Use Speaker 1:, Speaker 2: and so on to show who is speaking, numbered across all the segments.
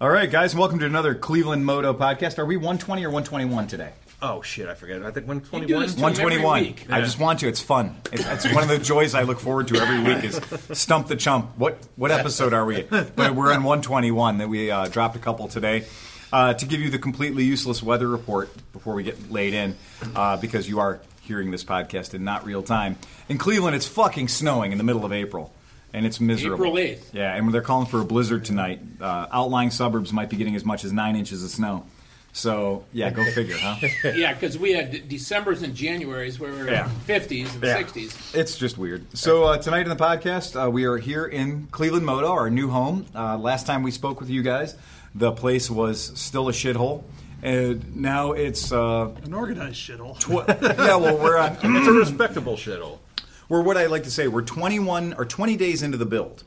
Speaker 1: All right, guys, and welcome to another Cleveland Moto podcast. Are we 120 or 121 today?
Speaker 2: Oh shit, I forget. I think
Speaker 3: You do this
Speaker 2: 121.
Speaker 3: too. Every
Speaker 1: 121.
Speaker 3: week.
Speaker 1: I just want to. It's fun. It's, it's one of the joys I look forward to every week is stump the chump. What what episode are we? At? But we're on 121. That we uh, dropped a couple today uh, to give you the completely useless weather report before we get laid in uh, because you are hearing this podcast in not real time. In Cleveland, it's fucking snowing in the middle of April. And it's miserable.
Speaker 3: April 8th.
Speaker 1: Yeah, and they're calling for a blizzard tonight. Uh, outlying suburbs might be getting as much as nine inches of snow. So, yeah, go figure, huh?
Speaker 3: Yeah, because we had December's and Januarys where we were
Speaker 1: Yeah.
Speaker 3: 50s and
Speaker 1: Yeah.
Speaker 3: 60s.
Speaker 1: It's just weird. So uh, tonight in the podcast, uh, we are here in Cleveland Moto, our new home. Uh, last time we spoke with you guys, the place was still a shithole, and now it's uh,
Speaker 4: An organized shithole.
Speaker 1: tw- yeah. Well, we're on,
Speaker 2: It's a respectable shittle.
Speaker 1: we're what I like to say. We're 21 or 20 days into the build.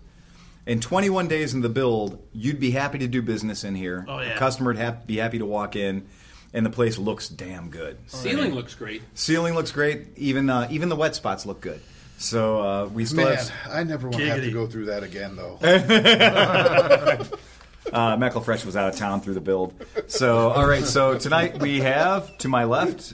Speaker 1: And 21 days in the build, you'd be happy to do business in here.
Speaker 4: Oh, yeah.
Speaker 1: A customer would hap- be happy to walk in, and the place looks damn good.
Speaker 4: Oh,
Speaker 3: Ceiling looks great.
Speaker 1: Ceiling looks great. Even uh, even the wet spots look good. So uh, we still
Speaker 5: Man,
Speaker 1: have.
Speaker 5: I never want to have to
Speaker 4: Giggity.
Speaker 5: go through that again, though.
Speaker 1: Uh, Michael Fresh was out of town through the build. So, all right. So tonight we have to my left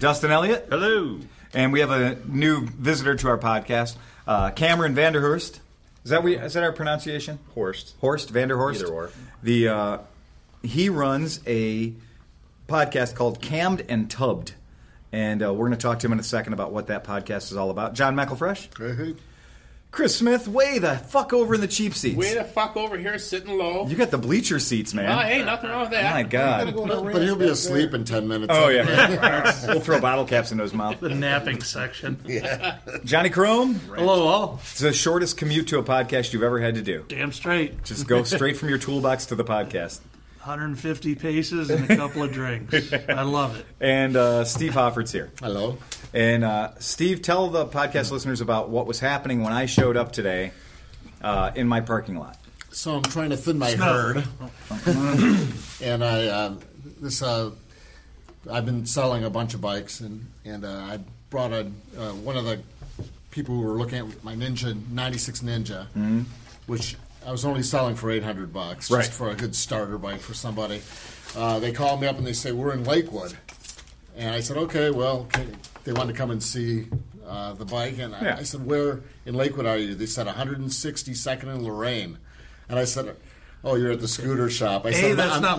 Speaker 1: Dustin Elliott,
Speaker 2: Hello.
Speaker 1: and we have a new visitor to our podcast, uh, Cameron Vanderhurst. Is that we? Is that our pronunciation?
Speaker 2: Horst.
Speaker 1: Horst Vanderhorst.
Speaker 2: Either or.
Speaker 1: The uh, he runs a podcast called Cammed and Tubbed, and uh, we're going to talk to him in a second about what that podcast is all about. John McElfresh,
Speaker 5: Hey,
Speaker 1: Chris Smith, way the fuck over in the cheap seats.
Speaker 3: Way the fuck over here sitting low.
Speaker 1: you got the bleacher seats, man.
Speaker 3: oh, hey, nothing wrong with
Speaker 1: Oh,
Speaker 3: that.
Speaker 1: my god.
Speaker 5: but he'll be asleep in ten minutes.
Speaker 1: Oh yeah, we'll throw bottle caps in those mouth.
Speaker 4: The napping section.
Speaker 1: Johnny Chrome,
Speaker 4: Hello, all.
Speaker 1: it's the shortest commute to a podcast you've ever had to do.
Speaker 4: Damn straight.
Speaker 1: Just go straight from your toolbox to the podcast.
Speaker 4: 150 paces and a couple of drinks. I love it.
Speaker 1: And uh, Steve Hoffert's here.
Speaker 5: Hello.
Speaker 1: And uh, Steve, tell the podcast listeners about what was happening when I showed up today uh, in my parking lot.
Speaker 5: So I'm trying to thin my herd,
Speaker 1: Oh,
Speaker 5: and I um, this uh, I've been selling a bunch of bikes, and and uh, I brought a uh, one of the people who were looking at my Ninja '96 Ninja, which I was only selling for 800 bucks,
Speaker 1: Mm-hmm. Right.
Speaker 5: just for a good starter bike for somebody. Uh, they called me up and they say we're in Lakewood, and I said okay, well can, they wanted to come and see. Uh, the bike and I,
Speaker 1: Yeah.
Speaker 5: I said, "Where in Lakewood are you?" They said 162nd and Lorraine, and I said, "Oh, you're at the scooter shop." I
Speaker 4: Hey,
Speaker 5: said,
Speaker 4: that's
Speaker 5: "I'm-
Speaker 4: not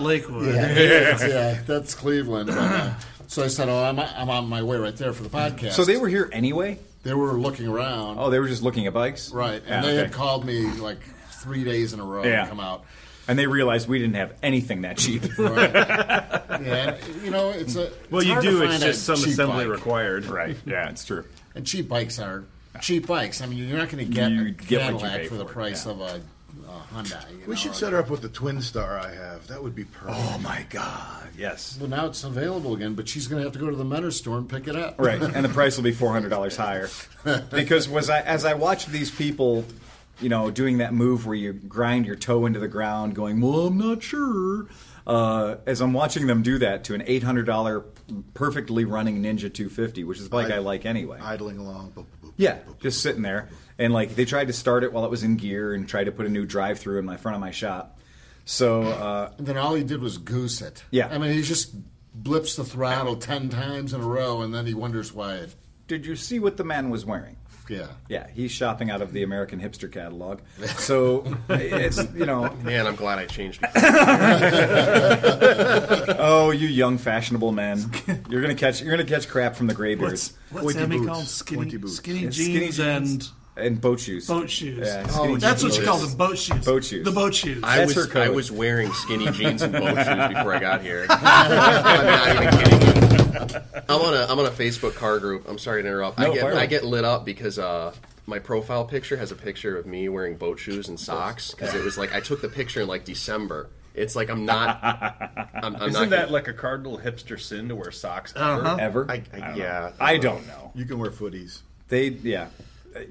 Speaker 4: Lakewood.
Speaker 5: yeah, it is, yeah, that's Cleveland. But, uh, so I said, "Oh, I'm, I'm on my way right there for the podcast."
Speaker 1: So they were here anyway.
Speaker 5: they were looking around,
Speaker 1: Oh, they were just looking at bikes,
Speaker 5: right?
Speaker 1: Yeah,
Speaker 5: And they had
Speaker 1: okay.
Speaker 5: called me like three days in a row
Speaker 1: Yeah.
Speaker 5: to come out.
Speaker 1: and they realized we didn't have anything that cheap.
Speaker 5: Right. yeah, and, you know, it's a
Speaker 2: Well,
Speaker 5: it's
Speaker 2: you
Speaker 5: hard
Speaker 2: do.
Speaker 5: to
Speaker 2: It's
Speaker 5: find
Speaker 2: just
Speaker 5: a
Speaker 2: some
Speaker 5: cheap
Speaker 2: assembly
Speaker 5: bike.
Speaker 2: required.
Speaker 1: right? Yeah, it's true.
Speaker 5: and cheap bikes are cheap bikes. I mean, you're not going to get
Speaker 1: You
Speaker 5: a
Speaker 1: get what you
Speaker 5: Cadillac
Speaker 1: pay
Speaker 5: for the
Speaker 1: for,
Speaker 5: price
Speaker 1: yeah.
Speaker 5: of a, a Hyundai. you
Speaker 6: We
Speaker 5: know,
Speaker 6: should
Speaker 5: or-
Speaker 6: set her up with the twin star I have. That would be perfect.
Speaker 1: Oh my god, yes.
Speaker 5: Well, now it's available again, but she's going to have to go to the Menor store and pick it up.
Speaker 1: Right, and the price will be four hundred dollars higher because was I as I watched these people, you know, doing that move where you grind your toe into the ground, going, "Well, I'm not sure." Uh, as I'm watching them do that to an eight hundred dollar perfectly running Ninja 250, which is a bike I,
Speaker 6: I-
Speaker 1: like anyway.
Speaker 6: Idling along. Boop, boop, boop,
Speaker 1: yeah,
Speaker 6: boop, boop.
Speaker 1: just sitting there, and like they tried to start it while it was in gear and tried to put a new drive through in my front of my shop. So uh,
Speaker 5: And then all he did was goose it.
Speaker 1: Yeah.
Speaker 5: I mean, he just blips the throttle 10 times in a row, and then he wonders why it.
Speaker 1: did you see what the man was wearing?
Speaker 5: Yeah.
Speaker 1: Yeah, he's shopping out of the American Hipster catalog. So it's you know
Speaker 2: Man, I'm glad I changed.
Speaker 1: Oh, you young fashionable men! You're gonna catch you're gonna catch crap from the graybeards
Speaker 4: What's, what's
Speaker 6: Pointy
Speaker 4: that
Speaker 6: boots.
Speaker 4: called? Skinny,
Speaker 6: Pointy boots.
Speaker 4: skinny,
Speaker 1: Yeah,
Speaker 4: jeans
Speaker 1: skinny jeans.
Speaker 4: and
Speaker 1: and boat shoes.
Speaker 4: boat shoes.
Speaker 1: Yeah, skinny
Speaker 4: oh,
Speaker 1: jeans
Speaker 4: that's
Speaker 1: and
Speaker 4: what you
Speaker 1: boat
Speaker 4: call
Speaker 1: shoes.
Speaker 4: them, boat shoes.
Speaker 1: Boat shoes.
Speaker 4: The boat shoes.
Speaker 7: I
Speaker 1: That's her
Speaker 7: was
Speaker 1: code.
Speaker 7: I was wearing skinny jeans and boat shoes before I got here. I'm not even kidding. I'm on a I'm on a Facebook car group. I'm sorry to interrupt.
Speaker 1: No,
Speaker 7: I get
Speaker 1: fire away.
Speaker 7: I get lit up because uh my profile picture has a picture of me wearing boat shoes and socks because it was like I took the picture in like December. It's like I'm not. I'm, I'm
Speaker 2: Isn't
Speaker 7: not
Speaker 2: that like a cardinal hipster sin to wear socks? ever?
Speaker 4: Uh-huh.
Speaker 1: Ever?
Speaker 7: I, I, yeah.
Speaker 1: I don't know.
Speaker 6: You can wear footies.
Speaker 1: They yeah.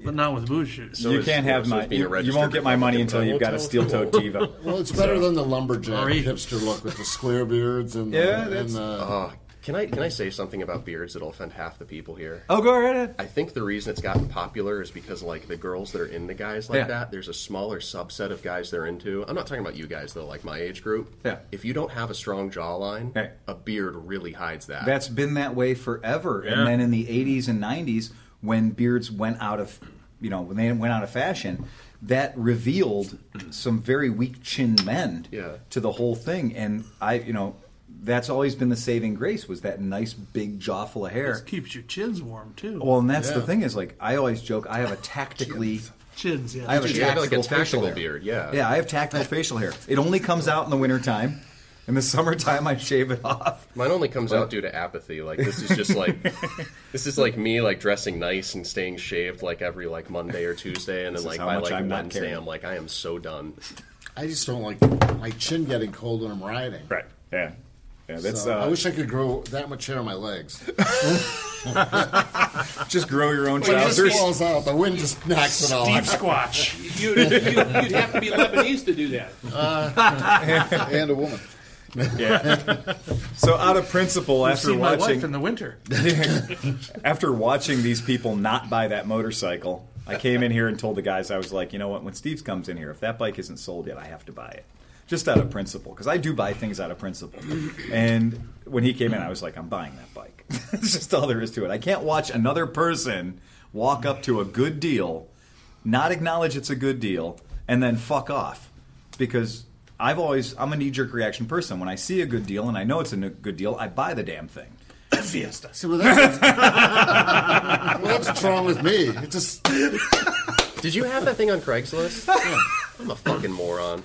Speaker 4: but not with boot shoes.
Speaker 7: So
Speaker 1: you
Speaker 7: is-
Speaker 1: can't have
Speaker 7: so is
Speaker 1: my.
Speaker 7: being
Speaker 1: You,
Speaker 7: a
Speaker 1: you
Speaker 7: registered
Speaker 1: won't get my money
Speaker 7: Republican.
Speaker 1: until you've got a steel toed diva.
Speaker 5: Well, it's better than the lumberjack
Speaker 4: Sorry.
Speaker 5: hipster look with the square beards and uh, the.
Speaker 1: Yeah,
Speaker 5: and
Speaker 1: that's-
Speaker 5: the
Speaker 7: Oh Can I can I say something about beards that'll offend half the people here?
Speaker 1: Oh, go right ahead.
Speaker 7: I think the reason it's gotten popular is because like the girls that are into guys like
Speaker 1: Yeah.
Speaker 7: that, there's a smaller subset of guys they're into. I'm not talking about you guys though, like my age group.
Speaker 1: Yeah.
Speaker 7: If you don't have a strong jawline,
Speaker 1: Right.
Speaker 7: a beard really hides that.
Speaker 1: That's been that way forever.
Speaker 2: Yeah.
Speaker 1: And then in the 80s and 90s, when beards went out of, you know, when they went out of fashion, that revealed some very weak chin men
Speaker 7: Yeah.
Speaker 1: to the whole thing. And I, you know, that's always been the saving grace was that nice big jaw full of hair.
Speaker 4: This keeps your chins warm too.
Speaker 1: Well, and that's the
Speaker 5: Yeah.
Speaker 1: thing is like I always joke I have a tactically.
Speaker 4: chins, yeah.
Speaker 1: I have a
Speaker 7: You have,
Speaker 1: tactical,
Speaker 7: like, a
Speaker 1: facial
Speaker 7: tactical
Speaker 1: hair.
Speaker 7: beard, yeah.
Speaker 1: yeah, I have tactical facial hair. It only comes out in the wintertime. In the summertime, I shave it off.
Speaker 7: Mine only comes out due to apathy. Like this is just like this is like me like dressing nice and staying shaved like every like Monday or Tuesday, and then
Speaker 1: This is
Speaker 7: like
Speaker 1: how
Speaker 7: by
Speaker 1: much
Speaker 7: like
Speaker 1: I'm not
Speaker 7: Wednesday,
Speaker 1: caring.
Speaker 7: I'm like I am so done.
Speaker 5: I just don't like my chin getting cold when I'm riding.
Speaker 1: Right. Yeah. Yeah. That's.
Speaker 5: So
Speaker 1: uh,
Speaker 5: I wish I could grow that much hair on my legs.
Speaker 1: just grow your own
Speaker 5: It just
Speaker 1: trousers.
Speaker 5: falls out. The wind just knocks it all
Speaker 4: Deep
Speaker 5: out.
Speaker 4: squatch.
Speaker 3: You'd, you'd, you'd have to be Lebanese to do that.
Speaker 6: and a woman.
Speaker 1: So out of principle, after
Speaker 4: See my wife
Speaker 1: watching
Speaker 4: in the winter.
Speaker 1: after watching these people not buy that motorcycle, I came in here and told the guys I was like, you know what? When Steve's comes in here, if that bike isn't sold yet, I have to buy it, just out of principle, because I do buy things out of principle. And when he came in, I was like, I'm buying that bike. That's just all there is to it. I can't watch another person walk up to a good deal, not acknowledge it's a good deal, and then fuck off because. I've always I'm a knee jerk reaction person. When I see a good deal and I know it's a n- good deal, I buy the damn thing.
Speaker 4: Fiesta.
Speaker 5: See, well, that's, well, that's what's wrong with me. It just
Speaker 7: Did you have that thing on Craigslist? I'm a fucking moron.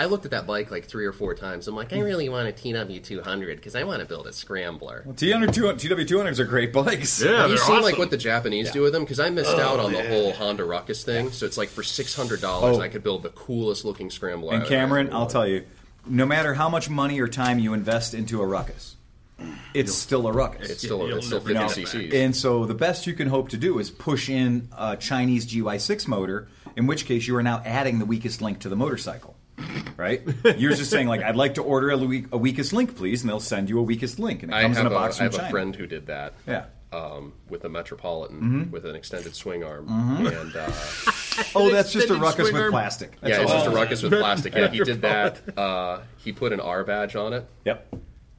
Speaker 7: I looked at that bike like three or four times. I'm like, I really want a TW200 because I want to build a scrambler.
Speaker 1: TW200s are great bikes.
Speaker 2: Yeah,
Speaker 7: Have you
Speaker 2: they're
Speaker 7: seen like
Speaker 2: awesome.
Speaker 7: what the Japanese do with them? Because I
Speaker 1: Oh,
Speaker 7: missed out on the whole Honda Ruckus thing. So it's like for six hundred dollars,
Speaker 1: Oh.
Speaker 7: I could build the coolest looking scrambler.
Speaker 1: And
Speaker 7: I've
Speaker 1: Cameron,
Speaker 7: ever
Speaker 1: I'll
Speaker 7: built.
Speaker 1: tell you, no matter how much money or time you invest into a ruckus, it's still a ruckus.
Speaker 7: it's still
Speaker 2: You'll
Speaker 7: it's still
Speaker 2: never
Speaker 7: fifty
Speaker 2: get it
Speaker 7: cc's.
Speaker 1: And so the best you can hope to do is push in a Chinese GY6 motor, in which case you are now adding the weakest link to the motorcycle. Right? You're just saying like, I'd like to order a, weak, a weakest link, please, and they'll send you a weakest link, and it
Speaker 7: I
Speaker 1: comes
Speaker 7: have,
Speaker 1: in a box
Speaker 7: I
Speaker 1: from
Speaker 7: have
Speaker 1: China.
Speaker 7: a friend who did that.
Speaker 1: Yeah. Mm-hmm.
Speaker 7: Um, with a Metropolitan with an extended swing arm, and uh,
Speaker 1: Oh, that's just a
Speaker 7: extended
Speaker 1: ruckus
Speaker 7: swing
Speaker 1: with
Speaker 7: arm.
Speaker 1: plastic. That's
Speaker 7: yeah, it's
Speaker 1: all.
Speaker 7: just a ruckus with plastic. Yeah, he did that. Uh, he put an R badge on it.
Speaker 1: Yep.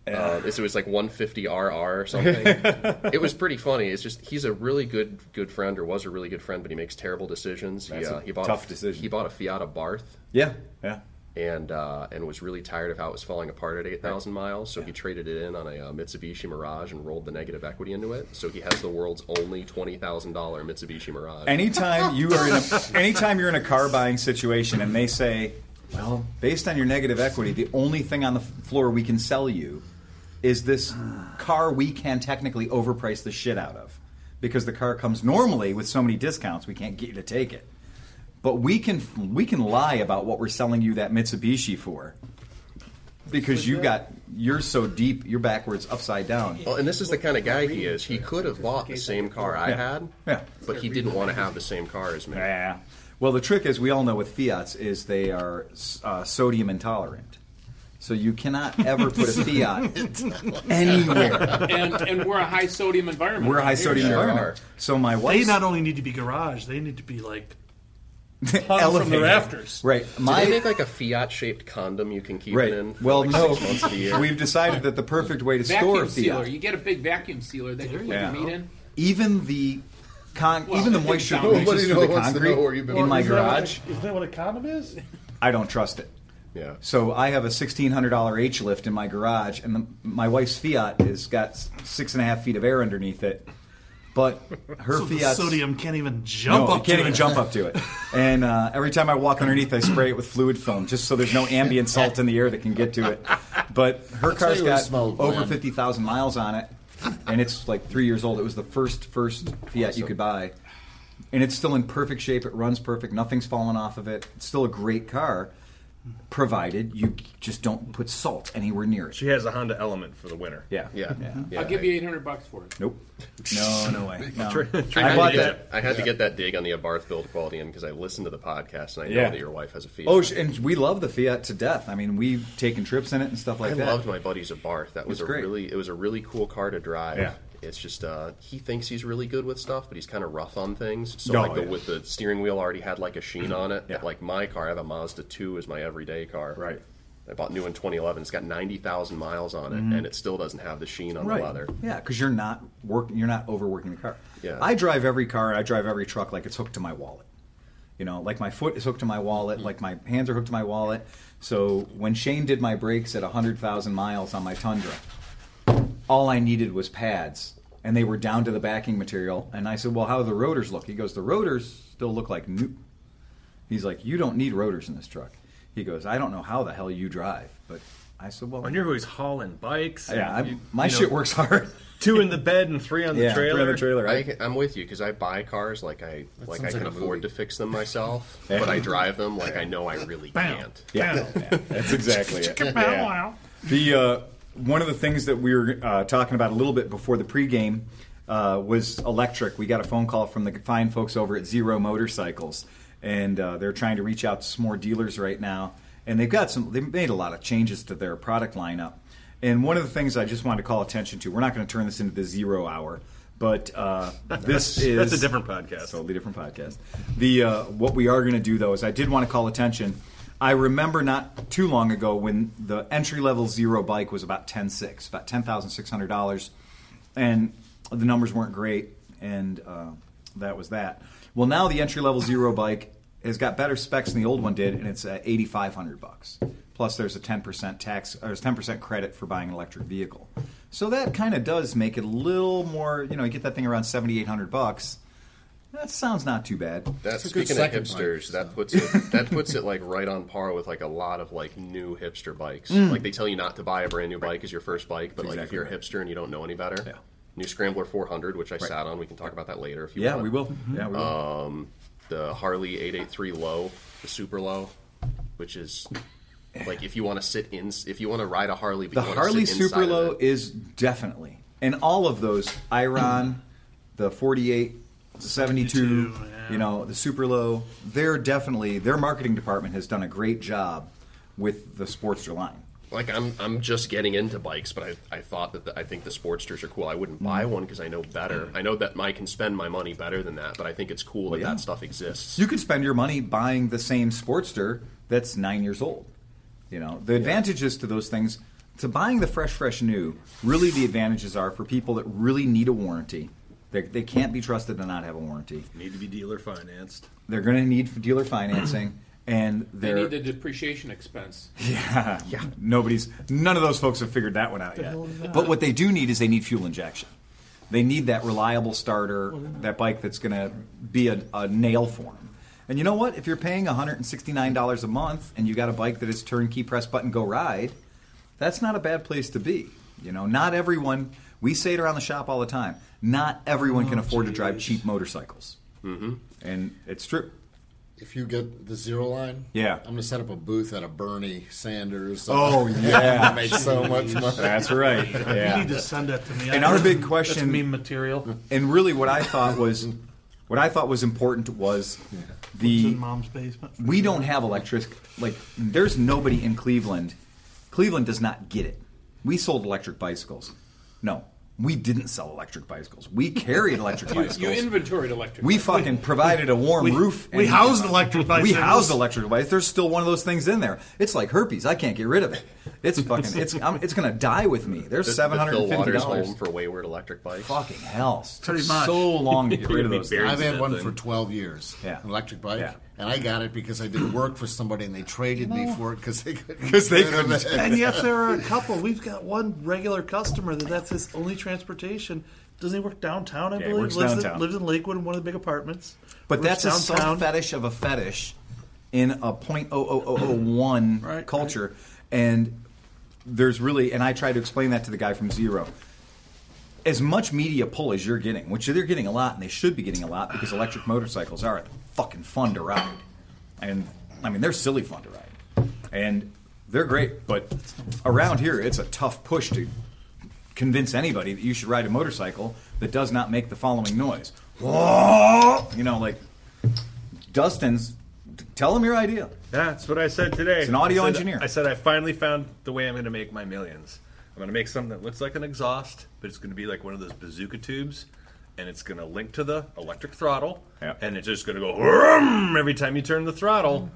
Speaker 7: Um, it was like 150 RR or something. it was pretty funny. It's just he's a really good good friend, or was a really good friend, but he makes terrible decisions. He,
Speaker 1: That's a
Speaker 7: uh, he bought
Speaker 1: tough decision.
Speaker 7: He bought a Fiat Barth,
Speaker 1: Yeah. Yeah.
Speaker 7: and uh, and was really tired of how it was falling apart at 8,000 miles. So he traded it in on a uh, Mitsubishi Mirage and rolled the negative equity into it. So he has the world's only twenty thousand dollar Mitsubishi Mirage.
Speaker 1: anytime you are in a, anytime you're in a car buying situation and they say, well, based on your negative equity, the only thing on the f- floor we can sell you is this car we can technically overprice the shit out of because the car comes normally with so many discounts we can't get you to take it. But we can we can lie about what we're selling you that Mitsubishi for because you got you're so deep, you're backwards upside down.
Speaker 7: Well, and this is the kind of guy he is. He could have bought the same car I had,
Speaker 1: Yeah.
Speaker 7: but he didn't want to have the same car as me.
Speaker 1: Yeah. Well, the trick, as we all know with Fiats, is they are uh, sodium intolerant. So you cannot ever put a Fiat anywhere.
Speaker 3: And, and we're a high sodium environment.
Speaker 1: We're a high
Speaker 3: Here.
Speaker 1: sodium
Speaker 7: Sure are.
Speaker 1: environment. So my
Speaker 4: They
Speaker 1: wife's
Speaker 4: not only need to be garage, they need to be like hung from the
Speaker 1: elevator.
Speaker 4: rafters.
Speaker 1: Right.
Speaker 7: Do they
Speaker 1: My
Speaker 7: make like a Fiat shaped condom you can keep it in?
Speaker 1: right.
Speaker 7: for,
Speaker 1: Well,
Speaker 7: like,
Speaker 1: no.
Speaker 7: six months of the year?
Speaker 1: We've decided that the perfect way to store
Speaker 3: Vacuum
Speaker 1: a
Speaker 3: sealer.
Speaker 1: Fiat,
Speaker 3: You get a big vacuum sealer that you put
Speaker 1: Yeah.
Speaker 3: your meat in.
Speaker 1: even the con-
Speaker 3: Well,
Speaker 1: even the
Speaker 3: it
Speaker 1: moisture
Speaker 3: sounds-
Speaker 1: that leaches
Speaker 6: Nobody
Speaker 1: through the
Speaker 6: wants to know where
Speaker 1: concrete
Speaker 6: you've been
Speaker 1: in my
Speaker 6: living.
Speaker 1: garage,
Speaker 4: Isn't that what a condom is?
Speaker 1: I don't trust it.
Speaker 7: yeah.
Speaker 1: So I have a sixteen hundred dollar H lift in my garage, and the, my wife's Fiat has got s- six and a half feet of air underneath it, but her
Speaker 4: So the
Speaker 1: Fiat's
Speaker 4: sodium can't even
Speaker 1: No,
Speaker 4: jump
Speaker 1: it
Speaker 4: up
Speaker 1: can't
Speaker 4: to
Speaker 1: even
Speaker 4: it.
Speaker 1: jump up to it. And uh, every time I walk underneath, I spray it with fluid foam just so there's no ambient salt in the air that can get to it. But her
Speaker 5: why
Speaker 1: car's
Speaker 5: you
Speaker 1: got
Speaker 5: smoke,
Speaker 1: over
Speaker 5: man.
Speaker 1: fifty thousand miles on it, and it's like three years old. It was the first first Fiat you could buy, and it's still in perfect shape. It runs perfect. Nothing's fallen off of it. It's still a great car. provided you just don't put salt anywhere near it.
Speaker 2: She has a Honda Element for the winter.
Speaker 1: Yeah.
Speaker 7: Yeah. Yeah.
Speaker 3: I'll give you 800 bucks for it.
Speaker 1: Nope. No, no way. No.
Speaker 7: I had,
Speaker 1: I bought
Speaker 7: to,
Speaker 1: that.
Speaker 7: get, I had to get that dig on the Abarth build quality in because I listened to the podcast and I know
Speaker 1: Yeah.
Speaker 7: that your wife has a Fiat.
Speaker 1: Oh, sh- and we love the Fiat to death. I mean, we've taken trips in it and stuff like
Speaker 7: I
Speaker 1: that.
Speaker 7: loved my buddy's Abarth. That was
Speaker 1: It's
Speaker 7: a
Speaker 1: great.
Speaker 7: really it was a really cool car to drive.
Speaker 1: Yeah.
Speaker 7: It's just uh, he thinks he's really good with stuff, but he's kind of rough on things. So
Speaker 1: Oh,
Speaker 7: like the,
Speaker 1: yeah.
Speaker 7: with the steering wheel already had like a sheen on it.
Speaker 1: Yeah.
Speaker 7: Like my car, I have a Mazda two as my everyday car.
Speaker 1: Right.
Speaker 7: I bought new in 2011. It's got 90,000 miles on it, and it still doesn't have the sheen on
Speaker 1: Mm-hmm. Right.
Speaker 7: the leather.
Speaker 1: Yeah, because you're not working. You're not overworking the car.
Speaker 7: Yeah.
Speaker 1: I drive every car. I drive every truck like it's hooked to my wallet. You know, like my foot is hooked to my wallet. Like my hands are hooked to my wallet. So when Shane did my brakes at hundred thousand miles on my Tundra, all I needed was pads, and they were down to the backing material. And I said, "Well, how do the rotors look?" He goes, "The rotors still look like new." He's like, "You don't need rotors in this truck." He goes, "I don't know how the hell you drive," but I said, "Well,
Speaker 2: When you're always hauling bikes.
Speaker 1: yeah,
Speaker 2: and
Speaker 1: I,
Speaker 2: you-
Speaker 1: my
Speaker 2: you know,
Speaker 1: shit works hard."
Speaker 2: Two in the bed and three on the trailer.
Speaker 1: drive a trailer.
Speaker 7: I,
Speaker 1: right?
Speaker 7: can- I'm with you because I buy cars like I like I
Speaker 6: sounds
Speaker 7: can
Speaker 6: like a
Speaker 7: afford
Speaker 6: movie.
Speaker 7: to fix them myself, but I drive them like I know I really can't.
Speaker 1: Yeah, that's exactly it.
Speaker 4: Bow wow.
Speaker 1: The uh, one of the things that we were uh, talking about a little bit before the pregame uh, was electric. We got a phone call from the fine folks over at Zero Motorcycles, and uh, they're trying to reach out to some more dealers right now. And they've got some. They've made a lot of changes to their product lineup. And one of the things I just wanted to call attention to, we're not going to turn this into the zero hour, but uh, this is
Speaker 2: That's a different podcast.
Speaker 1: Totally different podcast. The uh, what we are going to do though is I did want to call attention. I remember not too long ago when the entry level zero bike was about ten six, about ten thousand six hundred dollars, and the numbers weren't great, and uh, that was that. Well, now the entry level zero bike has got better specs than the old one did, and it's at eighty five hundred bucks. Plus, there's a ten percent tax, or there's ten percent credit for buying an electric vehicle. So that kind of does make it a little more. You know, you get that thing around seventy eight hundred bucks. That sounds not too bad.
Speaker 7: That's
Speaker 5: It's a good
Speaker 7: speaking of
Speaker 5: second bike,
Speaker 7: hipsters.
Speaker 5: so.
Speaker 7: That puts it that puts it like right on par with like a lot of like new hipster bikes. Like they tell you not to buy a brand new bike as your first bike, but like if
Speaker 1: Mm. exactly
Speaker 7: you're a
Speaker 1: right.
Speaker 7: hipster and you don't know any better,
Speaker 1: Yeah.
Speaker 7: new Scrambler 400, which I sat on. We can talk about that later if you
Speaker 1: Yeah,
Speaker 7: want.
Speaker 1: we will. Yeah, we will.
Speaker 7: The Harley 883 low, the super low, which is like if you want to sit in, if you want to ride a Harley, but
Speaker 1: the
Speaker 7: you wanna sit
Speaker 1: Harley
Speaker 7: inside of
Speaker 1: Super Low
Speaker 7: it.
Speaker 1: is definitely, and all of those
Speaker 7: Mm-hmm.
Speaker 1: Iron, the 48, the 72,
Speaker 4: 72, yeah.
Speaker 1: you know, the Super Low. They're definitely their marketing department has done a great job with the Sportster line.
Speaker 7: like I'm I'm just getting into bikes, but I, I thought that the, I think the Sportsters are cool. I wouldn't buy
Speaker 1: Mm.
Speaker 7: one because I know better. I know that I can spend my money better than that, but I think it's cool that
Speaker 1: yeah.
Speaker 7: that stuff exists.
Speaker 1: You could spend your money buying the same Sportster that's nine years old. You know, the advantages to those things, to buying the fresh, fresh new, really the advantages are for people that really need a warranty. They, they can't be trusted to not have a warranty.
Speaker 2: Need to be dealer financed.
Speaker 1: They're going to need dealer financing, and
Speaker 3: They
Speaker 1: they're
Speaker 3: need the depreciation expense.
Speaker 1: yeah. Uh, Nobody's none of those folks have figured that one out yet. But what they do need is they need fuel injection. They need that reliable starter, that bike that's going to be a, a nail for them. And you know what? If you're paying $169 a month and you got a bike that is turnkey, press button, go ride, that's not a bad place to be. You know, not everyone. We say it around the shop all the time. Not everyone can afford to drive cheap motorcycles, mm-hmm. and it's true.
Speaker 5: If you get the zero line,
Speaker 1: Yeah.
Speaker 5: I'm gonna set up a booth at a Bernie Sanders.
Speaker 1: Oh, yeah.
Speaker 5: make so much money.
Speaker 1: That's right. Yeah.
Speaker 4: You need to send that to me.
Speaker 1: And
Speaker 4: I-
Speaker 1: our big
Speaker 4: That's
Speaker 1: question-
Speaker 4: meme material.
Speaker 1: and really what I thought was what I thought was important was
Speaker 4: It's
Speaker 1: the
Speaker 4: in mom's basement.
Speaker 1: we don't have electric like there's nobody in Cleveland. Cleveland does not get it. We sold electric bicycles. No, we didn't sell electric bicycles. We carried electric
Speaker 3: You,
Speaker 1: bicycles.
Speaker 3: you inventoried electric.
Speaker 1: we fucking provided a warm roof.
Speaker 4: we housed electric
Speaker 1: We
Speaker 4: bicycles.
Speaker 1: housed electric bicycles. There's still one of those things in there. It's like herpes. I can't get rid of it. It's fucking. It's. I'm, it's gonna die with me.
Speaker 7: The-
Speaker 1: There's
Speaker 7: the
Speaker 1: seven hundred and
Speaker 7: Phil
Speaker 1: fifty
Speaker 7: Waters
Speaker 1: dollars.
Speaker 7: home for wayward electric bikes.
Speaker 1: Fucking hell! It
Speaker 4: Pretty
Speaker 1: took
Speaker 4: much.
Speaker 1: so long to get rid of
Speaker 2: You're gonna be
Speaker 1: those.
Speaker 2: buried.
Speaker 1: things.
Speaker 5: I've had one
Speaker 2: thing.
Speaker 5: for 12 years.
Speaker 1: Yeah.
Speaker 5: An electric bike.
Speaker 1: Yeah.
Speaker 5: And I got it because I did work for somebody and they traded me for it because they couldn't.
Speaker 1: they
Speaker 5: get rid of it.
Speaker 4: And yet there are a couple. We've got one regular customer that that's his only transportation. Doesn't he work downtown? I
Speaker 1: Yeah, he
Speaker 4: believe
Speaker 1: works
Speaker 4: lives
Speaker 1: downtown.
Speaker 4: In, lives in Lakewood in one of the big apartments.
Speaker 1: But
Speaker 4: Works
Speaker 1: that's a sub fetish of a fetish in a point oh oh oh oh one
Speaker 4: Right,
Speaker 1: culture, and there's really and I try to explain that to the guy from Zero. As much media pull as you're getting, which they're getting a lot, and they should be getting a lot because electric motorcycles are fucking fun to ride, and I mean they're silly fun to ride. and they're great. But around here, it's a tough push to convince anybody that you should ride a motorcycle that does not make the following noise. Whoa! You know, like Dustin's. Tell him your idea.
Speaker 2: That's what I said today.
Speaker 1: It's an audio
Speaker 2: I said-
Speaker 1: engineer.
Speaker 2: I said I finally found the way I'm going to make my millions. I'm going to make something that looks like an exhaust, but it's going to be like one of those bazooka tubes, and it's going to link to the electric throttle,
Speaker 1: Yeah.
Speaker 2: and it's just going to go "Vroom" every time you turn the throttle,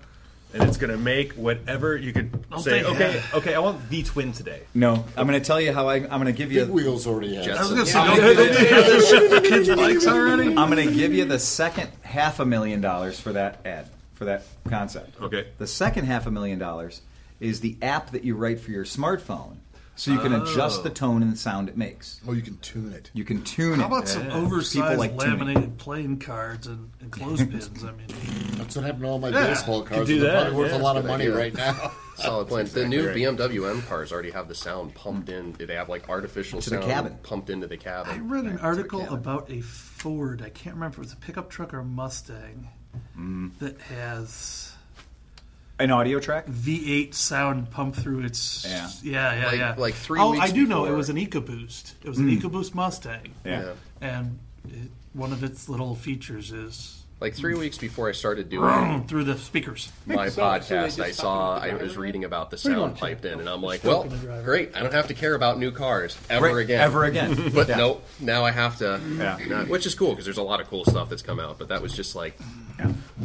Speaker 2: and it's going to make whatever you could say.
Speaker 4: take
Speaker 2: Okay, okay, I want the twin today.
Speaker 1: No, I'm going to tell you how I, I'm going to give you.
Speaker 5: Big wheels already have.
Speaker 7: Jets.
Speaker 4: I was gonna say,
Speaker 1: I'm gonna
Speaker 4: don't do
Speaker 1: give you-
Speaker 4: that.
Speaker 1: kids' bikes already? I'm going to give you the second half a million dollars for that ad, for that concept.
Speaker 2: Okay.
Speaker 1: The second half a million dollars is the app that you write for your smartphone so you can adjust the tone and sound it makes.
Speaker 6: Oh, you can tune it.
Speaker 1: You can tune
Speaker 4: How
Speaker 1: it.
Speaker 4: about some
Speaker 1: People
Speaker 4: oversized
Speaker 1: like tuning.
Speaker 4: laminated playing cards and, and clothespins? I mean,
Speaker 5: That's what happened to all my
Speaker 4: Yeah,
Speaker 5: baseball
Speaker 2: could
Speaker 5: cards.
Speaker 2: do
Speaker 5: They're
Speaker 2: that,
Speaker 5: probably worth
Speaker 2: yeah.
Speaker 5: a lot of money
Speaker 6: idea.
Speaker 5: right now.
Speaker 7: Solid plan. the new BMW M cars already have the sound pumped in. They have like artificial
Speaker 1: Mm. the
Speaker 7: sound
Speaker 1: cabin.
Speaker 7: pumped into the cabin.
Speaker 4: I read an
Speaker 7: Back to the
Speaker 4: article
Speaker 7: cabin.
Speaker 4: about a Ford. I can't remember if it was a pickup truck or a Mustang
Speaker 7: Mm.
Speaker 4: that has
Speaker 1: An audio track?
Speaker 4: V8 sound pump through its.
Speaker 1: Yeah.
Speaker 4: yeah, yeah.
Speaker 7: Like-
Speaker 4: yeah.
Speaker 7: like three
Speaker 4: Oh,
Speaker 7: weeks
Speaker 4: I do know. It
Speaker 7: before- Mm.
Speaker 4: was an EcoBoost. It was an EcoBoost Mustang.
Speaker 1: Yeah.
Speaker 7: Yeah.
Speaker 4: And it, one of its little features is
Speaker 7: Like
Speaker 1: Mm.
Speaker 7: three weeks before I started doing
Speaker 4: through the speakers.
Speaker 7: my
Speaker 3: So- so they
Speaker 7: podcast,
Speaker 3: just
Speaker 7: I
Speaker 3: stop
Speaker 7: saw
Speaker 3: in the
Speaker 7: I
Speaker 3: driver
Speaker 7: was
Speaker 3: then?
Speaker 7: reading about the
Speaker 4: do you
Speaker 7: sound
Speaker 4: want,
Speaker 7: piped
Speaker 4: Jim?
Speaker 7: in, and I'm like,
Speaker 4: Stop
Speaker 7: well,
Speaker 4: in the driver.
Speaker 7: great. I don't have to care about new cars ever
Speaker 1: Right,
Speaker 7: again.
Speaker 1: Ever again.
Speaker 7: But
Speaker 1: Yeah.
Speaker 7: no, now I have to.
Speaker 1: Yeah.
Speaker 7: no, which is cool because there's a lot of cool stuff that's come out. But that was just like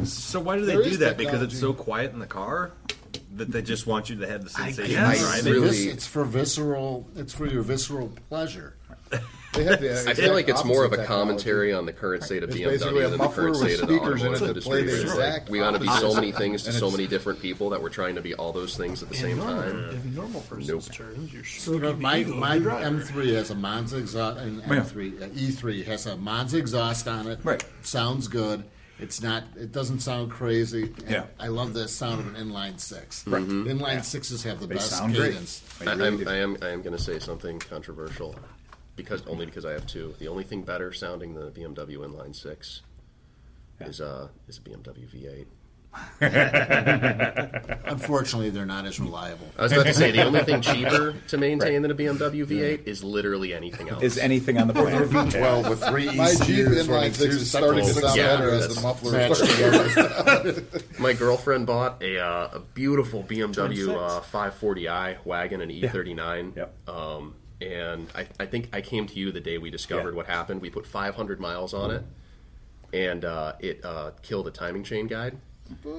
Speaker 2: So why do they
Speaker 6: There
Speaker 2: do
Speaker 6: is
Speaker 2: that? Because it's so
Speaker 6: technology.
Speaker 2: quiet in the car that they just want you to have the sensation of
Speaker 4: guess.
Speaker 2: driving.
Speaker 7: Really-
Speaker 5: Vis- it's for visceral. It's for your visceral pleasure.
Speaker 6: They have the
Speaker 7: I
Speaker 6: exact
Speaker 7: feel like it's more of a
Speaker 6: opposite technology.
Speaker 7: commentary on the current state of
Speaker 6: It's basically
Speaker 7: BMW
Speaker 6: a
Speaker 7: than the current
Speaker 6: muffler with
Speaker 7: state of the
Speaker 6: speakers in it
Speaker 7: automotive
Speaker 6: that play
Speaker 7: industry.
Speaker 6: the
Speaker 7: where it's
Speaker 6: exact
Speaker 7: like, we want to be so
Speaker 6: opposite.
Speaker 7: many things to
Speaker 6: And
Speaker 7: so
Speaker 6: it's-
Speaker 7: many different people that we're trying to be all those things at the same time.
Speaker 4: In normal person's terms, you're
Speaker 5: You know,
Speaker 4: stroking
Speaker 5: my
Speaker 4: the ego of
Speaker 5: my
Speaker 4: your driver.
Speaker 5: M3 has a Monza exhaust. An
Speaker 1: Oh, Yeah.
Speaker 5: M3 uh, E3 has a Monza exhaust on it.
Speaker 1: Right.
Speaker 5: Sounds good. It's not. It doesn't sound crazy. And
Speaker 1: Yeah.
Speaker 5: I love the sound of an inline six. Right.
Speaker 6: Mm-hmm.
Speaker 5: Inline sixes have the
Speaker 1: They
Speaker 5: best
Speaker 1: sound great.
Speaker 5: cadence.
Speaker 7: I,
Speaker 1: They really
Speaker 7: I'm,
Speaker 1: do.
Speaker 7: I am. I am going to say something controversial, because only because I have two. The only thing better sounding than a BMW inline six is uh is a BMW V8.
Speaker 5: Unfortunately, they're not as reliable.
Speaker 6: Uh,
Speaker 7: I was about to say the only thing cheaper to maintain than a BMW V8 is literally anything else.
Speaker 1: Is anything on the planet.
Speaker 5: Well, with three
Speaker 6: My
Speaker 5: ECUs
Speaker 6: Jeep
Speaker 5: running
Speaker 6: inline six
Speaker 5: two
Speaker 6: is starting to
Speaker 5: cycles
Speaker 6: sound
Speaker 7: Yeah,
Speaker 6: better as
Speaker 7: that's-
Speaker 6: the muffler.
Speaker 5: matched together.
Speaker 7: My girlfriend bought a, uh, a beautiful BMW uh, 540i wagon and E39.
Speaker 1: Yep.
Speaker 7: Um, and I, I think I came to you the day we discovered
Speaker 1: Yeah.
Speaker 7: what happened. We put 500 miles on it, and uh, it uh, killed a timing chain guide.
Speaker 1: Uh.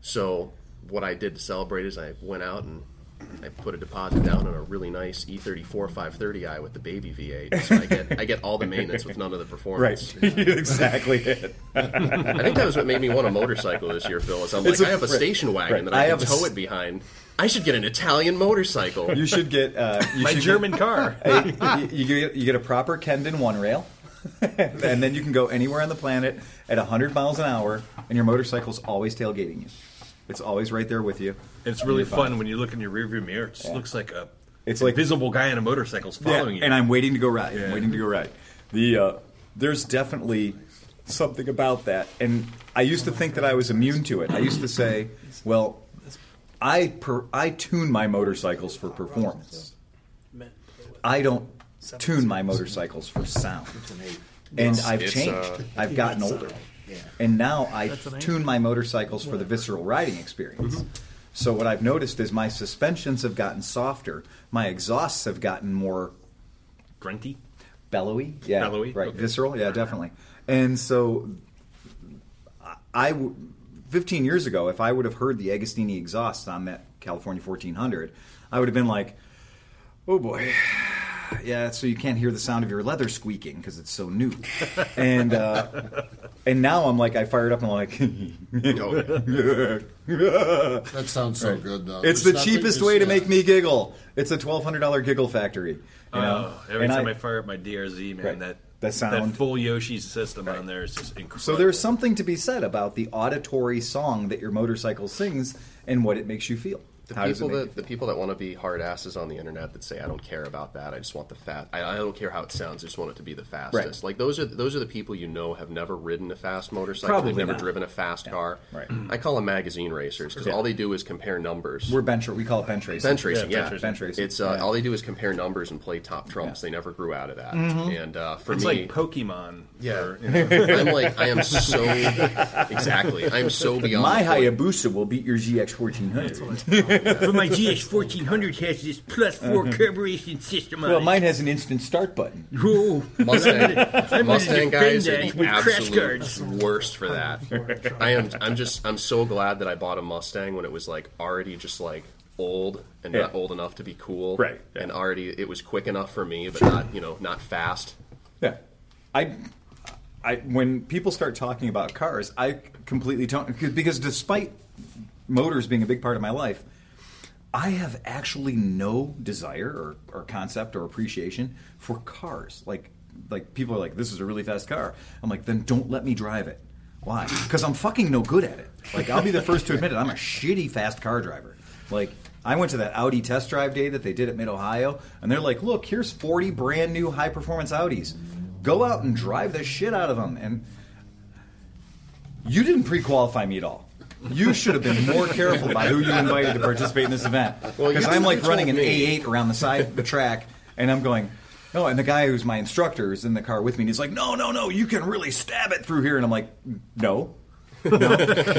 Speaker 7: So what I did to celebrate is I went out and I put a deposit down on a really nice E E34 530i with the baby V8. So I get I get all the maintenance with none of the performance.
Speaker 1: Right. exactly it.
Speaker 7: I think that was what made me want a motorcycle this year, Phil. Is I'm like,
Speaker 1: It's a-
Speaker 7: I have a
Speaker 1: right,
Speaker 7: station wagon
Speaker 1: right.
Speaker 7: that
Speaker 1: I
Speaker 7: I,
Speaker 1: have a
Speaker 7: can tow
Speaker 1: s-
Speaker 7: it behind. I should get an Italian motorcycle.
Speaker 1: You should get uh, you
Speaker 2: My
Speaker 1: should
Speaker 2: German car.
Speaker 1: get, you, you get you get a proper Kendon one rail, and then you can go anywhere on the planet at 100 miles an hour, and your motorcycle's always tailgating you. It's always right there with you.
Speaker 2: It's really
Speaker 1: You're fine.
Speaker 2: fun when you look in your rearview mirror. It just looks like a
Speaker 1: It's like-
Speaker 2: invisible guy on a motorcycle is following you.
Speaker 1: And I'm waiting to go right. I'm
Speaker 2: Yeah.
Speaker 1: waiting to go right. The uh, there's definitely something about that, and I used to think that I was immune to it. I used to say, well, I per, I tune my motorcycles for performance. I don't tune my motorcycles for sound. And I've
Speaker 7: It's,
Speaker 1: changed.
Speaker 7: uh,
Speaker 1: I've gotten older. And now I
Speaker 4: That's an eight.
Speaker 1: tune my motorcycles for the visceral riding experience.
Speaker 7: Mm-hmm.
Speaker 1: So what I've noticed is my suspensions have gotten softer, my exhausts have gotten more
Speaker 2: grunty.
Speaker 1: bellowy. Yeah,
Speaker 2: Bellowy,
Speaker 1: right,
Speaker 2: okay.
Speaker 1: visceral. Yeah, definitely. And so, I- I w- 15 years ago, if I would have heard the Agostini exhausts on that California 1400, I would have been like, "Oh boy." Yeah, so you can't hear the sound of your leather squeaking because it's so new, and uh, and now I'm like I fired up and I'm like,
Speaker 5: That sounds so good, though.
Speaker 1: it's
Speaker 5: There's
Speaker 1: the
Speaker 5: nothing-
Speaker 1: cheapest
Speaker 5: there's-
Speaker 1: way to
Speaker 5: yeah.
Speaker 1: make me giggle. It's a twelve hundred dollar giggle factory. You know?
Speaker 2: Oh, every
Speaker 1: Uh, And
Speaker 2: time I, fire up my DRZ, man,
Speaker 1: Right.
Speaker 2: that
Speaker 1: The sound.
Speaker 2: that full Yoshi system on there is just incredible.
Speaker 1: So there's something to be said about the auditory song that your motorcycle sings and what it makes you feel.
Speaker 7: The
Speaker 1: How does it
Speaker 7: people
Speaker 1: make you
Speaker 7: that the people that want to be hard asses on the internet that say I don't care about that. I just want the fat. I, I don't care how it sounds. I just want it to be the fastest. Like those are those are the people you know have never ridden a fast motorcycle.
Speaker 1: Probably
Speaker 7: they've never
Speaker 1: not.
Speaker 7: driven a fast car.
Speaker 1: Right.
Speaker 7: I call them magazine racers because
Speaker 1: Yeah.
Speaker 7: all they do is compare numbers.
Speaker 1: We're bench. We call it bench racing.
Speaker 7: bench racing, yeah,
Speaker 1: bench racing. Bench racing.
Speaker 7: It's uh,
Speaker 1: Yeah.
Speaker 7: all they do is compare numbers and play top trumps. They never grew out of that.
Speaker 1: Mm-hmm.
Speaker 7: And uh, for
Speaker 2: It's
Speaker 7: me,
Speaker 2: like Pokemon.
Speaker 7: Yeah.
Speaker 2: for, you know,
Speaker 7: I'm like I am so exactly. I'm so beyond
Speaker 1: My
Speaker 7: the point.
Speaker 1: Hayabusa will beat your GX 1400.
Speaker 8: But my GX1400 has this plus four carburation system on
Speaker 1: Well,
Speaker 8: it.
Speaker 1: mine has an instant start button.
Speaker 8: Whoa.
Speaker 7: Mustang, Mustang
Speaker 8: defend
Speaker 7: guys are
Speaker 8: that
Speaker 7: the
Speaker 8: with crash
Speaker 7: absolute
Speaker 8: guards.
Speaker 7: worst for that. I am. I'm just. I'm so glad that I bought a Mustang when it was like already just like old and not
Speaker 1: Yeah.
Speaker 7: old enough to be cool.
Speaker 1: Right, yeah.
Speaker 7: And already it was quick enough for me, but not you know not fast.
Speaker 1: Yeah, I, I when people start talking about cars, I completely don't because- because despite motors being a big part of my life, I have actually no desire or, or concept or appreciation for cars. Like like people are like, this is a really fast car. I'm like, then don't let me drive it. Why? Because I'm fucking no good at it. Like I'll be the first to admit it. I'm a shitty fast car driver. Like I went to that Audi test drive day that they did at Mid Ohio, and they're like, look, here's 40 brand new high performance Audis. Go out and drive the shit out of them. And you didn't pre-qualify me at all. You should have been more careful about who you invited to participate in this event. Because
Speaker 7: Well, you
Speaker 1: I'm like
Speaker 7: told
Speaker 1: running an
Speaker 7: me.
Speaker 1: A8 around the side of the track, and I'm going, no. and the guy who's my instructor is in the car with me, and he's like, no, no, no, you can really stab it through here. And I'm like, no. no,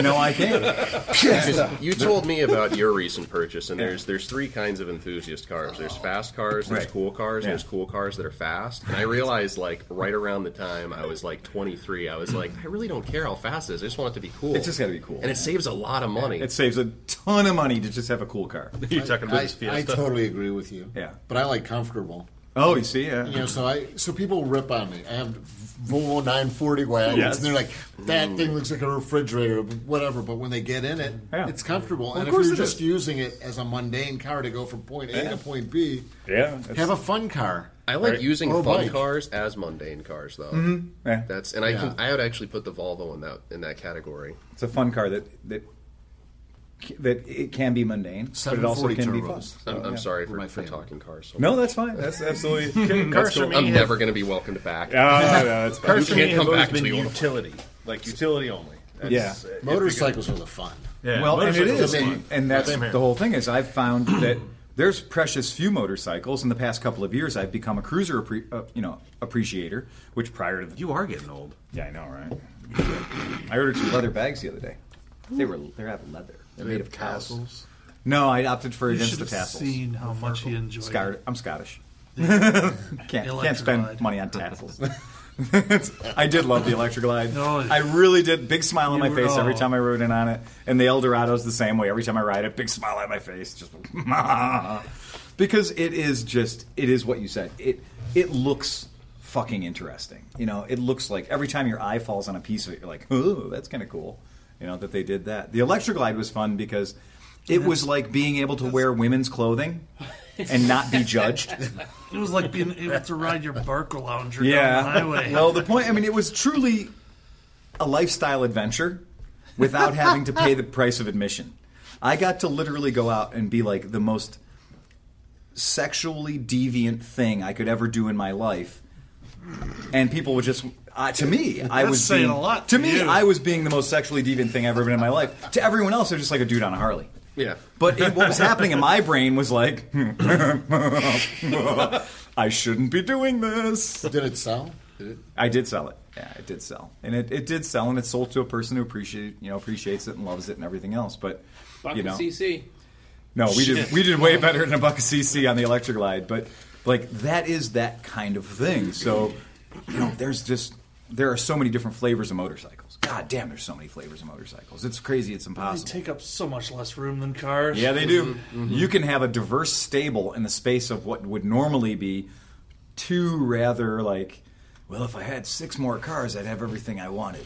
Speaker 1: no, I can't.
Speaker 7: Because you told me about your recent purchase, and there's there's three kinds of enthusiast cars. There's fast cars, there's
Speaker 1: Right.
Speaker 7: cool cars, and
Speaker 1: Yeah.
Speaker 7: there's cool cars that are fast. And I realized like right around the time I was like 23, I was like, I really don't care how fast it is. I just want it to be cool.
Speaker 1: It's just gotta be cool.
Speaker 7: and it saves a lot of money.
Speaker 1: It saves a ton of money to just have a cool car.
Speaker 2: you talking about
Speaker 5: I,
Speaker 2: this
Speaker 5: I
Speaker 2: Fiesta?
Speaker 5: totally agree with you.
Speaker 1: Yeah.
Speaker 5: But I like comfortable.
Speaker 1: Oh, you see, yeah.
Speaker 5: You know, so I so people rip on me. I have Volvo 940 wagons,
Speaker 1: Yes.
Speaker 5: and they're like, "That thing looks like a refrigerator, whatever." But when they get in it,
Speaker 1: Yeah.
Speaker 5: it's comfortable. and if
Speaker 1: course
Speaker 5: you're
Speaker 1: it
Speaker 5: just
Speaker 1: is.
Speaker 5: using it as a mundane car to go from point A to point B,
Speaker 1: Yeah,
Speaker 5: have a fun car.
Speaker 7: I like using
Speaker 5: Or a
Speaker 7: fun
Speaker 5: bike.
Speaker 7: cars as mundane cars, though.
Speaker 1: Mm-hmm. Yeah.
Speaker 7: That's and I
Speaker 5: Yeah.
Speaker 7: can I would actually put the Volvo in that in that category.
Speaker 1: It's a fun car that that that it can be mundane, but it also
Speaker 5: 740
Speaker 1: can be fun.
Speaker 5: turbos.
Speaker 7: I'm, I'm sorry for,
Speaker 5: my
Speaker 7: for
Speaker 5: favorite.
Speaker 7: talking cars. So
Speaker 1: No, that's fine. That's absolutely.
Speaker 7: much.
Speaker 2: Cars
Speaker 7: That's
Speaker 2: for
Speaker 7: cool.
Speaker 2: me
Speaker 7: I'm
Speaker 2: have-
Speaker 7: never Oh, going to be welcomed back.
Speaker 1: no, no, it's
Speaker 2: Cars for
Speaker 7: You
Speaker 2: me
Speaker 7: can't
Speaker 2: have
Speaker 7: come
Speaker 2: always
Speaker 7: back
Speaker 2: been
Speaker 7: until you want
Speaker 2: utility, like utility only. That's,
Speaker 1: Yeah.
Speaker 2: uh, if
Speaker 5: Motorcycles are the fun.
Speaker 2: you're gonna- Yeah,
Speaker 1: well, and it
Speaker 2: motorcycles
Speaker 1: is,
Speaker 2: fun.
Speaker 1: and, and that's
Speaker 2: Same here.
Speaker 1: the whole thing. Is I've found that there's precious few motorcycles. In the past couple of years, I've become a cruiser, appre- uh, you know, appreciator. Which prior to the
Speaker 2: You are getting old.
Speaker 1: yeah, I know, right? I ordered two leather bags the other day. They were they're out of leather. They're made of cows. No, I opted for
Speaker 4: You
Speaker 1: against
Speaker 4: should
Speaker 1: the
Speaker 4: have
Speaker 1: tassels.
Speaker 4: seen how much he enjoyed.
Speaker 1: Scar-
Speaker 4: it.
Speaker 1: I'm Scottish. can't can't
Speaker 4: Electroglide.
Speaker 1: spend money on tassels. I did love the Electroglide.
Speaker 4: No, it-
Speaker 1: I really did. Big smile on
Speaker 4: You
Speaker 1: my
Speaker 4: were-
Speaker 1: face every
Speaker 4: oh.
Speaker 1: time I rode in on it. And the Eldorado's the same way. Every time I ride it, big smile on my face. Just because it is just it is what you said. It it looks fucking interesting. You know, it looks like every time your eye falls on a piece of it, you're like, ooh, that's kind of cool. You know that they did that. The Electroglide was fun because it was like being able to wear women's clothing and not be judged.
Speaker 4: It was like being able to ride your Barco lounger
Speaker 1: Yeah.
Speaker 4: down the highway.
Speaker 1: Well, the point, I mean, it was truly a lifestyle adventure without having to pay the price of admission. I got to literally go out and be like the most sexually deviant thing I could ever do in my life. And people would just, uh, to me, I
Speaker 4: That's
Speaker 1: was
Speaker 4: saying
Speaker 1: being-
Speaker 4: a lot
Speaker 1: To
Speaker 4: to
Speaker 1: me,
Speaker 4: you.
Speaker 1: I was being the most sexually deviant thing I've ever been in my life. To everyone else, they're just like a dude on a Harley.
Speaker 7: Yeah.
Speaker 1: But it, what was happening in my brain was like, I shouldn't be doing this.
Speaker 5: Did it sell? Did it?
Speaker 1: I did sell it. Yeah, it did sell, and it, it did sell, and it sold to a person who appreciate you know appreciates it and loves it and everything else. But
Speaker 3: Buck
Speaker 1: you know,
Speaker 3: CC.
Speaker 1: no, we did we did way better than a buck of CC on the electric glide. But like that is that kind of thing. So you know, there's just there are so many different flavors of motorcycles. God damn, there's so many flavors of motorcycles. It's crazy. It's
Speaker 4: They
Speaker 1: impossible.
Speaker 4: take up so much less room than cars.
Speaker 1: Yeah, they do. You can have a diverse stable in the space of what would normally be two rather like, well, if I had six more cars, I'd have everything I wanted.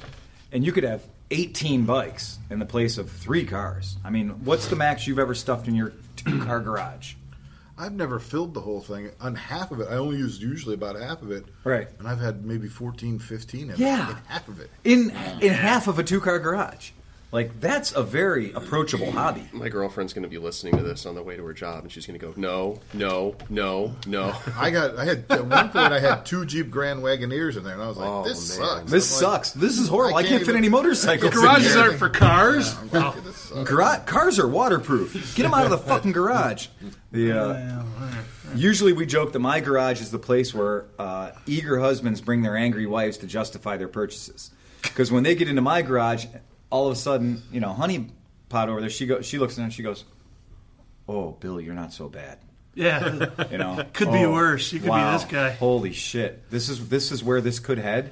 Speaker 1: And you could have 18 bikes in the place of three cars. I mean, what's the max you've ever stuffed in your two car garage?
Speaker 6: I've never filled the whole thing. On half of it, I only used usually about half of it.
Speaker 1: Right.
Speaker 6: And I've had maybe 14, 15 in it.
Speaker 1: Yeah.
Speaker 6: In half of it.
Speaker 1: In in half of a two car garage. Like that's a very approachable hobby.
Speaker 7: My girlfriend's going to be listening to this on the way to her job, and she's going to go, no, no, no, no.
Speaker 6: I got. I had at one point. I had two Jeep Grand Wagoneers in there, and I was like,
Speaker 7: Oh,
Speaker 6: "This
Speaker 7: man.
Speaker 6: sucks.
Speaker 1: This
Speaker 6: I'm like,
Speaker 1: sucks. This is horrible.
Speaker 6: I
Speaker 1: I
Speaker 6: can't
Speaker 1: can't, fit
Speaker 6: even-
Speaker 1: any motorcycles. in
Speaker 3: Garages
Speaker 1: here.
Speaker 3: aren't for cars.
Speaker 6: I'm like, this sucks.
Speaker 1: Gara- cars are waterproof. Get them out of the fucking garage. The, uh, usually we joke that my garage is the place where uh, eager husbands bring their angry wives to justify their purchases. Because when they get into my garage, all of a sudden, you know, honey pot over there, she go, she looks in and she goes, "Oh, Bill, you're not so bad."
Speaker 4: Yeah.
Speaker 1: You know,
Speaker 4: Could be
Speaker 1: Oh,
Speaker 4: worse. You could be
Speaker 1: wow.
Speaker 4: this guy.
Speaker 1: Holy shit! This is this is where this could head.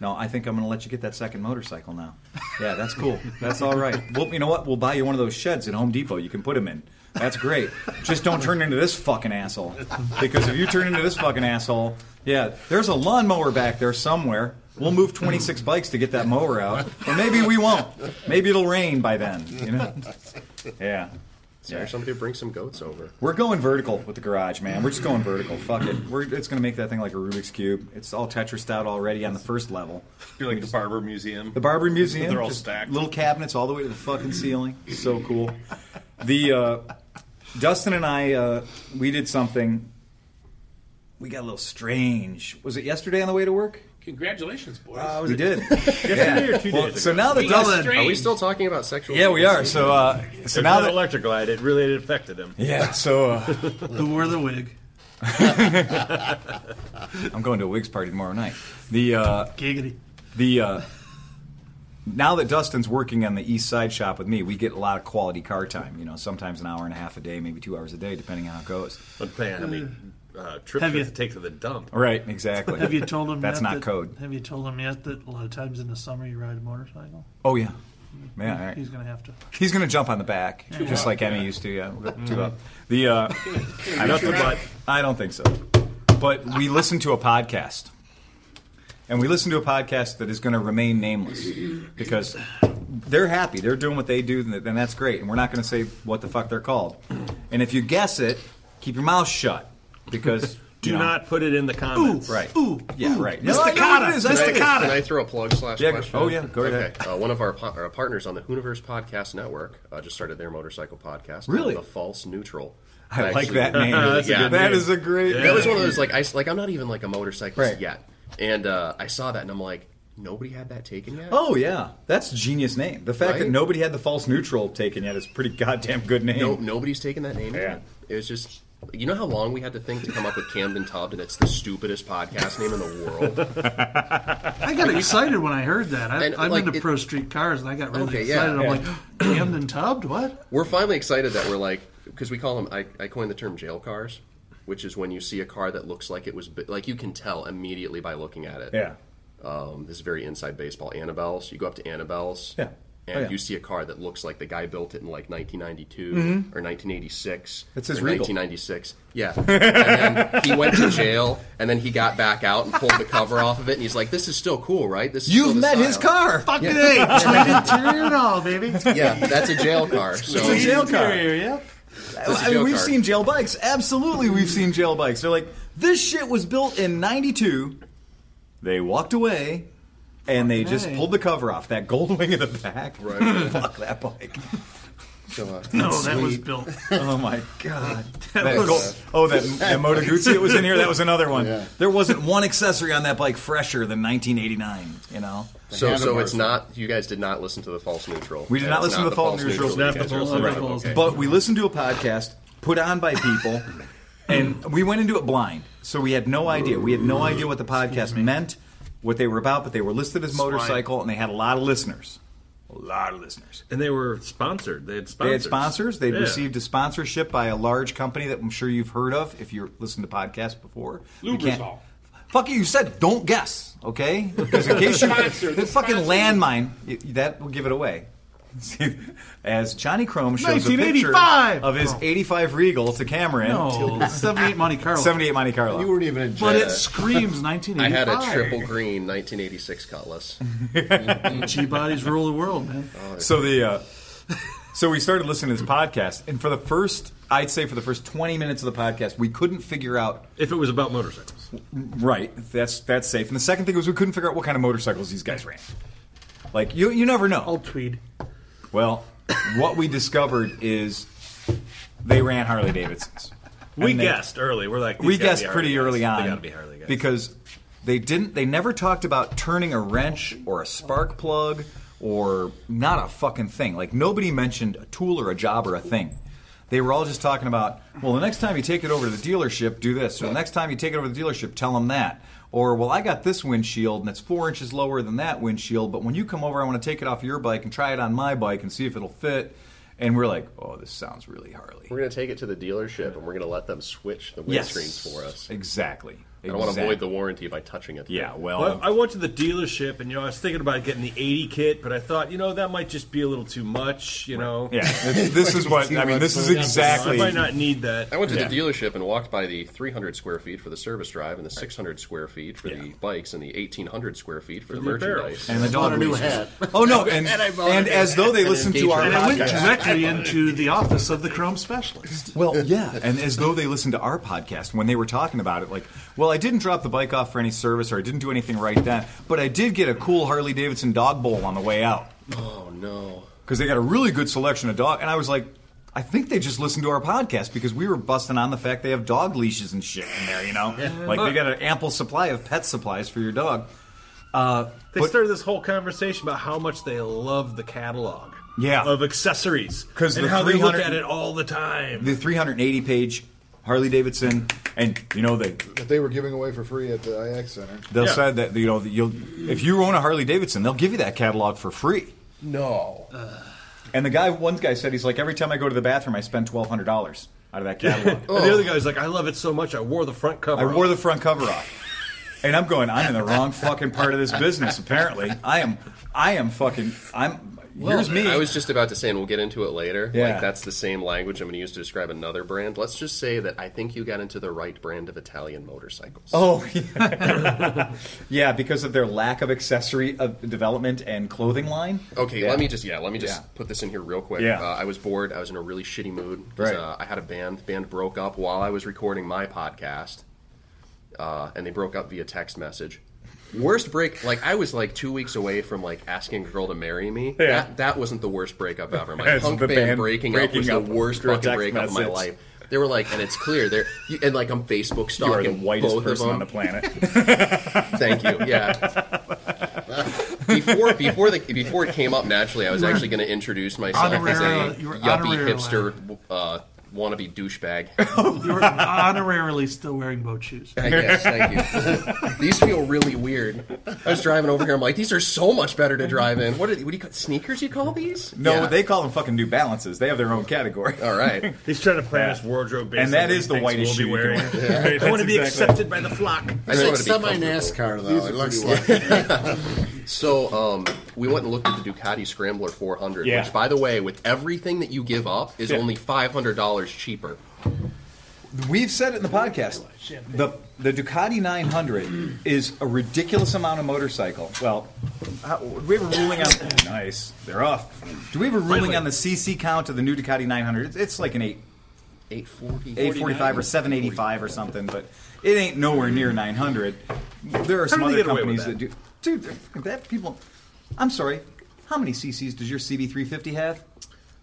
Speaker 1: No, I think I'm going to let you get that second motorcycle now. Yeah, that's cool. That's all right. Well, you know what? We'll buy you one of those sheds at Home Depot. You can put them in. That's great. Just don't turn into this fucking asshole. Because if you turn into this fucking asshole, yeah, there's a lawnmower back there somewhere. We'll move 26 bikes to get that mower out, or maybe we won't. Maybe it'll rain by then. You know? Yeah.
Speaker 7: Or somebody to bring some goats over.
Speaker 1: We're going vertical with the garage, man. We're just going vertical. Fuck it. We're, it's going to make that thing like a Rubik's cube. It's all Tetrised out already on the first level.
Speaker 2: Be like the Barber Museum.
Speaker 1: The Barber Museum,
Speaker 2: They're all
Speaker 1: just
Speaker 2: stacked.
Speaker 1: little cabinets all the way to the fucking ceiling. So cool. The uh, Dustin and I, uh, we did something. We got a little strange. Was it yesterday on the way to work?
Speaker 3: Congratulations, boys.
Speaker 1: we did. Yesterday
Speaker 9: or two days
Speaker 1: So now that
Speaker 3: Being a
Speaker 1: Dustin,
Speaker 7: Are we
Speaker 3: strange-
Speaker 7: still talking about sexual?
Speaker 1: yeah, we are. So uh, so
Speaker 9: Now
Speaker 1: now
Speaker 9: that
Speaker 1: that
Speaker 9: electric light, it really it affected him.
Speaker 1: yeah, so uh,
Speaker 4: Who wore the wig?
Speaker 1: I'm going to a wigs party tomorrow night. The uh,
Speaker 4: Giggity.
Speaker 1: The uh, now that Dustin's working on the East Side shop with me, we get a lot of quality car time. You know, sometimes an hour and a half a day, maybe two hours a day, depending on how it goes.
Speaker 2: But man, I mean, uh, trips
Speaker 4: Have
Speaker 2: you
Speaker 4: you-
Speaker 2: have to take to the dump.
Speaker 1: Right, exactly.
Speaker 4: Have you told him
Speaker 1: that's
Speaker 4: yet
Speaker 1: not
Speaker 4: that-
Speaker 1: code?
Speaker 4: Have you told him yet that a lot of times in the summer you ride a motorcycle?
Speaker 1: Oh yeah, yeah. All right.
Speaker 4: He's going to have to.
Speaker 1: He's gonna jump on the back, just like Emmy used to. Yeah, we'll go two up. The uh, I don't think, I don't think so. But we listened to a podcast, and we listened to a podcast that is going to remain nameless because they're happy, they're doing what they do, and then that's great. And we're not going to say what the fuck they're called. And if you guess it, keep your mouth shut because
Speaker 9: Do
Speaker 1: you know,
Speaker 9: not put it in the comments.
Speaker 1: right.
Speaker 4: Ooh,
Speaker 1: yeah,
Speaker 4: ooh,
Speaker 1: right.
Speaker 4: Mr.
Speaker 1: I know what
Speaker 4: Cotta,
Speaker 1: it is.
Speaker 4: Mr.
Speaker 1: I know
Speaker 7: Can
Speaker 1: what
Speaker 7: I,
Speaker 1: it is.
Speaker 7: can I throw a plug slash
Speaker 1: Yeah, go-
Speaker 7: question?
Speaker 1: oh, yeah, go ahead.
Speaker 7: Okay. Uh, one of our, po- our partners on the Hooniverse Podcast Network uh, just started their motorcycle podcast. called
Speaker 1: Really?
Speaker 7: The False Neutral.
Speaker 1: I like
Speaker 7: Actually-
Speaker 1: that name. That
Speaker 9: That's
Speaker 1: is
Speaker 9: a good name.
Speaker 1: a great.
Speaker 7: That was one of those like I s- like I'm not even like a motorcyclist
Speaker 1: Right.
Speaker 7: yet, and uh, I saw that and I'm like, nobody had that taken yet.
Speaker 1: Oh yeah, that's a genius name. The fact that
Speaker 7: Right?
Speaker 1: nobody had the false neutral taken yet is a pretty goddamn good name.
Speaker 7: No, nobody's taken that name.
Speaker 1: Yeah.
Speaker 7: yet. It was just, you know how long we had to think to come up with Camden Tubbed, and it's the stupidest podcast name in the world.
Speaker 4: I got excited when I heard that. I,
Speaker 7: And,
Speaker 4: I'm
Speaker 7: like,
Speaker 4: into
Speaker 7: it-
Speaker 4: pro street cars, and I got really
Speaker 7: Okay, yeah,
Speaker 4: excited. I'm like, Camden Tubbed? What?
Speaker 7: We're finally excited that we're like, because we call them, I, I coined the term jail cars, which is when you see a car that looks like it was, bu- like you can tell immediately by looking at it.
Speaker 1: Yeah.
Speaker 7: Um, this is very inside baseball. Annabelle's, you go up to Annabelle's,
Speaker 1: Yeah.
Speaker 7: and
Speaker 1: Oh, yeah.
Speaker 7: you see a car that looks like the guy built it in like 1992 or 1986.
Speaker 1: Mm-hmm. That's his
Speaker 7: or
Speaker 1: Regal.
Speaker 7: 1996. Yeah. and then he went to jail, and then he got back out and pulled the cover off of it, and he's like, "This is still cool, right? This is
Speaker 1: You've
Speaker 7: still the
Speaker 1: met his
Speaker 7: style."
Speaker 1: car. Fuck
Speaker 4: Fucking A! Tried interior and all, baby.
Speaker 7: Yeah, that's a jail car. So
Speaker 1: It's a jail car.
Speaker 4: Interior, yep.
Speaker 7: that's a
Speaker 1: I mean,
Speaker 7: jail
Speaker 1: we've
Speaker 7: car.
Speaker 1: seen jail bikes. Absolutely, we've seen jail bikes. They're like, this shit was built in '92. They walked away, and they just
Speaker 4: Hey.
Speaker 1: pulled the cover off that gold wing in the back. Right. Fuck that bike.
Speaker 7: So, uh,
Speaker 4: No, that was built.
Speaker 1: Oh my god. That
Speaker 7: was-
Speaker 1: gold- oh, that, that Moto Guzzi that was in here. That was another one.
Speaker 6: Yeah.
Speaker 1: There wasn't one accessory on that bike fresher than 1989. You know.
Speaker 7: so, so it's
Speaker 6: handlebars.
Speaker 7: not. You guys did not listen to the false neutral.
Speaker 1: We did not
Speaker 7: It's
Speaker 1: listen to the false neutral.
Speaker 7: you
Speaker 9: Not the
Speaker 7: guys are
Speaker 9: false
Speaker 7: listening to.
Speaker 4: neutral.
Speaker 7: Okay.
Speaker 1: But we listened to a podcast put on by people, and we went into it blind. So we had no idea. We had no idea what the podcast meant, what they were about, but they were listed as motorcycle, and they had a lot of listeners. A lot of listeners.
Speaker 9: And they were sponsored. They had sponsors.
Speaker 1: They had sponsors. They'd
Speaker 9: Yeah.
Speaker 1: received a sponsorship by a large company that I'm sure you've heard of if you listen to podcasts before. We can't-
Speaker 3: Lubrizol.
Speaker 1: Fuck it, you said don't guess, okay? Because in case you
Speaker 3: Sponsor, the
Speaker 1: the fucking
Speaker 3: sponsor.
Speaker 1: landmine, y- that will give it away. See, As Johnny Chrome shows a picture
Speaker 4: 1985.
Speaker 1: of his
Speaker 4: Oh.
Speaker 1: 85 Regal to Cameron,
Speaker 4: No, 78 Oh, Monte Carlo.
Speaker 1: 78 Monte Carlo.
Speaker 5: You weren't even in jail.
Speaker 4: But it screams 1985.
Speaker 7: I had a triple green 1986 Cutlass.
Speaker 4: G-bodies rule the world, man.
Speaker 1: so the uh, so we started listening to this podcast, and for the first, I'd say for the first 20 minutes of the podcast, we couldn't figure out
Speaker 9: If it was about motorcycles,
Speaker 1: Right. That's that's safe.
Speaker 4: Oh,
Speaker 1: And the second thing was we couldn't figure out what kind of motorcycles these guys ran. Like you, you never know.
Speaker 4: Tweed.
Speaker 1: Well, what we discovered is they ran Harley Davidsons.
Speaker 9: We
Speaker 1: And they-
Speaker 9: guessed early. We're like, these
Speaker 1: we
Speaker 9: gotta be
Speaker 1: guessed
Speaker 9: Harley
Speaker 1: pretty
Speaker 9: guys.
Speaker 1: early on
Speaker 9: They gotta be Harley guys.
Speaker 1: because they didn't. They never talked about turning a wrench or a spark plug or not a fucking thing. Like nobody mentioned a tool or a job or a thing. They were all just talking about, well, the next time you take it over to the dealership, do this. Or the next time you take it over to the dealership, tell them that. Or, well, I got this windshield and it's four inches lower than that windshield, but when you come over, I want to take it off your bike and try it on my bike and see if it'll fit. And we're like, oh, this sounds really Harley.
Speaker 7: We're going to take it to the dealership and we're going to let them switch the windscreens for us.
Speaker 1: Exactly.
Speaker 7: I don't want to void the warranty by touching it.
Speaker 1: Yeah, well,
Speaker 9: Well, I went to the dealership, and you know, I was thinking about getting the 80 kit, but I thought, you know, that might just be a little too much. You know,
Speaker 1: yeah. This, this is what I mean. This is
Speaker 9: I
Speaker 1: exactly.
Speaker 9: might not need that.
Speaker 7: I went to the dealership and walked by the 300 square feet for the service drive and the 600 square feet for the bikes and the 1800 square feet for, the,
Speaker 9: the apparel.
Speaker 7: merchandise.
Speaker 1: And the
Speaker 5: Bought
Speaker 1: dog
Speaker 5: a new
Speaker 1: leashes.
Speaker 5: hat.
Speaker 1: Oh no! And
Speaker 5: And I
Speaker 1: and,
Speaker 5: bought a new
Speaker 1: as though they listened to our
Speaker 7: engagement
Speaker 4: And I went
Speaker 1: podcast.
Speaker 4: directly into the office of the Chrome Specialist.
Speaker 1: Well, yeah, and as though they listened to our podcast when they were talking about it. Like, well, I didn't drop the bike off for any service, or I didn't do anything right then, but I did get a cool Harley Davidson dog bowl on the way out
Speaker 7: Oh no!
Speaker 1: because they got a really good selection of dog. And I was like, I think they just listened to our podcast because we were busting on the fact they have dog leashes and shit in there. You know, like they got an ample supply of pet supplies for your dog.
Speaker 9: They
Speaker 1: But-
Speaker 9: started this whole conversation about how much they love the catalog.
Speaker 1: Yeah.
Speaker 9: Of accessories.
Speaker 1: 'Cause
Speaker 9: and
Speaker 1: the
Speaker 9: how they look
Speaker 1: 300
Speaker 9: at it all the time.
Speaker 1: the 380 page Harley Davidson, and you know they
Speaker 6: that they were giving away for free at the IX Center.
Speaker 1: they'll
Speaker 9: Yeah.
Speaker 1: say that you know that you'll if you own a Harley Davidson, they'll give you that catalog for free. Uh.
Speaker 7: No.
Speaker 1: And the guy, one guy said he's like every time I go to the bathroom, I spend twelve hundred dollars out of that catalog.
Speaker 9: And the
Speaker 7: Oh.
Speaker 9: other guy's like, I love it so much, I wore the front cover.
Speaker 1: I wore
Speaker 9: off."
Speaker 1: the front cover off. And I'm going, I'm in the wrong fucking part of this business. Apparently, I am, I am fucking, I'm. here's me.
Speaker 7: I was just about to say, and we'll get into it later.
Speaker 1: Yeah.
Speaker 7: Like that's the same language I'm going to use to describe another brand. Let's just say that I think you got into the right brand of Italian motorcycles.
Speaker 1: Oh, yeah. yeah, because of their lack of accessory uh development and clothing line.
Speaker 7: Okay, let me just yeah, let me just
Speaker 1: Yeah.
Speaker 7: put this in here real quick.
Speaker 1: Yeah.
Speaker 7: Uh, I was bored. I was in a really shitty mood. 'cause,
Speaker 1: Right.
Speaker 7: Uh, I had a band. The band broke up while I was recording my podcast, uh, and they broke up via text message. Worst break. Like I was like two weeks away from like asking a girl to marry me.
Speaker 1: Yeah.
Speaker 7: That that wasn't the worst breakup ever. My
Speaker 1: That's
Speaker 7: punk
Speaker 1: the
Speaker 7: band,
Speaker 1: band
Speaker 7: breaking, up
Speaker 1: breaking
Speaker 7: was
Speaker 1: up
Speaker 7: the worst
Speaker 1: through a
Speaker 7: fucking
Speaker 1: text
Speaker 7: breakup of my
Speaker 1: message.
Speaker 7: life. They were like, and it's clear they're you, and like I'm Facebook
Speaker 1: You are
Speaker 7: stalking
Speaker 1: the whitest
Speaker 7: both
Speaker 1: person
Speaker 7: of
Speaker 1: on
Speaker 7: them.
Speaker 1: the planet.
Speaker 7: Thank you. Yeah. before before the before it came up naturally, I was actually going to introduce myself as
Speaker 4: Honorary-
Speaker 7: a
Speaker 4: you were
Speaker 7: yuppie
Speaker 4: honorary
Speaker 7: hipster uh, wannabe douchebag.
Speaker 4: You were honorarily still wearing boat shoes.
Speaker 7: I guess. Thank you. These feel really weird. I was driving over here. I'm like, these are so much better to drive in. What, are, what do you call sneakers? You call these?
Speaker 1: No,
Speaker 7: Yeah.
Speaker 1: they call them fucking New Balances. They have their own category.
Speaker 7: All right.
Speaker 9: He's trying to plan his wardrobe based
Speaker 1: And that
Speaker 9: on what
Speaker 1: is
Speaker 9: he
Speaker 1: the
Speaker 9: thinks
Speaker 1: whitest
Speaker 9: we'll be
Speaker 1: shoe you
Speaker 9: wearing.
Speaker 1: can
Speaker 9: I want to be
Speaker 1: exactly-
Speaker 9: accepted by the flock.
Speaker 7: I
Speaker 5: It's
Speaker 7: just
Speaker 5: like
Speaker 7: wanted to be
Speaker 5: semi
Speaker 7: comfortable.
Speaker 5: NASCAR though. It looks like
Speaker 7: So um, we went and looked at the Ducati Scrambler 400,
Speaker 1: Yeah.
Speaker 7: which, by the way, with everything that you give up, is only $500 cheaper.
Speaker 1: We've said it in the podcast. The the Ducati 900 is a ridiculous amount of motorcycle. Well, how, do we have a ruling on? Nice, they're off. Do we have a ruling on the CC count of the new Ducati 900? It's, it's like an eight,
Speaker 7: 840
Speaker 1: 845 or 785 or something, but it ain't nowhere near 900. There are some
Speaker 9: do they
Speaker 1: other
Speaker 9: get away with
Speaker 1: companies that? do. Dude, that people. I'm sorry. How many CCs does your CB350 have? I-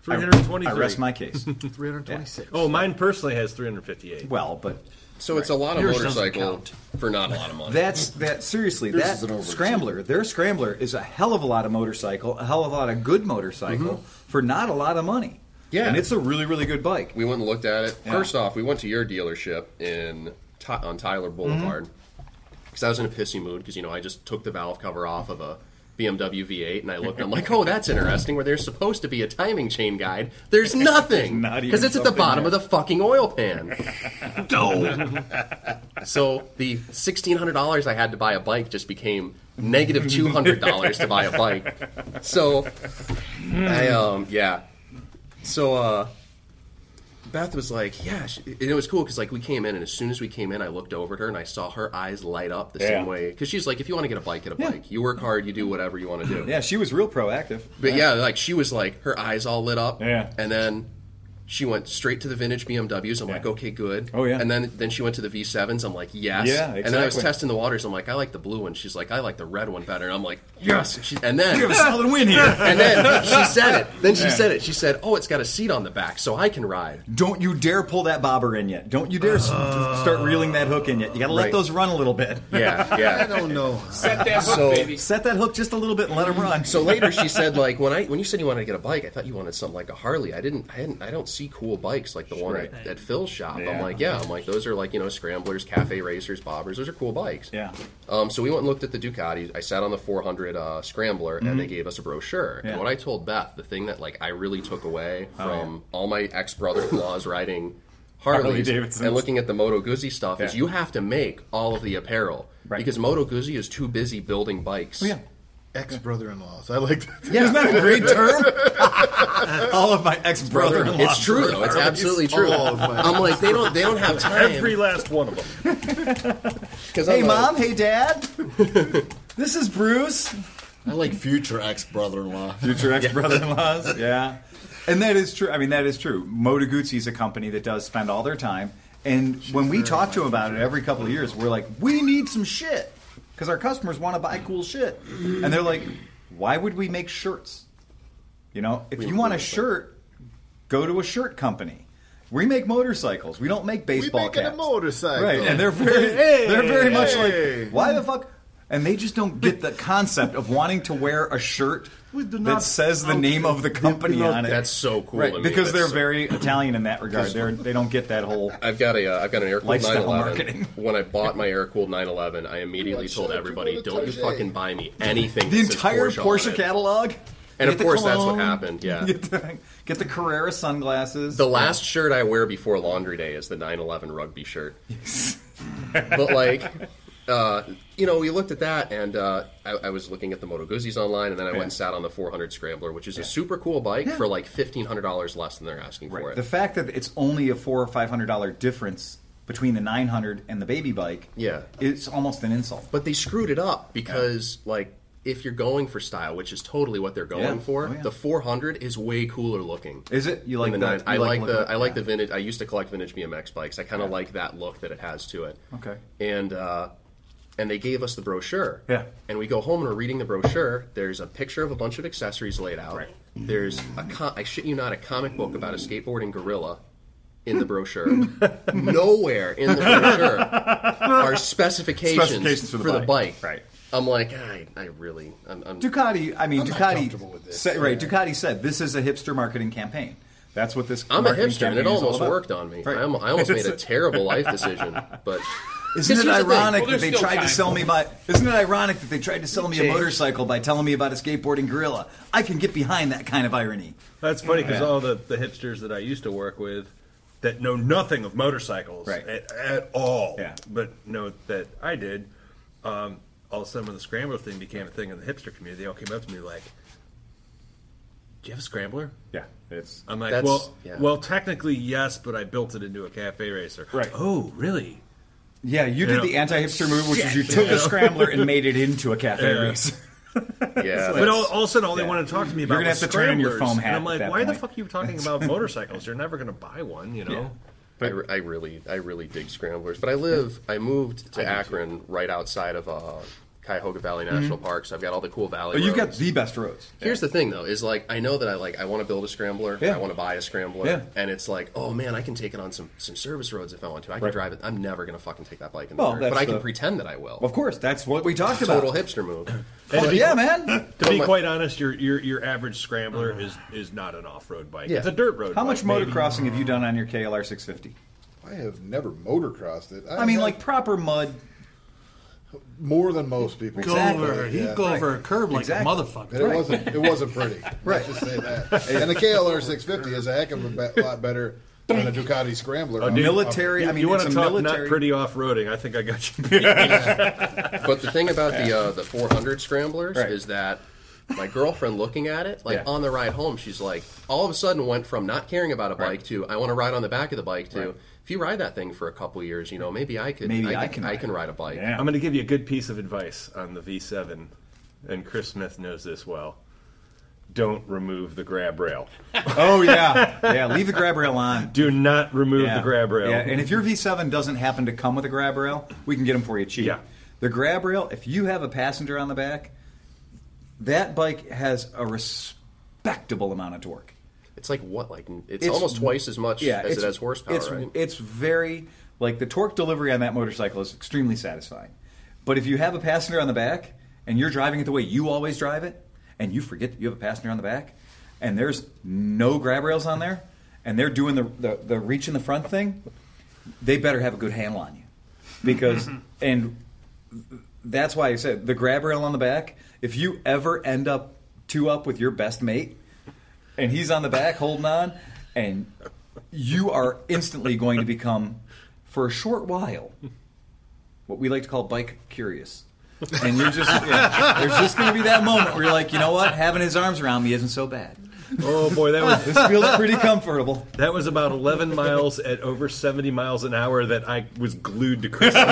Speaker 9: 323.
Speaker 1: I rest my case.
Speaker 5: 326.
Speaker 9: Oh, mine personally has 358.
Speaker 1: well, but
Speaker 7: So it's a lot of
Speaker 5: Yours doesn't
Speaker 7: motorcycle
Speaker 5: count.
Speaker 7: for not a lot of money.
Speaker 1: That's that. Seriously,
Speaker 5: Yours
Speaker 1: that
Speaker 5: is an overachiever.
Speaker 1: scrambler, their scrambler is a hell of a lot of motorcycle, a hell of a lot of good motorcycle for not a lot of money.
Speaker 7: Yeah.
Speaker 1: and it's a really really good bike.
Speaker 7: we went and looked at it. First off, we went to your dealership in Ty- on Tyler Boulevard
Speaker 1: Mm-hmm.
Speaker 7: because I was in a pissy mood because you know I just took the valve cover off of a BMW V8 and I looked. and I'm like, oh, that's interesting. Where there's supposed to be a timing chain guide, there's nothing
Speaker 1: not even
Speaker 7: because it's at the
Speaker 1: something
Speaker 7: bottom
Speaker 1: there.
Speaker 7: of the fucking oil pan. Go. so the sixteen hundred dollars I had to buy a bike just became negative two hundred dollars to buy a bike. So I um yeah. So uh Beth was like, "Yeah," she, and it was cool because like we came in, and as soon as we came in, I looked over at her and I saw her eyes light up the
Speaker 1: Yeah.
Speaker 7: same way because she's like, "If you want to get a bike, get a
Speaker 1: Yeah.
Speaker 7: bike. You work hard, you do whatever you want to do."
Speaker 1: Yeah, she was real proactive.
Speaker 7: But yeah, like she was like her eyes all lit up.
Speaker 1: Yeah.
Speaker 7: And then She went straight to the vintage BMWs. I'm like, okay, good.
Speaker 1: Oh, yeah.
Speaker 7: And then then she went to the V7s. I'm like, yes.
Speaker 1: Yeah,
Speaker 7: And then I was
Speaker 1: exactly.
Speaker 7: testing the waters. I'm like, I like the blue one. She's like, I like the red one better. And I'm like, yes. She, and then
Speaker 1: We have a solid win here.
Speaker 7: and then she said it. Then she said it. She said, "Oh, it's got a seat on the back, so I can ride."
Speaker 1: Don't you dare pull that bobber in yet. Don't you dare s start reeling that hook in yet. You got to let
Speaker 7: Right.
Speaker 1: those run a little bit.
Speaker 7: Yeah,
Speaker 6: I
Speaker 1: Oh,
Speaker 7: yeah.
Speaker 6: don't know.
Speaker 3: Set that hook,
Speaker 7: So-
Speaker 3: baby.
Speaker 1: Set that hook just a little bit and let them run.
Speaker 7: So later she said, "Like when I when you said you wanted to get a bike, I thought you wanted something like a Harley. I didn't. I hadn't. I don't see cool bikes like the one
Speaker 1: Right.
Speaker 7: at, at Phil's shop.
Speaker 1: Yeah.
Speaker 7: I'm like, yeah. I'm like those are like you know scramblers, cafe racers, bobbers. Those are cool bikes.
Speaker 1: yeah.
Speaker 7: Um, so we went and looked at the Ducati. I sat on the 400 uh, Scrambler, and they gave us a brochure.
Speaker 1: Mm-hmm. Yeah. Oh,
Speaker 7: And what I told Beth, the thing that like I really took away from all my ex brother in laws riding Harley
Speaker 1: Harley-Davidsons.
Speaker 7: and looking at the Moto Guzzi stuff is
Speaker 1: Yeah.
Speaker 7: you have to make all of the apparel
Speaker 1: Right. Oh,
Speaker 7: because Moto Guzzi is too busy building bikes.
Speaker 1: yeah.
Speaker 6: Ex brother in laws. I like that.
Speaker 1: Isn't that a great term? All of my ex brother in law.
Speaker 7: It's true though. It's absolutely true.
Speaker 6: All of my-
Speaker 7: I'm like they don't they don't have time.
Speaker 9: Every last one of them.
Speaker 7: 'cause
Speaker 1: Hey,
Speaker 7: I'm like-
Speaker 1: mom. Hey, dad. this is Bruce.
Speaker 5: I like future ex brother in law.
Speaker 1: Future ex brother in laws. yeah. And that is true. I mean, that is true. Moto Guzzi is a company that does spend all their time. And when we talk to them about it every couple of years, we're like, we need some shit. Because our customers want to buy cool shit. And they're like, why would we make shirts? You know, if you want a shirt, go to a shirt company. We make motorcycles. We don't make baseball
Speaker 6: making a
Speaker 1: caps.
Speaker 6: motorcycle.
Speaker 1: right? And they're very, they're very much
Speaker 6: Hey.
Speaker 1: like, why the fuck? And they just don't get the concept of wanting to wear a shirt
Speaker 4: We do
Speaker 1: that
Speaker 4: not-
Speaker 1: says the name of the company on it.
Speaker 7: That's so cool.
Speaker 1: right?
Speaker 7: to me.
Speaker 1: Because
Speaker 7: That's
Speaker 1: they're
Speaker 7: so-
Speaker 1: very Italian in that regard. They're they don't get that whole.
Speaker 7: I've got a uh, I've got an air cooled
Speaker 1: Lifestyle
Speaker 7: 911.
Speaker 1: marketing.
Speaker 7: When I bought my air cooled 911, I immediately
Speaker 6: Like,
Speaker 7: told
Speaker 6: shut up,
Speaker 7: everybody,
Speaker 6: you
Speaker 7: "Don't you
Speaker 6: little Porsche."
Speaker 7: fucking buy me anything."
Speaker 1: The
Speaker 7: that says
Speaker 1: entire
Speaker 7: Porsche, on
Speaker 1: Porsche
Speaker 7: it.
Speaker 1: catalog.
Speaker 7: And
Speaker 1: Get
Speaker 7: of
Speaker 1: the
Speaker 7: course, that's what
Speaker 1: cologne,
Speaker 7: happened, yeah.
Speaker 1: Get the, get the Carrera sunglasses.
Speaker 7: The last shirt I wear before laundry day is the 911 rugby shirt. but like, uh, you know, we looked at that, and uh, I, I was looking at the Moto Guzzis online, and then I went and sat on the 400 Scrambler, which is a super cool bike for like $1,500 less than they're asking for
Speaker 1: Right.
Speaker 7: it.
Speaker 1: The fact that it's only a four or five hundred dollar difference between the nine hundred and the baby bike,
Speaker 7: Yeah.
Speaker 1: it's almost an insult.
Speaker 7: But they screwed it up because, like, if you're going for style, which is totally what they're going
Speaker 1: Yeah.
Speaker 7: for,
Speaker 1: Oh, yeah.
Speaker 7: the 400 is way cooler looking.
Speaker 1: Is it you
Speaker 7: than
Speaker 1: like
Speaker 7: the
Speaker 1: that?
Speaker 7: nine. I
Speaker 1: you
Speaker 7: like, the
Speaker 1: looking-
Speaker 7: I like
Speaker 1: yeah.
Speaker 7: the vintage. I used to collect vintage BMX bikes. I kind of like that look that it has to it.
Speaker 1: Okay.
Speaker 7: And uh, and they gave us the brochure.
Speaker 1: Yeah.
Speaker 7: And we go home and we're reading the brochure. There's a picture of a bunch of accessories laid out. Right. There's a com- I shit you not a comic book about a skateboarding gorilla. In the brochure, nowhere in the brochure are specifications,
Speaker 1: Specifications for the bike. Right.
Speaker 7: I'm like, I, I really, I'm, I'm
Speaker 1: Ducati. I mean,
Speaker 6: not comfortable with
Speaker 1: Ducati.
Speaker 6: this.
Speaker 1: Said, right. Ducati said this is a hipster marketing campaign. That's what this.
Speaker 7: I'm a
Speaker 1: marketing
Speaker 7: hipster, and
Speaker 1: campaign
Speaker 7: it
Speaker 1: is all
Speaker 7: almost
Speaker 1: about.
Speaker 7: worked on me.
Speaker 1: Right.
Speaker 7: I, almo- I almost made a terrible life decision,
Speaker 1: Isn't
Speaker 7: but
Speaker 1: it
Speaker 7: Because here's the thing.
Speaker 1: ironic
Speaker 3: Well,
Speaker 1: that
Speaker 3: there's
Speaker 1: they
Speaker 3: still
Speaker 1: tried to
Speaker 3: time.
Speaker 1: sell me my? Isn't it ironic that they tried to sell me a motorcycle by telling me about a skateboarding gorilla? I can get behind that kind of irony.
Speaker 9: That's funny because
Speaker 1: Yeah.
Speaker 9: all the, the hipsters that I used to work with that know nothing of motorcycles
Speaker 1: Right.
Speaker 9: at, at all,
Speaker 1: Yeah.
Speaker 9: but know that I did, um, all of a sudden when the scrambler thing became a thing in the hipster community, they all came up to me like, do you have a scrambler?
Speaker 1: Yeah, it's
Speaker 9: I'm like,
Speaker 7: That's-
Speaker 9: well,
Speaker 7: yeah.
Speaker 9: well, technically yes, but I built it into a cafe racer.
Speaker 1: Right.
Speaker 9: Oh, really?
Speaker 1: yeah. You did
Speaker 9: Yeah.
Speaker 1: the anti-hipster move, which is you
Speaker 9: Shit.
Speaker 1: took a scrambler and made it into a cafe race.
Speaker 7: yeah.
Speaker 9: But
Speaker 7: that's-
Speaker 9: all, all of a sudden, all
Speaker 1: yeah.
Speaker 9: they wanted to talk to me
Speaker 1: You're
Speaker 9: about
Speaker 1: gonna
Speaker 9: was
Speaker 1: have to turn in your
Speaker 9: scramblers.
Speaker 1: foam hat
Speaker 9: And I'm
Speaker 1: at
Speaker 9: like,
Speaker 1: that
Speaker 9: why the
Speaker 1: point.
Speaker 9: fuck are you talking about motorcycles? You're never going to buy one, you know?
Speaker 7: I, re- I really, I really dig scramblers. But I live, I moved to Akron right outside of uh, Cuyahoga Valley National Park, so I've got all the cool valley.
Speaker 1: But Mm-hmm. Oh, you've got
Speaker 7: roads.
Speaker 1: the best roads.
Speaker 7: Here's the thing, though, is like I know that I like I want to build a scrambler,
Speaker 1: Yeah.
Speaker 7: I want to buy a scrambler,
Speaker 1: Yeah.
Speaker 7: and it's like, oh man, I can take it on some some service roads if I want to. I can
Speaker 1: Right.
Speaker 7: drive it. I'm never gonna fucking take that bike in
Speaker 1: Well,
Speaker 7: the dirt,
Speaker 1: that's
Speaker 7: but I can
Speaker 1: the-
Speaker 7: pretend that I will.
Speaker 1: Of course, that's what we talked about.
Speaker 7: Total hipster move.
Speaker 1: Well,
Speaker 9: be-
Speaker 1: yeah, man.
Speaker 9: To be
Speaker 7: my-
Speaker 9: quite honest, your your your average
Speaker 1: Uh-huh.
Speaker 9: scrambler is is not an off road bike.
Speaker 7: Yeah.
Speaker 9: It's a dirt road.
Speaker 1: How much
Speaker 9: bike, maybe.
Speaker 1: motocrossing have you done on your KLR 650?
Speaker 6: I have never motocrossed it.
Speaker 1: I mean,
Speaker 6: have
Speaker 1: like proper mud.
Speaker 6: more than most people.
Speaker 4: Go over, he'd
Speaker 6: Yeah.
Speaker 4: go over a curb like
Speaker 1: Exactly.
Speaker 4: a motherfucker.
Speaker 6: And it wasn't. It wasn't pretty. right. Just say that. And the KLR 650 is a heck of a be- lot better than a Ducati Scrambler.
Speaker 9: dude.
Speaker 1: Military.
Speaker 9: You,
Speaker 1: I mean,
Speaker 9: you want
Speaker 1: it's
Speaker 9: to
Speaker 1: a
Speaker 9: talk
Speaker 1: military.
Speaker 9: not pretty off roading? I think I got you.
Speaker 7: But the thing about the uh, the 400 scramblers
Speaker 1: Right.
Speaker 7: is that my girlfriend looking at it, like
Speaker 1: Yeah.
Speaker 7: on the ride home, she's like, all of a sudden went from not caring about a bike to I want to ride on the back of the bike to if you ride that thing for a couple years, you know, maybe I could,
Speaker 1: Maybe
Speaker 7: I,
Speaker 1: I
Speaker 7: could-
Speaker 1: can
Speaker 7: I
Speaker 1: ride
Speaker 7: can
Speaker 1: it."
Speaker 7: ride a bike.
Speaker 1: Yeah.
Speaker 9: I'm going to give you a good piece of advice on the V7, and Chris Smith knows this well.
Speaker 2: don't remove the grab rail.
Speaker 1: Oh yeah, yeah. Leave the grab rail on.
Speaker 2: Do not remove
Speaker 1: Yeah.
Speaker 2: the grab rail.
Speaker 1: Yeah, and if your V7 doesn't happen to come with a grab rail, we can get them for you cheap.
Speaker 2: Yeah.
Speaker 1: The grab rail, if you have a passenger on the back, that bike has a respectable amount of torque.
Speaker 7: It's like what? Like it's, almost twice as much as it
Speaker 1: it's-
Speaker 7: has horsepower,
Speaker 1: It's,
Speaker 7: right?
Speaker 1: it's very like the torque delivery on that motorcycle is extremely satisfying. But if you have a passenger on the back and you're driving it the way you always drive it, and you forget that you have a passenger on the back, and there's no grab rails on there, and they're doing the the, the reach in the front thing, they better have a good handle on you, because and that's why I said the grab rail on the back. If you ever end up two up with your best mate, and he's on the back holding on, and you are instantly going to become, for a short while, what we like to call bike curious. And you're just yeah, there's just going to be that moment where you're like, you know what, having his arms around me isn't so bad.
Speaker 2: oh boy, that was
Speaker 1: This feels pretty comfortable.
Speaker 2: that was about 11 miles at over 70 miles an hour that I was glued to Chris.
Speaker 7: Was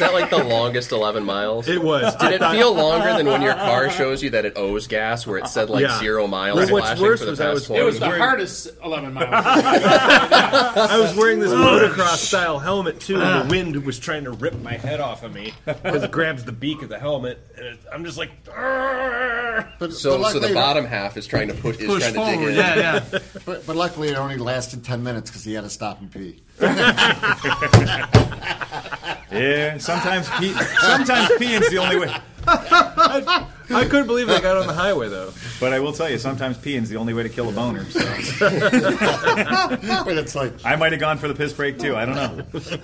Speaker 7: that like the longest 11 miles?
Speaker 2: It was.
Speaker 7: Did it feel longer than when your car shows you that it owes gas, where it said like
Speaker 2: Yeah.
Speaker 7: zero miles
Speaker 2: Well, what's
Speaker 7: flashing
Speaker 2: worse
Speaker 7: for the
Speaker 2: was I
Speaker 7: past
Speaker 2: was-
Speaker 3: It
Speaker 7: 20?
Speaker 3: was the
Speaker 2: We're-
Speaker 3: hardest 11 miles.
Speaker 2: I was wearing
Speaker 1: Oh.
Speaker 2: this motocross style helmet too,
Speaker 1: Ah.
Speaker 2: and the wind was trying to rip my head off of me because it grabs the beak of the helmet, and it, I'm just like, "Argh."
Speaker 5: But,
Speaker 7: so,
Speaker 5: but
Speaker 7: so the
Speaker 5: luckily-
Speaker 7: bottom half is trying to put is
Speaker 4: Push
Speaker 7: trying to dig
Speaker 4: forward,
Speaker 7: in.
Speaker 4: yeah, yeah.
Speaker 5: But, but luckily, it only lasted 10 minutes because he had to stop and pee.
Speaker 1: Yeah, sometimes pee, sometimes peeing's the only way.
Speaker 2: I couldn't believe I got on the highway though.
Speaker 1: But I will tell you, sometimes peeing's the only way to kill a boner. So
Speaker 5: but it's like,
Speaker 1: I might have gone for the piss break too. I don't know.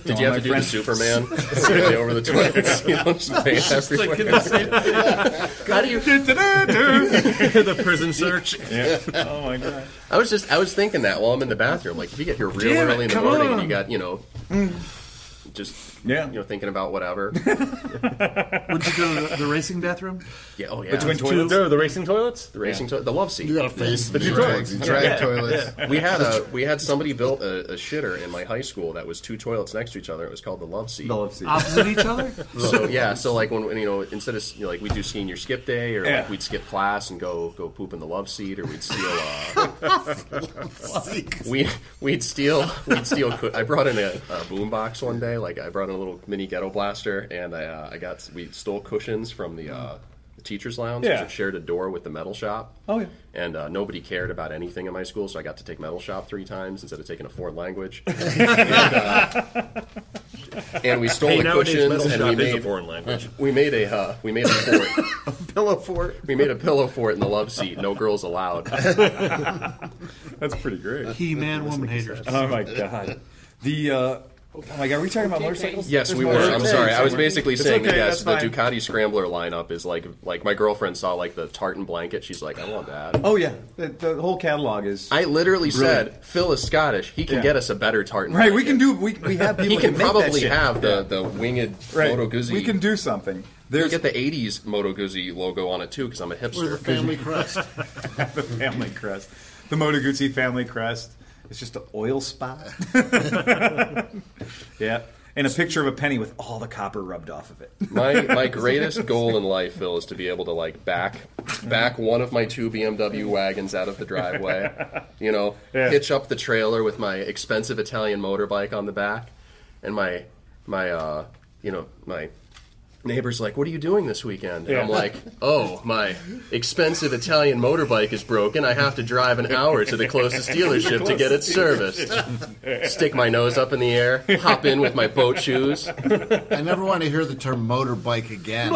Speaker 7: Did you have to do the Superman Survey over the toilets? You know, just bang everywhere.
Speaker 2: the prison search.
Speaker 1: Oh my god.
Speaker 7: I was just I was thinking that while I'm in the bathroom, like if you get here real
Speaker 2: Damn it,
Speaker 7: early in the
Speaker 2: come on.
Speaker 7: morning
Speaker 2: Mm.
Speaker 7: and you got you know, just
Speaker 1: Yeah.
Speaker 7: you know thinking about whatever.
Speaker 4: Would you go to the, the racing bathroom?
Speaker 7: Yeah, oh yeah.
Speaker 1: Between toilets.
Speaker 2: No, the racing toilets.
Speaker 7: the racing to- the love seat.
Speaker 5: you got to face the
Speaker 6: Drag, drag toilets.
Speaker 7: we had a we had somebody built a, a shitter in my high school that was two toilets next to each other. It was called the love seat.
Speaker 1: Let's see.
Speaker 4: Opposite each other?
Speaker 7: So yeah, so like when when, you know instead of you know, like we do senior skip day or
Speaker 1: Yeah.
Speaker 7: like we'd skip class and go go poop in the love seat or we'd steal. Uh, we we'd steal we'd steal. coo- I brought in a, a boombox one day. Like I brought in a little mini ghetto blaster and I uh, I got we stole cushions from the. Uh, the Teachers' lounge,
Speaker 1: Yeah.
Speaker 7: which shared a door with the metal shop.
Speaker 1: Oh, yeah.
Speaker 7: and uh, nobody cared about anything in my school, so I got to take metal shop three times instead of taking a foreign language. and, uh, and we stole
Speaker 2: Hey,
Speaker 7: the
Speaker 2: nowadays
Speaker 7: cushions,
Speaker 2: metal
Speaker 7: and we
Speaker 2: shop is a
Speaker 7: made
Speaker 2: foreign language.
Speaker 7: we made a uh, we made a fort. pillow fort. We made a pillow fort in the love seat. No girls allowed.
Speaker 1: That's pretty great.
Speaker 4: He man, woman haters.
Speaker 1: Oh my god. The uh, oh my god, are we talking about motorcycles?
Speaker 7: Yes, we were. I'm
Speaker 1: motorcycles
Speaker 7: sorry. I was
Speaker 1: somewhere.
Speaker 7: basically
Speaker 1: It's
Speaker 7: saying that
Speaker 1: okay,
Speaker 7: yes, the
Speaker 1: that's fine.
Speaker 7: Ducati Scrambler lineup is like like my girlfriend saw like the tartan blanket. She's like, I want that.
Speaker 1: Oh yeah, the, the whole catalog is.
Speaker 7: I literally
Speaker 1: Brilliant.
Speaker 7: said Phil is Scottish. He can
Speaker 1: Yeah.
Speaker 7: get us a better tartan.
Speaker 1: right, we
Speaker 7: blanket."
Speaker 1: can do. We, we have people.
Speaker 7: He can
Speaker 1: that make that
Speaker 7: probably
Speaker 1: shit.
Speaker 7: have the, the winged
Speaker 1: Right.
Speaker 7: Moto Guzzi.
Speaker 1: We can do something.
Speaker 7: You
Speaker 1: There's
Speaker 7: get the '80s Moto Guzzi logo on it too, because I'm a
Speaker 5: Or the
Speaker 7: hipster.
Speaker 5: family crest.
Speaker 1: the family crest, the Moto Guzzi family crest. It's just an oil spot. yeah, and a picture of a penny with all the copper rubbed off of it.
Speaker 7: my my greatest goal in life, Phil, is to be able to like back back one of my two BMW wagons out of the driveway. You know, hitch up the trailer with my expensive Italian motorbike on the back, and my my uh you know my neighbor's like, "What are you doing this weekend?" And I'm like, "Oh, my expensive Italian motorbike is broken. I have to drive an hour to the closest dealership to get it serviced." Stick my nose up in the air, hop in with my boat shoes.
Speaker 5: I never want to hear the term motorbike again.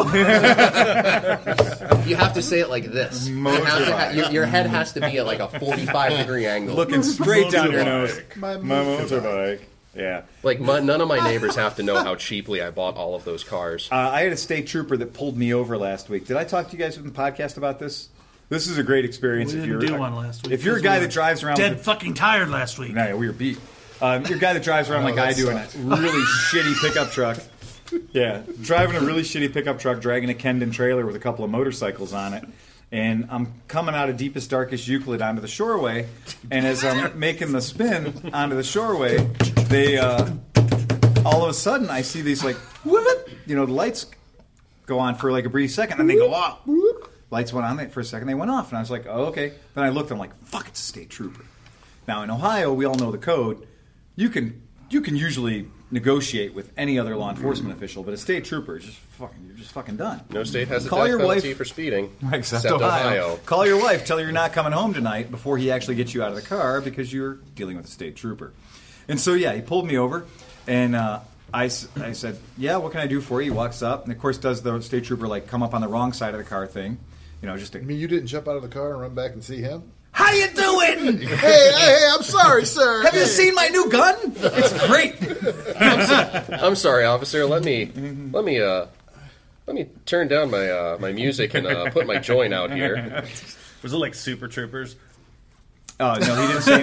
Speaker 7: You have to say it like this. You have to ha- your, your head has to be at like a 45 degree angle.
Speaker 1: Looking straight down your nose.
Speaker 5: My
Speaker 1: motorbike. Yeah.
Speaker 7: like my, none of my neighbors have to know how cheaply I bought all of those cars.
Speaker 1: Uh, I had a state trooper that pulled me over last week. Did I talk to you guys in the podcast about this? This is a great experience.
Speaker 4: We
Speaker 1: if
Speaker 4: didn't
Speaker 1: you're
Speaker 4: do one last week
Speaker 1: if you're a
Speaker 4: 'cause
Speaker 1: guy
Speaker 4: we
Speaker 1: that
Speaker 4: were
Speaker 1: drives around,
Speaker 4: Dead
Speaker 1: with
Speaker 4: fucking tired last week.
Speaker 1: no, yeah, we were beat. Um, you're a guy that drives around like I do in a really shitty pickup truck. Yeah, driving a really shitty pickup truck, dragging a Kendon trailer with a couple of motorcycles on it. And I'm coming out of deepest, darkest Euclid onto the shoreway, and as I'm making the spin onto the shoreway, they uh, all of a sudden I see these like whoop, you know the lights go on for like a brief second, and then they go off. Lights went on there for a second. They went off, and I was like, oh, okay. Then I looked. I'm like, fuck, it's a state trooper. Now in Ohio, we all know the code. You can you can usually negotiate with any other law enforcement official, but a state trooper is just fucking you're just fucking done.
Speaker 7: No state has a
Speaker 1: Call
Speaker 7: death
Speaker 1: your
Speaker 7: penalty
Speaker 1: wife-
Speaker 7: for speeding,
Speaker 1: Except, Ohio. Call your wife, tell her you're not coming home tonight before he actually gets you out of the car because you're dealing with a state trooper. And so, yeah, he pulled me over, and uh, I, s- I said, Yeah, what can I do for you? He walks up, and of course, does the state trooper like come up on the wrong side of the car thing? You know, just a,
Speaker 6: I mean, you didn't jump out of the car and run back and see him.
Speaker 1: How you doing?
Speaker 6: hey, hey, hey, I'm sorry, sir.
Speaker 1: Have you seen my new gun? It's great.
Speaker 7: I'm sorry, officer. Let me
Speaker 1: Mm-hmm.
Speaker 7: let me uh let me turn down my uh, my music and uh, put my joint out here.
Speaker 2: Was it like Super Troopers?
Speaker 1: Oh no, he didn't say.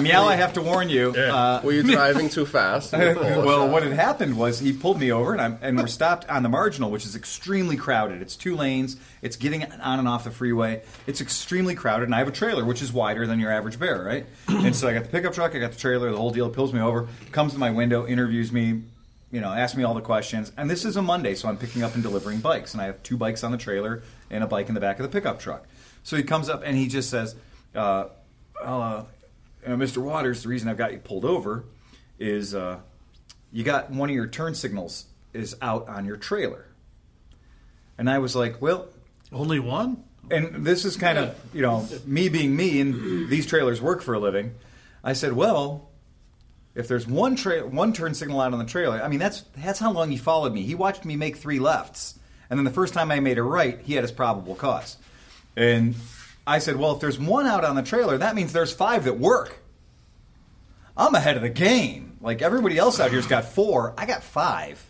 Speaker 1: Meow! I have to warn you. Uh,
Speaker 7: Were you driving too fast?
Speaker 1: well, what had happened was he pulled me over, and I'm and we're stopped on the marginal, which is extremely crowded. It's two lanes. It's getting on and off the freeway. It's extremely crowded, and I have a trailer, which is wider than your average bear, right? and so I got the pickup truck, I got the trailer, the whole deal. Pulls me over, comes to my window, interviews me. You know, asks me all the questions, and this is a Monday, so I'm picking up and delivering bikes, and I have two bikes on the trailer and a bike in the back of the pickup truck. So he comes up and he just says, uh, well, uh, you know, Mr. Waters, the reason I've got you pulled over is uh, you got one of your turn signals is out on your trailer. And I was like, well,
Speaker 4: Only one?
Speaker 1: and this is kind of, you know, me being me, and these trailers work for a living. I said, well, if there's one tra- one turn signal out on the trailer, I mean, that's that's how long he followed me. He watched me make three lefts, and then the first time I made a right, he had his probable cause. And I said, well, if there's one out on the trailer, that means there's five that work. I'm ahead of the game. Like everybody else out here's got four. I got five.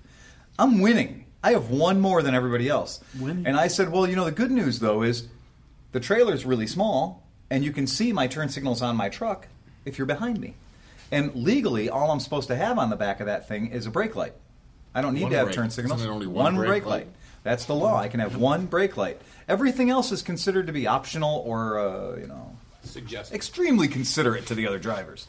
Speaker 1: I'm winning. I have one more than everybody else.
Speaker 4: Winning.
Speaker 1: And I said, well, you know, the good news though is the trailer's really small, and you can see my turn signals on my truck if you're behind me. And legally, all I'm supposed to have on the back of that thing is a brake light. I don't need
Speaker 5: One
Speaker 1: to have
Speaker 5: brake.
Speaker 1: turn
Speaker 5: Isn't
Speaker 1: signals.
Speaker 5: it only one brake light?
Speaker 1: That's the law. I can have one brake light. Everything else is considered to be optional or, uh, you know,
Speaker 3: Suggest.
Speaker 1: extremely considerate to the other drivers.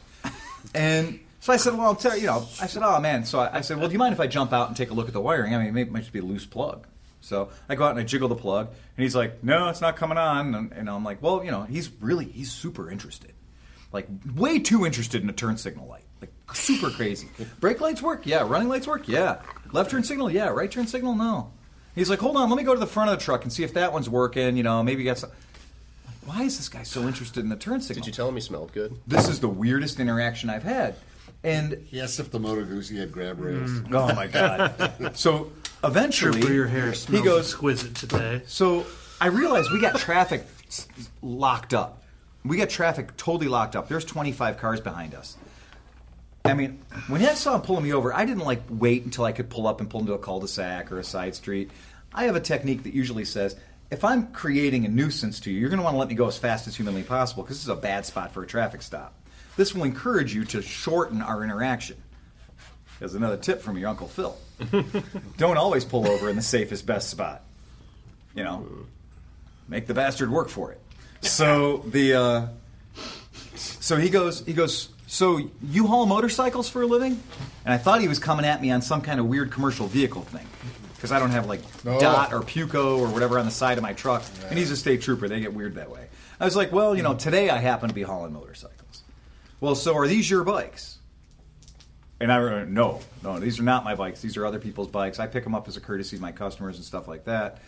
Speaker 1: And so I said, well, I'll tell you, you know, I said, oh man. So I, I said, well, do you mind if I jump out and take a look at the wiring? I mean, maybe it might just be a loose plug. So I go out and I jiggle the plug, and he's like, no, it's not coming on. And, and I'm like, well, you know, he's really, he's super interested. Like, way too interested in a turn signal light. Like, super crazy. Brake lights work? Yeah. Running lights work? Yeah. Left turn signal? Yeah. Right turn signal? No. He's like, hold on, let me go to the front of the truck and see if that one's working. You know, maybe you got some. Like, why is this guy so interested in the turn signal?
Speaker 7: Did you tell him he smelled good?
Speaker 1: this is the weirdest interaction I've had. And
Speaker 5: He asked if the Moto Guzzi had grab rails.
Speaker 1: oh my god! So eventually,
Speaker 4: Trooper, your hair smells
Speaker 1: he goes.
Speaker 4: exquisite today.
Speaker 1: So I realized we got traffic s- locked up. We got traffic totally locked up. There's 25 cars behind us. I mean, when I saw him pulling me over, I didn't like wait until I could pull up and pull into a cul-de-sac or a side street. I have a technique that usually says, if I'm creating a nuisance to you, you're going to want to let me go as fast as humanly possible because this is a bad spot for a traffic stop. This will encourage you to shorten our interaction. There's another tip from your uncle Phil. Don't always pull over in the safest best spot. You know, make the bastard work for it. So the uh, so he goes he goes so you haul motorcycles for a living and i thought he was coming at me on some kind of weird commercial vehicle thing because i don't have like
Speaker 6: No.
Speaker 1: dot or puco or whatever on the side of my truck and he's a state trooper they get weird that way i was like well you know today i happen to be hauling motorcycles well so are these your bikes and I remember, no, no, these are not my bikes. These are other people's bikes. I pick them up as a courtesy to my customers and stuff like that.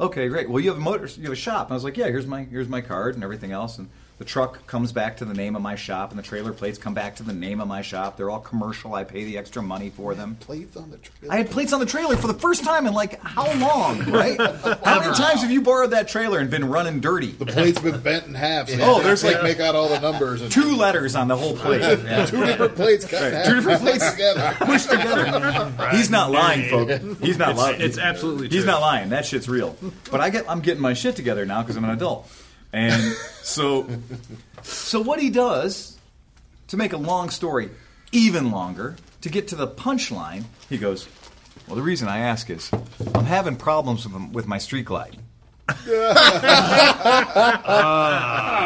Speaker 1: Okay, great. Well, you have a motor, you have a shop. And I was like, yeah, here's my here's my card and everything else. And the truck comes back to the name of my shop, and the trailer plates come back to the name of my shop. They're all commercial. I pay the extra money for them.
Speaker 6: Plates on the trailer.
Speaker 1: I had plates on the trailer for the first time in like how long, right? how many times have you borrowed that trailer and been running dirty?
Speaker 6: the plate's been bent in half. So
Speaker 1: Oh, there's
Speaker 6: like
Speaker 1: like-
Speaker 6: make out all the numbers and
Speaker 1: Two letters on the whole plate.
Speaker 6: two different plates cut in half,
Speaker 1: Two different plates.
Speaker 6: together.
Speaker 1: Pushed together. He's not lying, folks. He's not lying.
Speaker 2: It's absolutely true.
Speaker 1: He's not lying. That shit's real. But I get I'm getting my shit together now because I'm an adult. And so so what he does to make a long story even longer to get to the punchline, he goes, "Well, the reason I ask is I'm having problems with, with my street glide."
Speaker 3: Come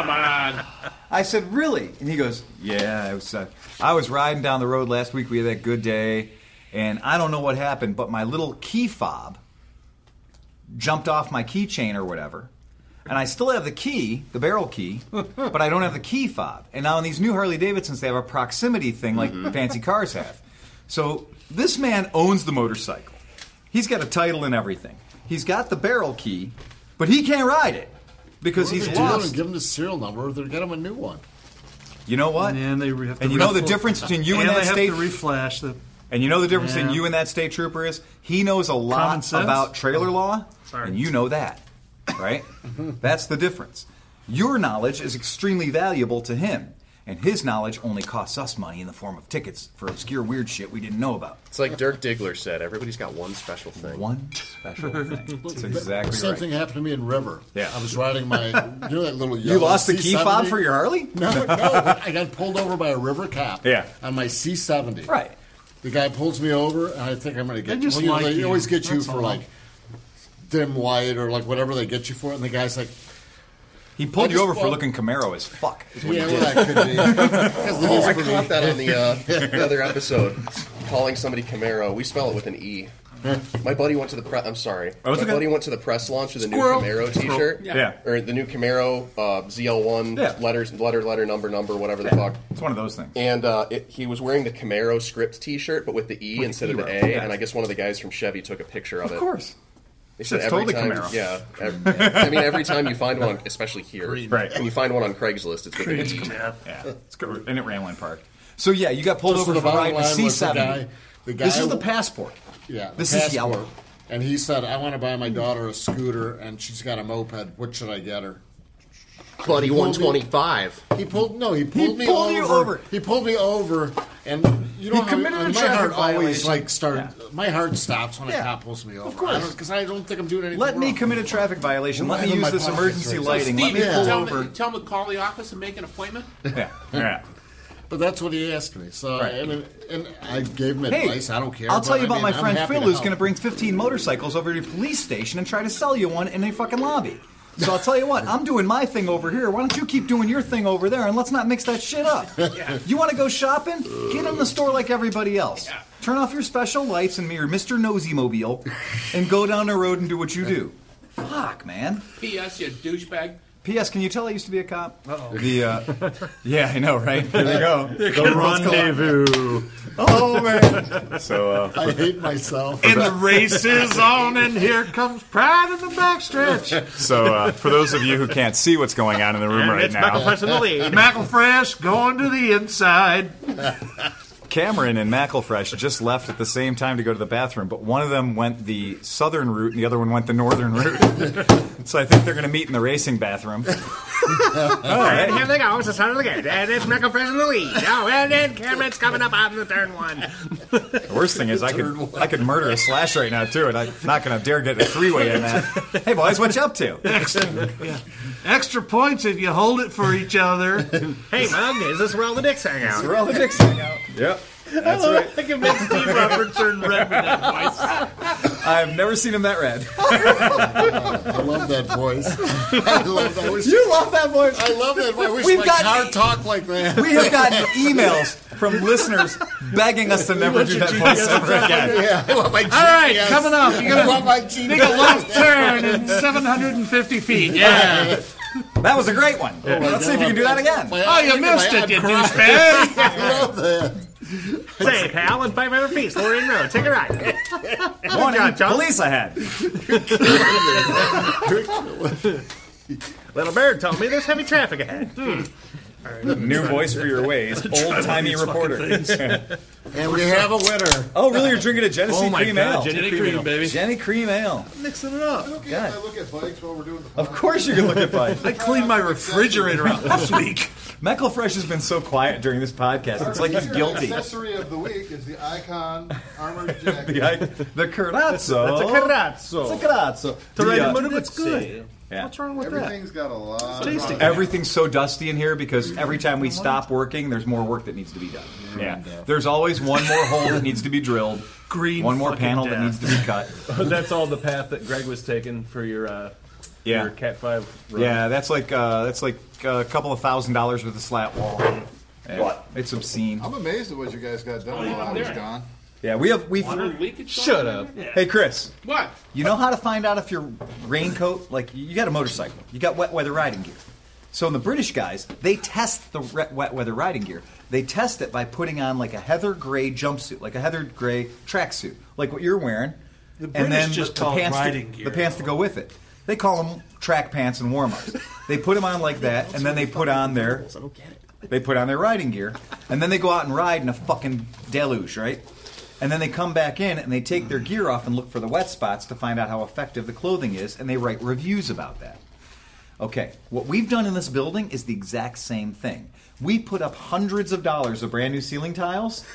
Speaker 3: on.
Speaker 1: I said, "Really?" And he goes, "Yeah, I was. Uh, I was riding down the road last week. We had that good day, and I don't know what happened, but my little key fob jumped off my keychain or whatever. And I still have the key, the barrel key, but I don't have the key fob. And now in these new Harley Davidsons, they have a proximity thing like fancy cars have. So this man owns the motorcycle. He's got a title and everything. He's got the barrel key, but he can't ride it because he's
Speaker 5: Dude,
Speaker 1: lost.
Speaker 5: Give him the serial number. They're get him a new one.
Speaker 1: You know what?
Speaker 4: And they have to
Speaker 1: And you know the
Speaker 4: refl-
Speaker 1: difference between you and
Speaker 4: and
Speaker 1: that state-
Speaker 4: they have to reflash the.
Speaker 1: And you know the difference between
Speaker 4: Yeah.
Speaker 1: you and that state trooper is he knows a
Speaker 4: Common
Speaker 1: lot
Speaker 4: sense? Oh,
Speaker 1: about trailer law, and you know that, right? That's the difference. Your knowledge is extremely valuable to him, and his knowledge only costs us money in the form of tickets for obscure weird shit we didn't know about.
Speaker 7: It's like Dirk Diggler said. Everybody's got one special thing.
Speaker 1: One special thing. That's exactly
Speaker 5: Same
Speaker 1: right.
Speaker 5: thing happened to me in River.
Speaker 1: Yeah.
Speaker 5: I was riding my. You know that little.
Speaker 1: You lost the
Speaker 5: C70?
Speaker 1: key fob for your Harley?
Speaker 5: No, no. I got pulled over by a river cop.
Speaker 1: Yeah.
Speaker 5: On my C seventy.
Speaker 1: Right.
Speaker 5: The guy pulls me over, and I think I'm going to get.
Speaker 4: They just
Speaker 5: well, you know,
Speaker 4: like
Speaker 5: they
Speaker 4: you.
Speaker 5: always get you
Speaker 4: That's
Speaker 5: for
Speaker 4: all.
Speaker 5: like dim light or like whatever they get you for, and the guy's like,
Speaker 1: He
Speaker 5: I
Speaker 1: pulled you
Speaker 5: just
Speaker 1: over for
Speaker 5: want-
Speaker 1: looking Camaro as fuck. is what he
Speaker 5: "Yeah,
Speaker 1: did.
Speaker 5: well, that could be." 'Cause it
Speaker 7: Oh,
Speaker 5: is
Speaker 7: I
Speaker 5: for me.
Speaker 7: caught that on the uh, the other episode. Calling somebody Camaro. We spell it with an E. My buddy went to the press. I'm sorry.
Speaker 1: Oh, it's
Speaker 7: My
Speaker 1: okay.
Speaker 7: buddy went to the press launch with a new
Speaker 1: Squirrel.
Speaker 7: Camaro T-shirt.
Speaker 1: Yeah.
Speaker 7: Or the new Camaro uh, ZL1
Speaker 1: Yeah.
Speaker 7: letters, letter, letter, number, number, whatever the fuck.
Speaker 1: It's one of those things.
Speaker 7: And uh, it, he was wearing the Camaro script T-shirt, but with the E instead of the
Speaker 1: Camaro,
Speaker 7: A.
Speaker 1: yeah.
Speaker 7: And I guess one of the guys from Chevy took a picture of,
Speaker 1: Of
Speaker 7: it.
Speaker 1: course.
Speaker 7: They said
Speaker 1: Shit's
Speaker 7: every
Speaker 1: totally
Speaker 7: time,
Speaker 1: Camaro.
Speaker 7: yeah. ev- I mean, every time you find one, especially here,
Speaker 1: Right.
Speaker 7: When you find one on Craigslist, it's the biggest
Speaker 1: Yeah. It's good. And it ran one park. So yeah, you got pulled
Speaker 5: So
Speaker 1: over
Speaker 5: the
Speaker 1: for
Speaker 5: bottom
Speaker 1: riding a
Speaker 5: line was the
Speaker 1: C70.
Speaker 5: guy- the
Speaker 1: this
Speaker 5: guy-
Speaker 1: is the passport.
Speaker 5: Yeah, the
Speaker 1: This is
Speaker 5: passport.
Speaker 1: yellow.
Speaker 5: And he said, "I want to buy my daughter a scooter, and she's got a moped. What should I get her?"
Speaker 7: Buddy, one twenty-five.
Speaker 5: He pulled no. He pulled me
Speaker 1: pulled
Speaker 5: over.
Speaker 1: you over.
Speaker 5: He pulled me over, and you know
Speaker 1: He
Speaker 5: how
Speaker 1: committed
Speaker 5: uh,
Speaker 1: a
Speaker 5: my
Speaker 1: traffic
Speaker 5: heart always
Speaker 1: violation.
Speaker 5: like start.
Speaker 1: Yeah.
Speaker 5: My heart stops when
Speaker 1: Yeah.
Speaker 5: a cop pulls me over. Of
Speaker 1: course.
Speaker 5: because I, don't think I'm doing anything.
Speaker 1: Let me
Speaker 5: wrong.
Speaker 1: commit a traffic violation.
Speaker 5: Well,
Speaker 1: Let
Speaker 5: I
Speaker 1: me
Speaker 5: have
Speaker 1: use
Speaker 5: my
Speaker 1: this
Speaker 5: pockets
Speaker 1: emergency
Speaker 5: right.
Speaker 1: lighting. Let
Speaker 3: Steve,
Speaker 1: me
Speaker 3: you
Speaker 1: pull
Speaker 3: tell,
Speaker 1: over.
Speaker 3: me, tell him to call the office and make an appointment.
Speaker 1: Yeah. yeah.
Speaker 5: But that's what he asked me. So I mean, and I gave him
Speaker 1: Hey,
Speaker 5: advice. I don't care.
Speaker 1: I'll tell
Speaker 5: but
Speaker 1: you
Speaker 5: I
Speaker 1: about
Speaker 5: mean,
Speaker 1: my
Speaker 5: I'm
Speaker 1: friend
Speaker 5: happy
Speaker 1: Phil,
Speaker 5: to
Speaker 1: who's
Speaker 5: help.
Speaker 1: going to bring 15 motorcycles over to the police station and try to sell you one in a fucking lobby. So I'll tell you what, I'm doing my thing over here. Why don't you keep doing your thing over there and let's not mix that shit up? You want to go shopping? Get in the store like everybody else. Turn off your special lights and your Mr. Nosy Mobile and go down the road and do what you do. Fuck, man.
Speaker 3: P.S. You douchebag.
Speaker 1: P.S. Can you tell I used to be a cop? Uh-oh. The, uh, yeah, I know, right? There they go. The
Speaker 2: Rendezvous.
Speaker 1: Oh man. So uh,
Speaker 5: I hate myself.
Speaker 10: And the race is on, and here comes pride in the backstretch.
Speaker 1: So, uh, for those of you who can't see what's going on in the room
Speaker 2: And
Speaker 1: right
Speaker 2: it's
Speaker 1: now,
Speaker 2: Michael Preston the lead.
Speaker 10: McElfresh going to the inside.
Speaker 1: Cameron and McElfresh just left at the same time to go to the bathroom, but one of them went the southern route and the other one went the northern route. so I think they're going to meet in the racing bathroom. All
Speaker 9: And
Speaker 1: right.
Speaker 9: here they go, it's the sound of the gate. And it's McElfresh in the lead. Oh, and then Cameron's coming up on the turn one.
Speaker 1: The worst thing is I could I could murder a slash right now too, and I'm not going to dare get a three way in that. Hey boys, what you up to?
Speaker 10: Extra points if you hold it for each other.
Speaker 9: Hey, Mom, is this where all the dicks hang out?
Speaker 1: We're all the dicks hang out. Yep. That's right.
Speaker 9: I can make Steve Roberts turn red with that voice.
Speaker 1: I've never seen him that red.
Speaker 5: I love that voice. I love that voice.
Speaker 1: you love that voice.
Speaker 5: I love that. voice. I wish
Speaker 1: We've
Speaker 5: my
Speaker 1: got-
Speaker 5: car talked like that.
Speaker 1: We have gotten emails from listeners begging us to never do that voice ever again.
Speaker 5: yeah, I want my
Speaker 10: All right,
Speaker 5: GPS.
Speaker 10: coming up. You're
Speaker 5: I
Speaker 10: gonna
Speaker 5: want my GPS.
Speaker 10: make a left turn in 750 feet. Yeah.
Speaker 1: That was a great one. Let's see if you can do that again.
Speaker 5: My-
Speaker 10: Oh, you
Speaker 5: I'm
Speaker 10: missed
Speaker 5: crying.
Speaker 10: it, you douchebag.
Speaker 5: I love that.
Speaker 9: Say, pal, in 500 feet, Lorraine Road, take a ride.
Speaker 1: Warning, police ahead.
Speaker 9: Little bird told me there's heavy traffic ahead.
Speaker 1: New voice for your ways, old timey reporter.
Speaker 5: And we have a winner.
Speaker 1: oh, really? You're drinking a Genesee cream ale?
Speaker 2: Jenny
Speaker 4: Cream,
Speaker 2: Cream,
Speaker 4: baby.
Speaker 1: Jenny cream ale.
Speaker 4: Mixing it up.
Speaker 6: Okay, if I look at bikes while we're doing the
Speaker 1: Of course, you can look at bike.
Speaker 4: I cleaned my refrigerator out this week.
Speaker 1: Mecklefresh has been so quiet during this podcast. It's like he's
Speaker 6: Your
Speaker 1: guilty.
Speaker 6: Accessory of the week is the Icon armored jacket.
Speaker 1: The, I, the
Speaker 9: That's a
Speaker 1: carazzo.
Speaker 9: carazzo.
Speaker 1: It's a carazzo.
Speaker 9: To ride
Speaker 1: The,
Speaker 9: a
Speaker 1: uh,
Speaker 9: motorbike. good.
Speaker 1: yeah.
Speaker 9: What's wrong with that?
Speaker 6: Everything's got a
Speaker 9: It's
Speaker 6: lot.
Speaker 9: tasty.
Speaker 6: Of
Speaker 1: Everything's so dusty in here because every time we stop working, there's more work that needs to be done. Yeah. There's always one more hole that needs to be drilled.
Speaker 4: Green
Speaker 1: One more
Speaker 4: fucking
Speaker 1: panel that
Speaker 4: death.
Speaker 1: needs to be cut.
Speaker 2: That's all the path that Greg was taking for your uh,
Speaker 1: Yeah.
Speaker 2: your Cat Five. Run.
Speaker 1: Yeah, that's like uh, that's like a couple of thousand dollars worth of slat wall. What? It's obscene.
Speaker 3: Oh,
Speaker 6: I'm amazed at what you guys got done while I was gone.
Speaker 1: Yeah, we have we
Speaker 3: Water leakage
Speaker 1: Shut
Speaker 3: going
Speaker 1: up.
Speaker 3: on there?
Speaker 1: Hey Chris.
Speaker 3: What?
Speaker 1: You know how to find out if your raincoat like you got a motorcycle. You got wet weather riding gear. So in the British guys, they test the re- wet weather riding gear. They test it by putting on like a heather gray jumpsuit, like a heather gray tracksuit, like what you're wearing.
Speaker 4: The British just call it riding
Speaker 1: to,
Speaker 4: gear.
Speaker 1: The pants to go with it. They call them track pants and warm-ups. they put them on like that, and then they put on their they put on their riding gear, and then they go out and ride in a fucking deluge, right? And then they come back in and they take their gear off and look for the wet spots to find out how effective the clothing is, and they write reviews about that. Okay, what we've done in this building is the exact same thing. We put up hundreds of dollars of brand new ceiling tiles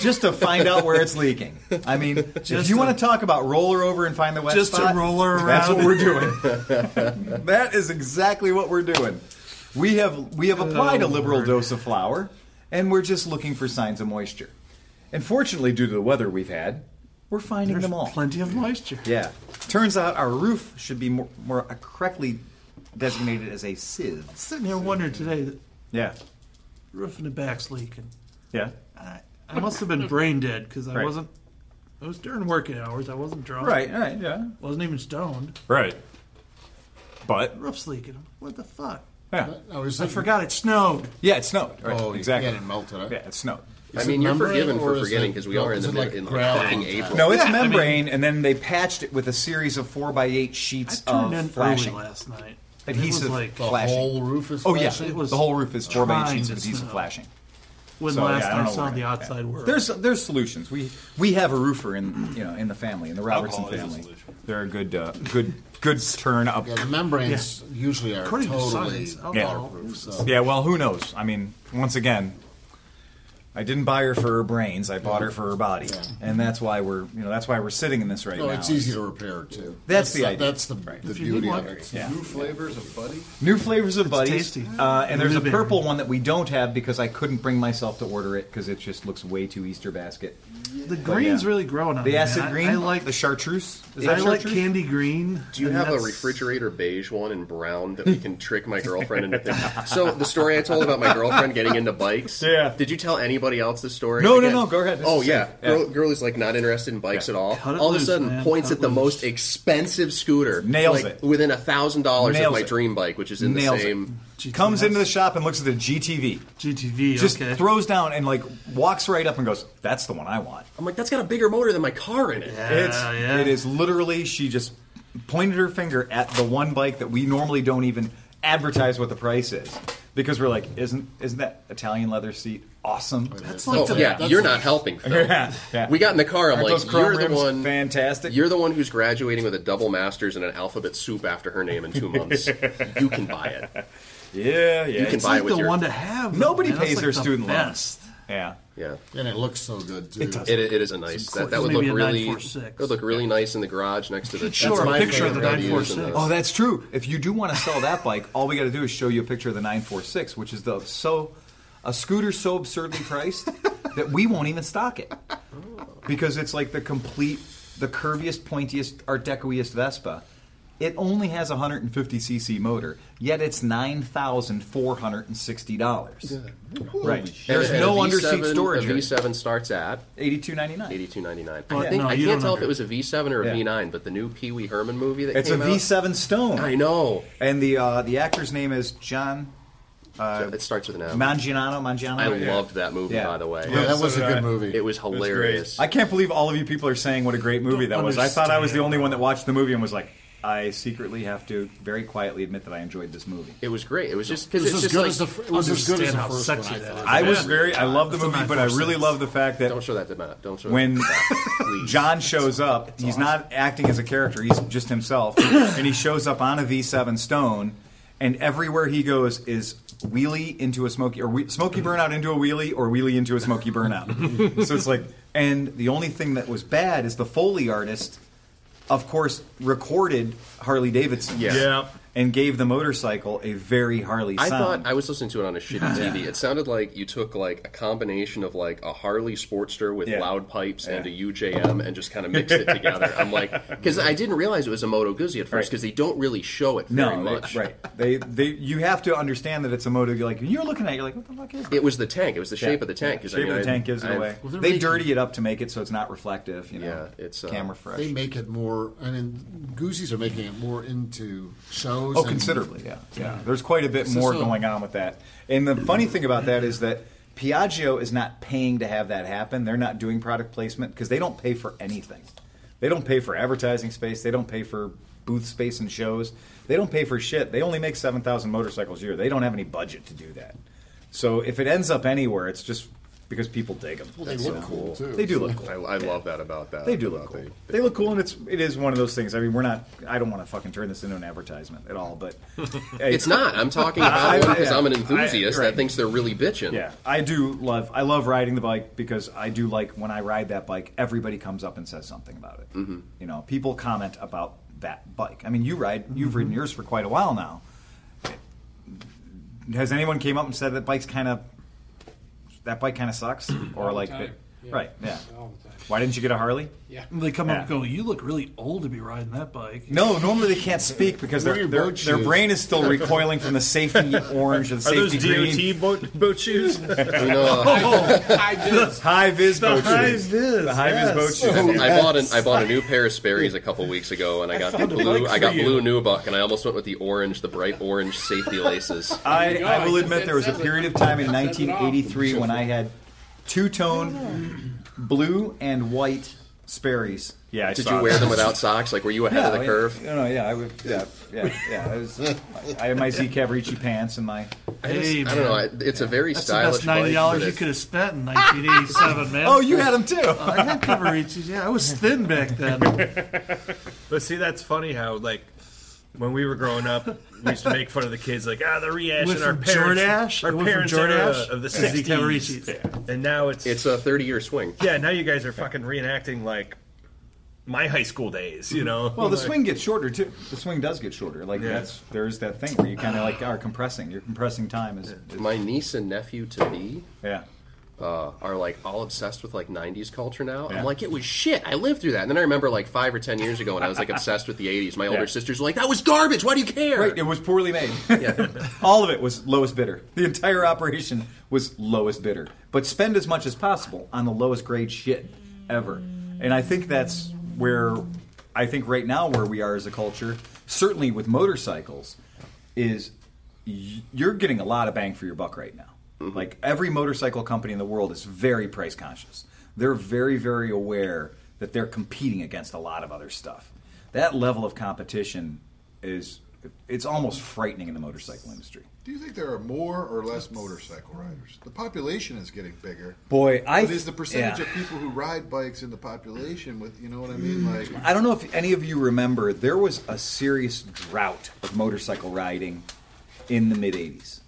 Speaker 1: just to find out where it's leaking. I mean, if
Speaker 4: Just
Speaker 1: you
Speaker 4: to-
Speaker 1: want to talk about roller over and find the wet
Speaker 4: Just to
Speaker 1: spot,
Speaker 4: roller
Speaker 1: that's
Speaker 4: around.
Speaker 1: what we're doing. that is exactly what we're doing. We have we have applied a liberal
Speaker 4: Oh,
Speaker 1: dose of flour, and we're just looking for signs of moisture. And fortunately, due to the weather we've had, we're finding them all.
Speaker 4: Plenty of moisture.
Speaker 1: Yeah. Turns out our roof should be more, more correctly designated as a sieve.
Speaker 4: Sitting here wondering today, the
Speaker 1: Yeah.
Speaker 4: roof in the back's leaking.
Speaker 1: Yeah.
Speaker 4: I, I must have been brain dead because I
Speaker 1: Right.
Speaker 4: wasn't. It was during working hours. I wasn't drunk.
Speaker 1: Right, right, yeah.
Speaker 4: Wasn't even stoned.
Speaker 1: Right. But
Speaker 4: Roof's leaking. What the fuck?
Speaker 1: yeah,
Speaker 5: I, was
Speaker 1: Mm.
Speaker 4: I forgot it snowed.
Speaker 1: yeah, it snowed. Right.
Speaker 5: Oh,
Speaker 1: exactly.
Speaker 5: Yeah, it melted. Huh?
Speaker 1: Yeah, it snowed.
Speaker 7: I
Speaker 5: Is
Speaker 7: mean,
Speaker 5: it
Speaker 7: you're
Speaker 5: membrane
Speaker 7: forgiven
Speaker 5: or
Speaker 7: for
Speaker 5: is
Speaker 7: forgetting
Speaker 5: it-
Speaker 7: because we are in
Speaker 5: is
Speaker 7: the
Speaker 5: it
Speaker 7: middle
Speaker 5: like
Speaker 7: in
Speaker 5: gravel
Speaker 7: like fucking
Speaker 5: type?
Speaker 7: April.
Speaker 1: No, it's
Speaker 4: Yeah, I mean-
Speaker 1: membrane, and then they patched it with a series of four by eight
Speaker 4: I
Speaker 1: sheets
Speaker 4: turned in
Speaker 1: of
Speaker 4: early
Speaker 1: uh, flashing
Speaker 4: last night.
Speaker 1: adhesive
Speaker 4: It was like
Speaker 5: The
Speaker 1: flashing.
Speaker 5: whole roof is
Speaker 1: oh yeah,
Speaker 5: flashing?
Speaker 4: It was
Speaker 1: the whole roof is four by eight
Speaker 4: trying
Speaker 1: sheets
Speaker 4: to
Speaker 1: of adhesive
Speaker 4: snow.
Speaker 1: flashing.
Speaker 4: when
Speaker 1: So,
Speaker 4: last
Speaker 1: yeah, I
Speaker 4: I,
Speaker 1: don't know
Speaker 4: saw
Speaker 1: where-
Speaker 4: the outside world.
Speaker 1: There's there's solutions. We we have a roofer in you know in the family in the Robertson
Speaker 2: Alcohol is a
Speaker 1: family.
Speaker 2: solution.
Speaker 1: They're a good uh, good good turn up.
Speaker 5: Yeah, the membranes usually are
Speaker 4: According to
Speaker 5: totally
Speaker 4: science, alcohol-
Speaker 5: waterproof. So.
Speaker 1: Yeah, well, who knows? I mean, once again, I didn't buy her for her brains. I bought her for her body, and that's why we're you know that's why we're sitting in this right
Speaker 5: No,
Speaker 1: now.
Speaker 5: it's easy to repair too.
Speaker 1: That's the
Speaker 5: the
Speaker 1: idea.
Speaker 5: That's the, the
Speaker 4: you
Speaker 5: beauty
Speaker 4: need
Speaker 5: of
Speaker 4: one.
Speaker 5: it.
Speaker 1: Yeah.
Speaker 6: New flavors of Buddy.
Speaker 1: New flavors of buddies,
Speaker 4: tasty.
Speaker 1: Uh, and there's a
Speaker 4: Blueberry.
Speaker 1: purple one that we don't have because I couldn't bring myself to order it because it just looks way too Easter basket.
Speaker 4: the green's
Speaker 1: yeah.
Speaker 4: really growing on me.
Speaker 1: The acid
Speaker 4: I-
Speaker 1: green,
Speaker 4: I like
Speaker 1: the chartreuse. Is
Speaker 4: I
Speaker 1: that
Speaker 4: like
Speaker 1: chartreuse?
Speaker 4: candy green.
Speaker 7: Do you
Speaker 4: and
Speaker 7: have a
Speaker 4: that's-
Speaker 7: refrigerator beige one in brown that we can trick my girlfriend into thinking? So the story I told about my girlfriend getting into bikes.
Speaker 1: Yeah.
Speaker 7: Did you tell anybody else the story?
Speaker 1: No, no, no, go ahead. This
Speaker 7: oh
Speaker 1: is
Speaker 7: yeah.
Speaker 1: safe. Yeah.
Speaker 7: Girl, girl is like not interested in bikes at all.
Speaker 4: Cut it
Speaker 7: all of a
Speaker 4: loose,
Speaker 7: sudden,
Speaker 4: man,
Speaker 7: points
Speaker 4: cut
Speaker 7: at the
Speaker 4: loose.
Speaker 7: most expensive scooter.
Speaker 1: Nails
Speaker 7: like,
Speaker 1: it.
Speaker 7: Within a thousand dollars of
Speaker 1: Nails
Speaker 7: my
Speaker 1: it.
Speaker 7: dream bike, which is in
Speaker 1: Nails it.
Speaker 7: the same.
Speaker 4: GTS.
Speaker 1: Comes into the shop and looks at the GTV.
Speaker 4: GTV.
Speaker 1: Just
Speaker 4: okay.
Speaker 1: throws down and like walks right up and goes, "That's the one I want."
Speaker 7: I'm like, that's got a bigger motor than my car in it.
Speaker 1: It's
Speaker 4: Yeah, yeah.
Speaker 1: it is literally she just pointed her finger at the one bike that we normally don't even advertise what the price is because we're like, isn't isn't that Italian leather seat awesome?
Speaker 4: That's like
Speaker 7: Oh
Speaker 4: the,
Speaker 7: yeah,
Speaker 5: that's
Speaker 7: you're
Speaker 5: the-
Speaker 7: not helping. Phil.
Speaker 1: Yeah, yeah.
Speaker 7: We got in the car. I'm
Speaker 1: Aren't those
Speaker 7: like,
Speaker 1: chrome
Speaker 7: you're the
Speaker 1: rims
Speaker 7: one.
Speaker 1: fantastic?
Speaker 7: You're the one who's graduating with a double master's and an alphabet soup after her name in two months. you can buy it.
Speaker 1: yeah, yeah.
Speaker 7: You can
Speaker 1: it's-
Speaker 7: buy
Speaker 4: like
Speaker 7: it with
Speaker 4: the
Speaker 7: your.
Speaker 4: one to have. though,
Speaker 1: Nobody
Speaker 4: man. That's
Speaker 1: pays
Speaker 4: like
Speaker 1: their
Speaker 4: the
Speaker 1: student loans.
Speaker 4: best.
Speaker 1: yeah.
Speaker 7: yeah.
Speaker 5: And it looks so good too.
Speaker 4: It does.
Speaker 7: It, it is a nice. That, that would
Speaker 4: Maybe
Speaker 7: look
Speaker 4: a
Speaker 7: really.
Speaker 4: 946.
Speaker 7: That would look really nice in the garage next to the.
Speaker 4: Should show
Speaker 5: That's
Speaker 4: her
Speaker 5: my
Speaker 4: a picture of the
Speaker 5: favorite
Speaker 4: 946.
Speaker 7: radios and the-
Speaker 1: Oh, that's true. If you do want to sell that bike, all we got to do is show you a picture of the 946, which is the so a scooter so absurdly priced that we won't even stock it because it's like the complete, the curviest, pointiest, Art Decoiest Vespa. It only has a 150 cc motor, yet it's nine thousand four hundred and sixty dollars. Right?
Speaker 7: And
Speaker 1: There's
Speaker 7: a- and
Speaker 1: no
Speaker 7: a
Speaker 1: underseat
Speaker 7: V7
Speaker 1: storage. Oh,
Speaker 7: A V7 starts at
Speaker 1: Eighty-two ninety-nine.
Speaker 7: eighty-two ninety-nine.
Speaker 4: Well,
Speaker 7: I think
Speaker 4: no,
Speaker 7: I
Speaker 4: you don't
Speaker 7: can't tell if
Speaker 4: have
Speaker 7: it was a V7 or a
Speaker 1: Yeah.
Speaker 7: V9, but the new Pee Wee Herman movie that
Speaker 1: It's a
Speaker 7: came out.
Speaker 1: V7 Stone.
Speaker 7: I know.
Speaker 1: And the uh, the actor's name is John
Speaker 7: it starts with an M.
Speaker 1: Mangiano. Mangiano.
Speaker 7: I loved that movie,
Speaker 1: Uh, Yeah.
Speaker 7: by the way.
Speaker 5: Yeah, that was a
Speaker 2: So
Speaker 5: good
Speaker 2: that-
Speaker 5: movie.
Speaker 7: It was hilarious.
Speaker 1: I can't believe all of you people are saying what a great movie that
Speaker 4: Don't
Speaker 1: was. I thought I was the
Speaker 4: understand.
Speaker 1: only one that watched the movie and was like, I secretly have to very quietly admit that I enjoyed this movie.
Speaker 7: It was great. It was just because
Speaker 5: It was
Speaker 7: it's
Speaker 5: as
Speaker 7: just
Speaker 5: good
Speaker 7: like,
Speaker 5: as the fir- it was as good as the
Speaker 4: understand how
Speaker 5: first
Speaker 4: sexy
Speaker 5: one. I
Speaker 4: that
Speaker 5: thought.
Speaker 4: is.
Speaker 1: I was very, I love the
Speaker 4: That's a
Speaker 1: movie,
Speaker 4: nine
Speaker 1: but I
Speaker 4: four
Speaker 1: really
Speaker 4: six.
Speaker 1: love the fact
Speaker 7: Don't
Speaker 1: that
Speaker 7: show that to Matt. Don't show
Speaker 1: when
Speaker 7: that to Matt, please.
Speaker 1: John shows up, he's not acting as a character, he's just himself, and he shows up on a V7 Stone, and everywhere he goes is wheelie into a smoky, or whe- smoky burnout into a wheelie, or wheelie into a smoky burnout. so it's like, and the only thing that was bad is the Foley artist, of course, recorded Harley Davidson.
Speaker 7: Yeah. Yeah.
Speaker 1: and gave the motorcycle a very Harley
Speaker 7: I
Speaker 1: sound.
Speaker 7: thought I was listening to it on a shitty TV. It sounded like you took like a combination of like a Harley Sportster with
Speaker 1: Yeah.
Speaker 7: loud pipes and a UJM and just kind of mixed it together. I'm like, because I didn't realize it was a Moto Guzzi at first because they don't really show it very
Speaker 1: no, they-
Speaker 7: much.
Speaker 1: right? They, they, you have to understand that it's a motor. Like you're looking at, it, you're like, what the fuck is?
Speaker 7: It was the tank. It was the shape
Speaker 1: Yeah,
Speaker 7: of the tank.
Speaker 1: yeah.
Speaker 7: 'cause, I
Speaker 1: Shape
Speaker 7: mean,
Speaker 1: of the
Speaker 7: I-
Speaker 1: tank gives it
Speaker 7: I've-
Speaker 1: away.
Speaker 5: Well, they're
Speaker 1: they
Speaker 5: making-
Speaker 1: dirty it up to make it so it's not reflective. You know,
Speaker 7: Yeah, it's, uh,
Speaker 1: camera fresh.
Speaker 5: They make it more. I mean, Gooseys are making it more into shows.
Speaker 1: Oh,
Speaker 5: and-
Speaker 1: considerably, yeah, yeah. There's quite a bit
Speaker 5: So-
Speaker 1: more
Speaker 5: so-
Speaker 1: going on with that. And the funny thing about that is that Piaggio is not paying to have that happen. They're not doing product placement because they don't pay for anything. They don't pay for advertising space. They don't pay for booth space and shows. They don't pay for shit. They only make seven thousand motorcycles a year. They don't have any budget to do that. So if it ends up anywhere, it's just because people dig them.
Speaker 5: Well, they look cool, too.
Speaker 1: They do look
Speaker 7: I,
Speaker 1: cool.
Speaker 7: I love that about that.
Speaker 1: They do
Speaker 7: about
Speaker 1: look cool.
Speaker 7: the-
Speaker 1: They look cool, and it's it is one of those things. I mean, we're not. I don't want to fucking turn this into an advertisement at all, but hey,
Speaker 7: It's not. I'm talking about
Speaker 1: I-
Speaker 7: because
Speaker 1: yeah.
Speaker 7: I'm an enthusiast
Speaker 1: I- right.
Speaker 7: that thinks they're really bitching.
Speaker 1: Yeah, I do love. I love riding the bike because I do like when I ride that bike. Everybody comes up and says something about it. Mm-hmm. You know, people comment about that bike. I mean, you ride. You've ridden yours for quite a while now. Has anyone came up and said that bike's kind of that bike kind of sucks or
Speaker 3: the
Speaker 1: like
Speaker 3: time. Yeah.
Speaker 1: right? Yeah.
Speaker 7: Oh,
Speaker 3: All the time.
Speaker 1: Why didn't you get a Harley?
Speaker 3: Yeah.
Speaker 4: And they come up and
Speaker 1: Yeah.
Speaker 4: go, "You look really old to be riding that bike."
Speaker 1: No, normally they can't speak because
Speaker 5: Wear
Speaker 1: their
Speaker 5: your
Speaker 1: their,
Speaker 5: boat
Speaker 1: their
Speaker 5: shoes.
Speaker 1: brain is still recoiling from the safety orange and
Speaker 2: Are
Speaker 1: safety
Speaker 2: those
Speaker 1: green.
Speaker 2: DOT boat, boat shoes?
Speaker 7: You know, uh,
Speaker 3: Oh, I just
Speaker 1: High vis boat
Speaker 2: high
Speaker 1: shoes.
Speaker 2: vis,
Speaker 1: The high
Speaker 2: yes.
Speaker 1: vis boat shoes.
Speaker 7: I, I bought an, I bought a new pair of Sperry's a couple weeks ago, and I got the blue. I got blue Nubuck, and I almost went with the orange, the bright orange safety laces.
Speaker 1: I,
Speaker 3: go.
Speaker 1: I will
Speaker 3: It
Speaker 1: admit there was a
Speaker 3: says it.
Speaker 1: period of time in
Speaker 3: It says it all.
Speaker 1: 1983 when I had two tone blue and white Sperry's. Yeah, I
Speaker 7: Did
Speaker 1: saw
Speaker 7: you wear
Speaker 1: that.
Speaker 7: them without socks? Like, were you ahead
Speaker 1: Yeah,
Speaker 7: of the
Speaker 1: I-
Speaker 7: curve?
Speaker 1: No, no, yeah, I would, yeah, yeah, yeah. I, was, uh, I had my Z Cavarici pants and my.
Speaker 7: I, just-
Speaker 4: Hey,
Speaker 7: I don't know. I, it's a very
Speaker 4: That's the
Speaker 7: stylish
Speaker 4: best ninety
Speaker 7: bike,
Speaker 4: dollars
Speaker 7: but
Speaker 4: you
Speaker 7: it's-
Speaker 4: could have spent in 1987, man. Uh,
Speaker 1: Oh, you had them too.
Speaker 4: I had Cavaricis. Yeah, I was thin back then.
Speaker 2: But see, that's funny how like when we were growing up, we used to make fun of the kids like, ah, they're rehashing
Speaker 4: Went
Speaker 2: our
Speaker 4: from
Speaker 2: parents,
Speaker 4: Jordache-
Speaker 2: our
Speaker 4: it went from
Speaker 2: parents era
Speaker 4: Jordache
Speaker 2: of the
Speaker 4: to Zeke
Speaker 2: sixties, and now it's,
Speaker 7: It's a 30 year swing.
Speaker 2: yeah, now you guys are fucking reenacting like my high school days, you know?
Speaker 1: Well, the
Speaker 2: Like,
Speaker 1: swing gets shorter too. The swing does get shorter. Like that's there's that thing where you kind of like are compressing. Your compressing time is. is-
Speaker 7: My niece and nephew to be
Speaker 1: yeah.
Speaker 7: uh, are like all obsessed with like 90s culture now.
Speaker 1: Yeah.
Speaker 7: I'm like, it was shit. I lived through that. And then I remember like five or 10 years ago when I was like obsessed with the 80s. My older
Speaker 1: Yeah.
Speaker 7: sisters were like, that was garbage. Why do you care?
Speaker 1: Right, it was poorly made.
Speaker 7: Yeah.
Speaker 1: All of it was lowest bidder. The entire operation was lowest bidder. But spend as much as possible on the lowest grade shit ever. And I think that's where I think right now where we are as a culture, certainly with motorcycles, is y- you're getting a lot of bang for your buck right now.
Speaker 6: Mm-hmm.
Speaker 1: Like every motorcycle company in the world is very price conscious. They're very very aware that they're competing against a lot of other stuff. That level of competition is it's almost frightening in the motorcycle industry.
Speaker 6: Do you think there are more or less motorcycle riders? The population is getting bigger.
Speaker 1: Boy, I
Speaker 6: But is the percentage
Speaker 1: yeah.
Speaker 6: of people who ride bikes in the population with you know what I mean? Like
Speaker 1: Mm. I don't know if any of you remember, there was a serious drought of motorcycle riding in the mid '80s.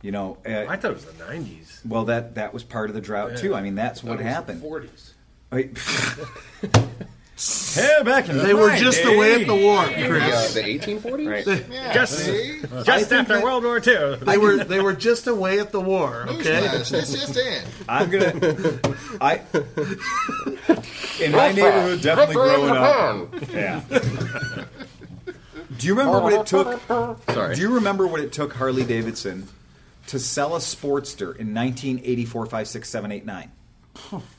Speaker 1: You know,
Speaker 2: I
Speaker 1: uh,
Speaker 2: thought it was the nineties.
Speaker 1: well that that was part of the drought too. I mean, that's what happened.
Speaker 3: Forties.
Speaker 1: Wait. Hey, back in
Speaker 4: They were just away at the war,
Speaker 7: Yeah,
Speaker 4: Chris.
Speaker 7: the 1840s?
Speaker 1: Right.
Speaker 6: yeah,
Speaker 2: Just-
Speaker 6: see?
Speaker 2: Just after World War II.
Speaker 4: They were they were just away at the war. Okay,
Speaker 6: Newsflash, that's just in.
Speaker 1: I'm gonna. I in my neighborhood definitely growing up. Yeah. Do you remember what it took?
Speaker 7: Sorry.
Speaker 1: Do you remember what it took Harley Davidson to sell a Sportster in 1984, 5, 6, 7, 8, 9?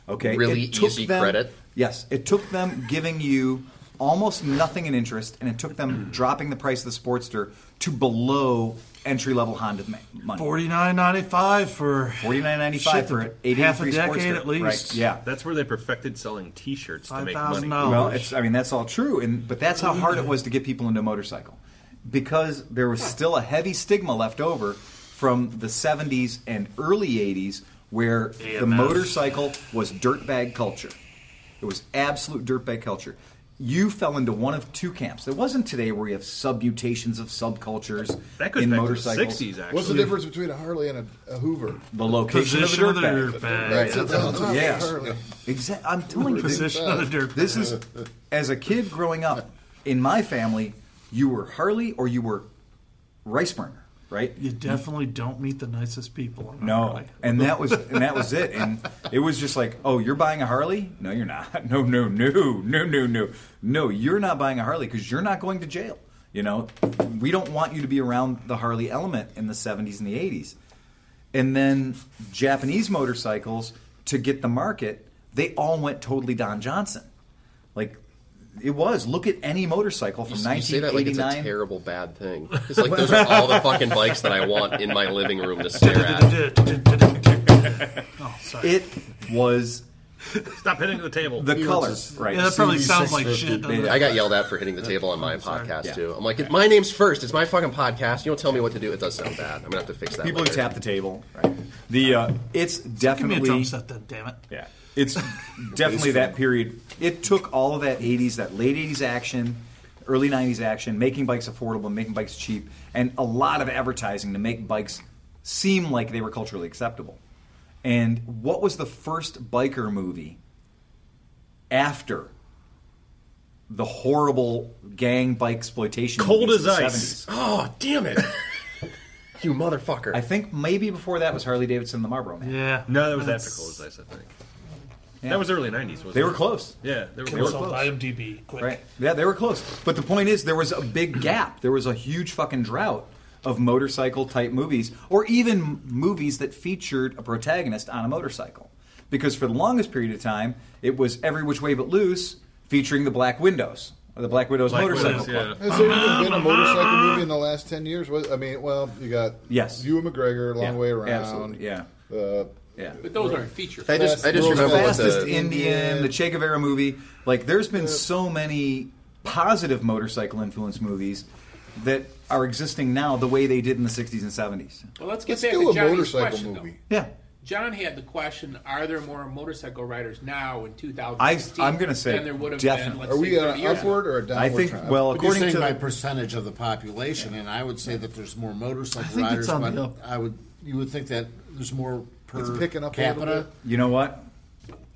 Speaker 1: Okay.
Speaker 7: Really
Speaker 1: it took
Speaker 7: easy
Speaker 1: them-
Speaker 7: credit.
Speaker 1: Yes. It took them giving you almost nothing in interest, and it took them dropping the price of the Sportster to below entry level Honda ma- money.
Speaker 4: forty nine ninety five for
Speaker 1: Forty nine ninety five for an
Speaker 4: Shit,
Speaker 1: eighty
Speaker 4: half a decade at least.
Speaker 1: Right. Yeah.
Speaker 2: That's where they perfected selling T-shirts to make
Speaker 4: $5,000.
Speaker 2: money.
Speaker 1: Well,
Speaker 4: Ouch.
Speaker 1: it's, I mean that's all true, and but that's how hard it was to get people into a motorcycle because there was still a heavy stigma left over from the '70s and early '80s where the motorcycle was dirtbag culture. It was absolute dirtbag culture. You fell into one of two camps. It wasn't today where you have submutations of subcultures
Speaker 2: That goes
Speaker 1: in
Speaker 2: back to the
Speaker 1: motorcycles.
Speaker 2: sixties, actually.
Speaker 6: What's the difference between a Harley and a, a Hoover?
Speaker 1: the location of the
Speaker 4: position of the
Speaker 1: dirtbag.
Speaker 4: dirt bag.
Speaker 6: Right. That's all about
Speaker 1: Yeah.
Speaker 6: Harley.
Speaker 1: Exactly. I'm telling you,
Speaker 4: Position
Speaker 1: dude.
Speaker 4: of the dirt
Speaker 1: This is as a kid growing up in my family, you were Harley or you were rice burner, right?
Speaker 4: You definitely don't meet the nicest people. on that
Speaker 1: Oh, No,
Speaker 4: rally.
Speaker 1: and that was and that was it, and it was just like, oh, you're buying a Harley? No, you're not. No, no, no, no, no, no, no. You're not buying a Harley because you're not going to jail. You know, we don't want you to be around the Harley element in the '70s and the '80s. And then Japanese motorcycles to get the market, they all went totally Don Johnson. Like it was. Look at any motorcycle from
Speaker 7: You say that like it's a
Speaker 1: 1989.
Speaker 7: terrible bad thing. It's like those are all the fucking bikes that I want in my living room to stare at.
Speaker 4: Oh,
Speaker 1: It was
Speaker 9: Stop hitting the table.
Speaker 1: the color, right?
Speaker 4: Yeah, that probably sounds like shit. doesn't it?
Speaker 7: I got yelled at for hitting the table on my podcast too. I'm like, my name's first. It's my fucking podcast. You don't tell me what to do. It does sound bad. I'm gonna have to fix that.
Speaker 1: People who
Speaker 7: later.
Speaker 1: tap the table. Right. The uh, it's
Speaker 4: Give me a
Speaker 1: definitely
Speaker 4: drum set then, damn it.
Speaker 1: yeah. It's definitely that period. It took all of that '80s, that late '80s action, early '90s action, making bikes affordable, making bikes cheap, and a lot of advertising to make bikes seem like they were culturally acceptable. And what was the first biker movie after the horrible gang bike exploitation?
Speaker 9: Cold
Speaker 1: movies
Speaker 9: as
Speaker 1: of the
Speaker 9: ice.
Speaker 1: 70s?
Speaker 7: Oh damn it! you motherfucker!
Speaker 1: I think maybe before that was Harley Davidson, and the Marlboro Man.
Speaker 4: Yeah.
Speaker 9: No, that was after Cold as Ice, I think.
Speaker 1: Yeah.
Speaker 9: That was early 90s, wasn't
Speaker 1: They
Speaker 9: it?
Speaker 1: were close.
Speaker 9: Yeah, they were,
Speaker 1: They were
Speaker 9: close.
Speaker 1: close.
Speaker 4: IMDb, quick.
Speaker 1: Right. Yeah, they were close. But the point is, there was a big gap. There was a huge fucking drought of motorcycle type movies, or even m- movies that featured a protagonist on a motorcycle. Because for the longest period of time, it was Every Which Way But Loose featuring the Black Widows, or the Black Widows motorcycle
Speaker 9: Widows,
Speaker 1: club.
Speaker 9: yeah.
Speaker 6: Has there even been a motorcycle movie in the last ten years? What- I mean, well, you got
Speaker 1: Yes.
Speaker 6: you and McGregor, long
Speaker 1: Yeah,
Speaker 6: way around.
Speaker 1: Absolutely. Yeah.
Speaker 6: Uh,
Speaker 1: Yeah.
Speaker 3: But those aren't features.
Speaker 7: I just, I just
Speaker 6: Fast-
Speaker 7: remember what
Speaker 1: Fastest
Speaker 7: the,
Speaker 1: Indian,
Speaker 6: Indian.
Speaker 1: the Che Guevara movie. Like, there's been so many positive motorcycle influence movies that are existing now the way they did in the 60s and 70s.
Speaker 3: well, let's get
Speaker 6: let's
Speaker 3: back
Speaker 6: do
Speaker 3: to
Speaker 6: a
Speaker 3: Johnny's
Speaker 6: motorcycle
Speaker 3: question,
Speaker 6: movie.
Speaker 3: Though.
Speaker 1: Yeah.
Speaker 3: John had the question: Are there more motorcycle riders now in 2016?
Speaker 1: I- I'm gonna say
Speaker 3: than there would have
Speaker 1: definitely.
Speaker 3: Been, let's
Speaker 6: Are
Speaker 3: say,
Speaker 6: we at
Speaker 3: 30
Speaker 6: an
Speaker 3: years ago?
Speaker 6: upward or a downward?
Speaker 1: I think,
Speaker 6: trend?
Speaker 1: well,
Speaker 5: But you're
Speaker 1: according
Speaker 5: saying
Speaker 1: to.
Speaker 5: by percentage of the population, and I would say that there's more motorcycle
Speaker 4: I think it's
Speaker 5: riders.
Speaker 4: on
Speaker 5: but
Speaker 4: the up.
Speaker 5: I would, you would think that there's more per
Speaker 6: It's picking up a little
Speaker 5: capita.
Speaker 6: bit.
Speaker 1: You know what?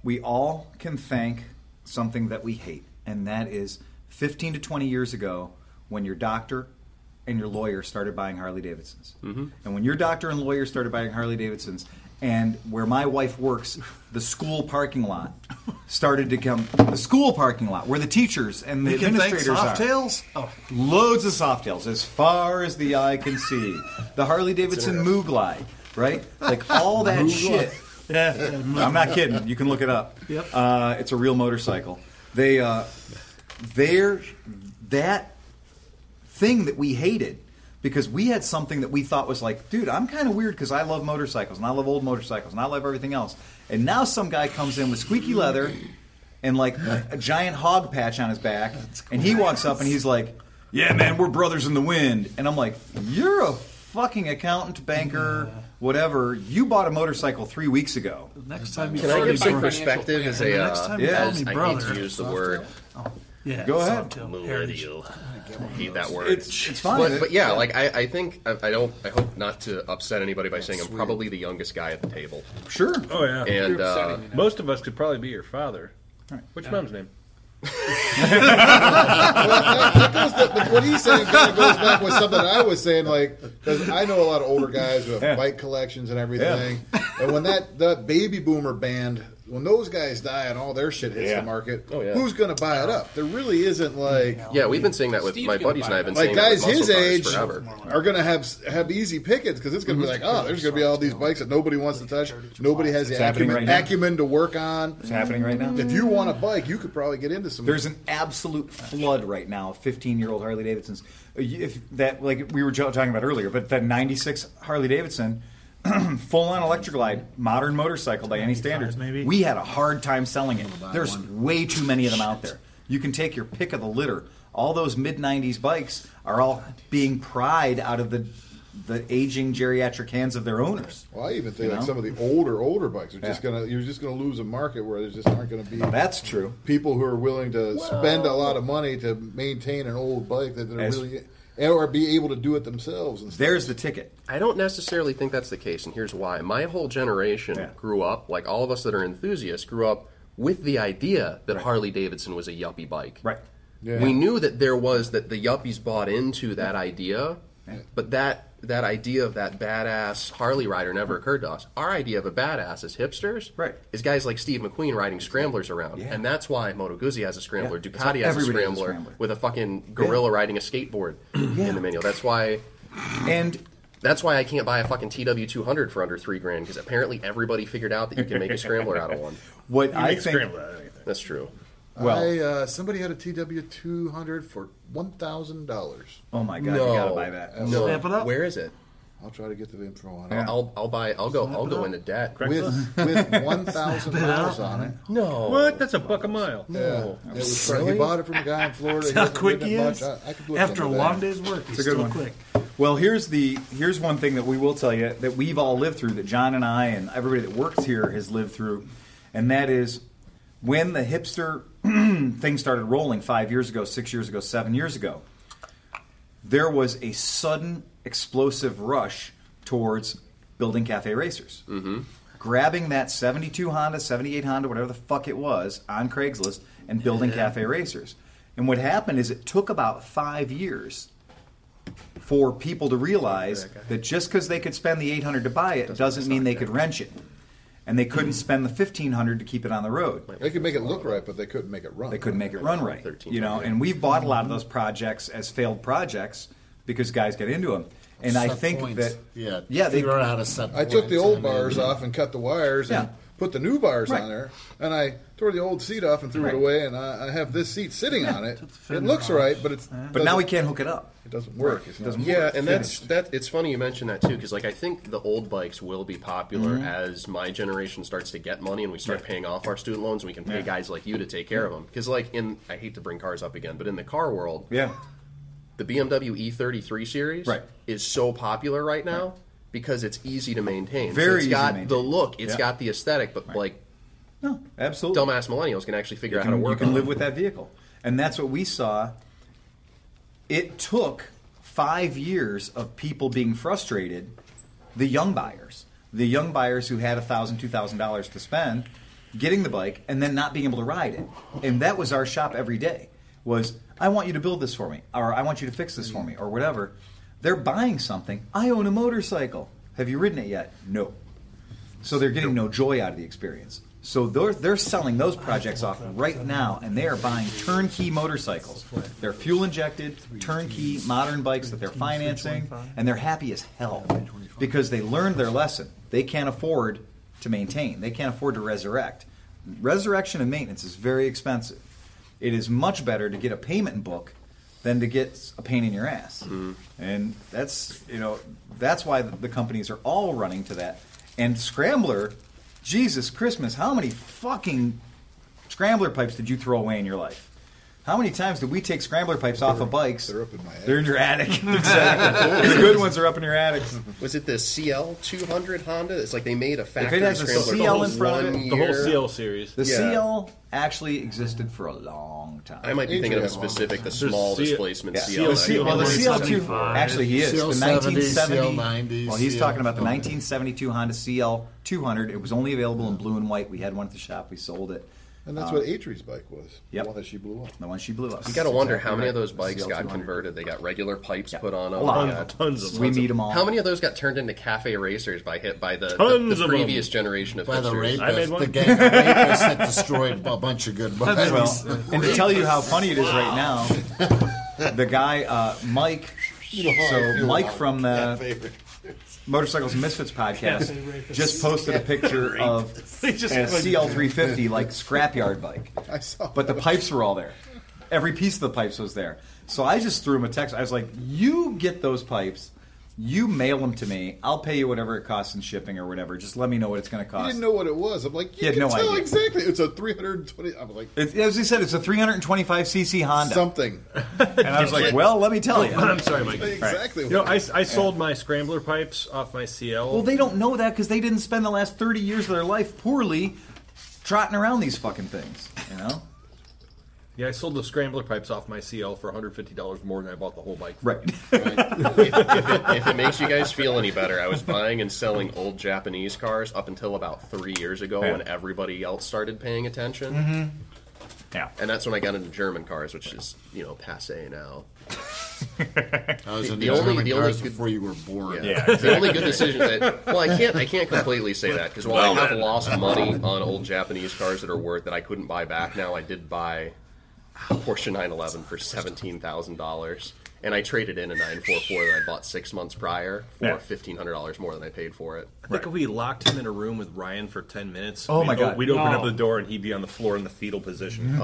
Speaker 1: We all can thank something that we hate, and that is 15 to 20 years ago when your doctor and your lawyer started buying Harley Davidsons. Mm-hmm. And when your doctor and lawyer started buying Harley Davidsons, and where my wife works, the school parking lot started to come. The school parking lot, where the teachers and the
Speaker 4: You can thank
Speaker 1: administrators are.
Speaker 4: Softails. Oh,
Speaker 1: Loads of soft tails as far as the eye can see. The Harley Davidson Mooglide, right? Like all that shit. I'm not kidding. You can look it up.
Speaker 4: Yep.
Speaker 1: Uh, it's a real motorcycle. They, uh, they're that thing that we hated because we had something that we thought was like, dude, I'm kind of weird because I love motorcycles and I love old motorcycles and I love everything else. And now some guy comes in with squeaky leather and like a, a giant hog patch on his back, and he walks up and he's like, "Yeah, man, we're brothers in the wind." And I'm like, "You're a fucking accountant, banker, whatever. You bought a motorcycle three weeks ago."
Speaker 4: next time you
Speaker 7: Can I
Speaker 4: call me
Speaker 7: give some
Speaker 4: brother.
Speaker 7: perspective as a?
Speaker 4: The next
Speaker 7: Uh,
Speaker 4: time
Speaker 1: you call
Speaker 7: as
Speaker 4: me
Speaker 7: I hate
Speaker 4: brother.
Speaker 7: to use the word
Speaker 4: Yeah,
Speaker 1: Go ahead.
Speaker 4: Softail, heritage.
Speaker 7: millennial. I hate that word.
Speaker 1: It's, it's fine.
Speaker 7: But, but yeah, like I, I think I, I don't. I hope not to upset anybody by saying I'm probably the youngest guy at the table.
Speaker 1: sure.
Speaker 9: Oh, yeah.
Speaker 7: And
Speaker 3: You're
Speaker 7: uh,
Speaker 3: upsetting me now.
Speaker 9: Most of us could probably be your father. What's your mom's name?
Speaker 6: But what he's saying kind of goes back with something I was saying, like because I know a lot of older guys who have
Speaker 1: Yeah.
Speaker 6: bike collections and everything. And when that that baby boomer band, when those guys die and all their shit hits
Speaker 1: Yeah.
Speaker 6: the market,
Speaker 7: Oh, yeah.
Speaker 6: who's going to buy it up? There really isn't like
Speaker 7: yeah, we've been saying that with
Speaker 3: Steve's
Speaker 7: my
Speaker 3: gonna
Speaker 7: buddies, and
Speaker 3: buy
Speaker 7: I've been
Speaker 3: that.
Speaker 6: like
Speaker 7: saying that with
Speaker 6: guys his
Speaker 7: muscle cars
Speaker 6: age
Speaker 7: forever. Mhm.
Speaker 6: are going to have have easy pickets because it's going to be like, oh, there's going to be all these bikes that nobody wants to touch. Nobody has the
Speaker 1: It's happening
Speaker 6: acumen,
Speaker 1: right now.
Speaker 6: acumen to work on.
Speaker 1: It's happening right now.
Speaker 6: If you want a bike, you could probably get into some.
Speaker 1: There's an absolute flood right now of 15 year old Harley Davidsons. Uh, you- If that, like we were jo- talking about earlier, but that 96 Harley Davidson, full on electroglide, modern motorcycle by any standards,
Speaker 4: maybe?
Speaker 1: we had a hard time selling it. There's way too many of them out there. You can take your pick of the litter. All those mid 90s bikes are all being pried out of the the aging geriatric hands of their owners.
Speaker 6: Well, I even think
Speaker 1: You
Speaker 6: like
Speaker 1: know?
Speaker 6: some of the older older bikes are just
Speaker 1: Yeah.
Speaker 6: gonna you're just gonna lose a market where there's just aren't gonna be
Speaker 1: That's true.
Speaker 6: people who are willing to spend a lot of money to maintain an old bike that they're
Speaker 1: As-
Speaker 6: really or be able to do it themselves. And stuff.
Speaker 1: There's the ticket.
Speaker 7: I don't necessarily think that's the case, and here's why. My whole generation
Speaker 1: Yeah.
Speaker 7: grew up, like all of us that are enthusiasts, grew up with the idea that Harley Davidson was a yuppie bike.
Speaker 1: Right.
Speaker 7: We knew that there was that the yuppies bought into that idea But that that idea of that badass Harley rider never occurred to us. Our idea of a badass is hipsters, right? Is guys like Steve McQueen riding scramblers around,
Speaker 1: Yeah.
Speaker 7: and that's why Moto Guzzi has a scrambler,
Speaker 1: Yeah. That's why
Speaker 7: Ducati has a
Speaker 1: everybody has a
Speaker 7: scrambler,
Speaker 1: scrambler.
Speaker 7: with a fucking gorilla riding a skateboard in the manual. That's why,
Speaker 1: and
Speaker 7: that's why I can't buy a fucking TW two hundred for under three grand because apparently everybody figured out that you can make a scrambler out of one.
Speaker 1: What You I make a think- scrambler
Speaker 7: that's true.
Speaker 1: Well-
Speaker 6: I, uh, somebody had a TW two hundred for one thousand dollars.
Speaker 1: Oh my God, you gotta buy that.
Speaker 7: No.
Speaker 1: Snap it up.
Speaker 7: Where is it?
Speaker 6: I'll try to get the info on
Speaker 7: I'll-
Speaker 6: it.
Speaker 7: I'll, I'll buy. I'll go. I'll go into debt
Speaker 6: with with one thousand miles on it.
Speaker 7: No.
Speaker 2: What? That's a buck a mile.
Speaker 6: Yeah, it was
Speaker 2: Really?
Speaker 6: He bought it from a guy in Florida.
Speaker 4: That's
Speaker 6: He
Speaker 4: how
Speaker 6: hasn't
Speaker 4: quick
Speaker 6: ridden
Speaker 4: he
Speaker 6: it
Speaker 4: is.
Speaker 6: much. I- I could look
Speaker 4: After a
Speaker 6: into
Speaker 4: long
Speaker 6: that.
Speaker 4: day's work, he's
Speaker 1: It's a good
Speaker 4: still
Speaker 1: one.
Speaker 4: quick.
Speaker 1: Well, here's the here's one thing that we will tell you that we've all lived through that John and I and everybody that works here has lived through, and that is when the hipster thing started rolling five years ago, six years ago, seven years ago. There was a sudden explosive rush towards building cafe racers. Mm-hmm. Grabbing that 72 Honda, 78 Honda, whatever the fuck it was, on Craigslist and building cafe racers. And what happened is it took about five years for people to realize that just because they could spend the 800 to buy it doesn't mean they could wrench it and they couldn't
Speaker 5: Mm-hmm.
Speaker 1: spend the 1500 to keep it on the road
Speaker 6: They could make it look right, but they couldn't make it run.
Speaker 1: they couldn't make it run right you know and we've bought a lot of those projects as failed projects because guys get into them and i
Speaker 5: Set
Speaker 1: think
Speaker 5: points.
Speaker 1: that
Speaker 5: Yeah,
Speaker 1: yeah they
Speaker 5: figure out how to set
Speaker 6: I took the
Speaker 5: points,
Speaker 6: old
Speaker 5: I mean,
Speaker 6: bars
Speaker 5: yeah.
Speaker 6: off and cut the wires and
Speaker 1: Yeah.
Speaker 6: put the new bars
Speaker 1: Right.
Speaker 6: on there, and I tore the old seat off and threw
Speaker 1: Right.
Speaker 6: it away, and I, I have this seat sitting
Speaker 1: Yeah,
Speaker 6: on it.
Speaker 1: fender
Speaker 6: It looks
Speaker 1: off.
Speaker 6: right, but it's
Speaker 1: but now we
Speaker 6: doesn't-
Speaker 1: can't hook it up
Speaker 6: It doesn't work. It's not-
Speaker 7: yeah, and that's that. It's funny you mentioned that too, because like I think the old bikes will be popular
Speaker 1: Mhm.
Speaker 7: as my generation starts to get money and we start
Speaker 1: Yeah.
Speaker 7: paying off our student loans. and We can pay
Speaker 1: Yeah.
Speaker 7: guys like you to take care of them. Because like in, I hate to bring cars up again, but in the car world,
Speaker 1: yeah
Speaker 7: the BMW E33 E series
Speaker 1: Right.
Speaker 7: is so popular right now because it's easy to maintain. So
Speaker 1: Very
Speaker 7: it's
Speaker 1: easy to
Speaker 7: got the
Speaker 1: maintain.
Speaker 7: look, it's
Speaker 1: Yeah.
Speaker 7: got the aesthetic, but like
Speaker 1: no absolutely
Speaker 7: dumbass millennials can actually figure
Speaker 1: you
Speaker 7: out
Speaker 1: can,
Speaker 7: how to work.
Speaker 1: you can
Speaker 7: on
Speaker 1: live
Speaker 7: it.
Speaker 1: with that vehicle and that's what we saw it took five years of people being frustrated the young buyers the young buyers who had $1000 $2000 to spend getting the bike and then not being able to ride it and that was our shop every day was i want you to build this for me or i want you to fix this for me or whatever they're buying something i own a motorcycle have you ridden it yet no so they're getting no joy out of the experience. So they're they're selling those projects off right now, and they are buying turnkey motorcycles. They're fuel injected, turnkey modern bikes that they're financing, and they're happy as hell because they learned their lesson. They can't afford to maintain. They can't afford to resurrect. Resurrection and maintenance is very expensive. It is much better to get a payment book than to get a pain in your ass. And that's you know that's why the companies are all running to that. And scrambler, Jesus Christmas, how many fucking scrambler pipes did you throw away in your life? How many times did we take scrambler pipes off of bikes? They're up in my attic. They're in your attic. exactly. The good ones are up in your attic.
Speaker 7: Was it the CL 200 Honda? It's like they made a factory
Speaker 1: has a
Speaker 7: scrambler for
Speaker 1: CL in front of
Speaker 7: one
Speaker 1: it- the whole CL
Speaker 7: year.
Speaker 1: The
Speaker 7: Yeah.
Speaker 1: CL actually existed for a long time.
Speaker 7: I might be thinking of a specific, the small
Speaker 1: There's
Speaker 7: displacement
Speaker 1: yeah.
Speaker 7: CL.
Speaker 1: The CL well, the CL2, actually, he is.
Speaker 5: CL
Speaker 1: the
Speaker 5: 70,
Speaker 1: 1970.
Speaker 5: CL 90,
Speaker 1: well, he's
Speaker 5: CL
Speaker 1: talking about the 1972 Honda CL200. It was only available in blue and white. We had one at the shop. We sold it.
Speaker 6: And that's
Speaker 1: Uh,
Speaker 6: what Atri's bike was.
Speaker 1: yep.
Speaker 6: The one that she blew up.
Speaker 1: The one she blew up.
Speaker 7: You got to wonder
Speaker 1: Exactly
Speaker 7: how many
Speaker 1: right.
Speaker 7: of those bikes got
Speaker 1: CL200.
Speaker 7: converted. They got regular pipes put on them.
Speaker 1: A lot.
Speaker 7: They got
Speaker 1: Tons of them. We meet 'em all.
Speaker 7: How many of those got turned into cafe racers by hit by the, the-
Speaker 5: Tons
Speaker 7: the,
Speaker 5: of 'em.
Speaker 7: previous generation of
Speaker 5: By the
Speaker 7: hipsters?
Speaker 5: rapists, the gang of rapists that destroyed a bunch of good bikes.
Speaker 1: Well, and to tell you how funny it is right now, the guy uh, Mike.
Speaker 5: You know how I
Speaker 1: So
Speaker 5: feel
Speaker 1: Mike
Speaker 5: about
Speaker 1: from
Speaker 5: cafe
Speaker 1: the Motorcycles and Misfits
Speaker 5: Cafe
Speaker 1: podcast
Speaker 5: rapists.
Speaker 1: just posted a picture of a
Speaker 5: They just clicked.
Speaker 1: CL350 like scrapyard bike, but the pipes were all there. Every piece of the pipes was there. So I just threw him a text. I was like, "You get those pipes." You mail them to me. I'll pay you whatever it costs in shipping or whatever. Just let me know what it's going to
Speaker 6: He
Speaker 1: cost.
Speaker 6: didn't know what it was. I'm like,
Speaker 1: He
Speaker 6: you
Speaker 1: had no
Speaker 6: can tell
Speaker 1: idea.
Speaker 6: exactly. It's a 320. I'm like,
Speaker 1: It, as he said, it's a 325cc Honda.
Speaker 6: Something.
Speaker 1: And I was like, well, let me tell you.
Speaker 2: I'm sorry, Mike.
Speaker 1: Exactly
Speaker 2: You know,
Speaker 1: what
Speaker 2: I,
Speaker 1: it is.
Speaker 2: I sold my scrambler pipes off my CL.
Speaker 1: Well, they don't know that because they didn't spend the last 30 years of their life poorly trotting around these fucking things, you know?
Speaker 2: Yeah, I sold the scrambler pipes off my CL for $150 more than I bought the whole bike.
Speaker 1: Right.
Speaker 7: if, it, if it makes you guys feel any better, I was buying and selling old Japanese cars up until about three years ago
Speaker 1: Yeah.
Speaker 7: when everybody else started paying attention.
Speaker 1: Mhm. Yeah.
Speaker 7: And that's when I got into German cars, which is, you know, passe now.
Speaker 5: I was
Speaker 7: The-
Speaker 5: in
Speaker 7: the
Speaker 5: the,
Speaker 7: only-
Speaker 5: only,
Speaker 7: the only
Speaker 5: cars
Speaker 7: good-
Speaker 5: before you were born.
Speaker 7: Yeah. The only good decision that well, I can't I can't completely say that because while
Speaker 5: Well,
Speaker 7: I have
Speaker 5: then.
Speaker 7: lost money on old Japanese cars that are worth that I couldn't buy back now, I did buy a Porsche 911 for seventeen thousand dollars, and I traded in a 944 that I bought six months prior for
Speaker 2: Yeah.
Speaker 7: fifteen hundred dollars more than I paid for it.
Speaker 2: I think if we locked him in a room with Ryan for ten minutes,
Speaker 7: Oh
Speaker 2: we'd,
Speaker 7: my God.
Speaker 2: we'd open
Speaker 7: No.
Speaker 2: up the door and he'd be on the floor in the fetal position.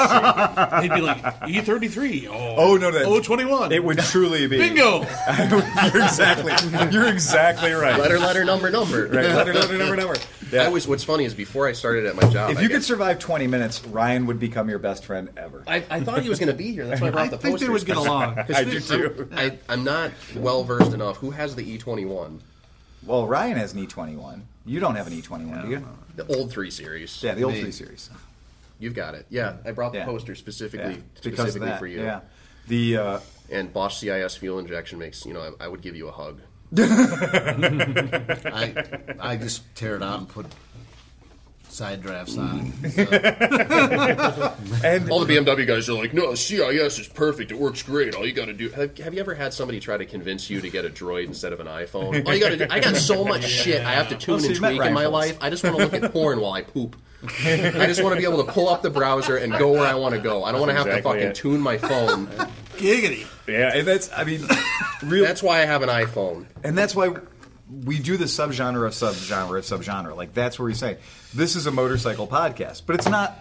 Speaker 1: Oh.
Speaker 2: he'd be like E33.
Speaker 1: Oh no, that
Speaker 2: Oh,
Speaker 4: 21.
Speaker 1: It would truly be
Speaker 2: Bingo.
Speaker 1: you're exactly. You're exactly right.
Speaker 7: Letter, letter, number, number.
Speaker 1: Right, letter, letter, number, number.
Speaker 7: I was. What's funny is before I started at my job,
Speaker 1: If
Speaker 7: I
Speaker 1: you
Speaker 7: got-
Speaker 1: could survive 20 minutes, Ryan would become your best friend ever.
Speaker 7: I, I thought he was going to be here. That's why I brought the posters.
Speaker 1: I do too.
Speaker 7: I, I'm not well versed enough. Who has the E E21?
Speaker 1: Well, Ryan has an E21. You don't have an E21, do you?
Speaker 7: The old three series.
Speaker 1: Yeah, the old
Speaker 7: Me.
Speaker 1: three series.
Speaker 7: You've got it. Yeah, I brought the
Speaker 1: Yeah.
Speaker 7: poster specifically
Speaker 1: Yeah, because of
Speaker 7: specifically
Speaker 1: that,
Speaker 7: for you.
Speaker 1: yeah. The uh,
Speaker 7: and Bosch CIS fuel injection makes you know I, I would give you a hug.
Speaker 5: I I just tear it out and put side drafts on it.
Speaker 1: and
Speaker 7: all the BMW guys are like, no, CIS is perfect. It works great. All you got to do. Have, have you ever had somebody try to convince you to get a Droid instead of an iPhone? All you got to do. I got so much shit. I have to tune
Speaker 1: Oh, so
Speaker 7: and
Speaker 1: you met
Speaker 7: tweak in my
Speaker 1: rifles.
Speaker 7: life. I just want to look at porn while I poop. I just want to be able to pull up the browser and go where I want to go. I don't want to have
Speaker 1: Exactly
Speaker 7: to fucking
Speaker 1: it.
Speaker 7: tune my phone.
Speaker 1: Giggity. Yeah, and that's I mean, real.
Speaker 7: That's why I have an iPhone.
Speaker 1: And that's why we do the subgenre of subgenre of subgenre. Like that's where we say this is a motorcycle podcast, but it's not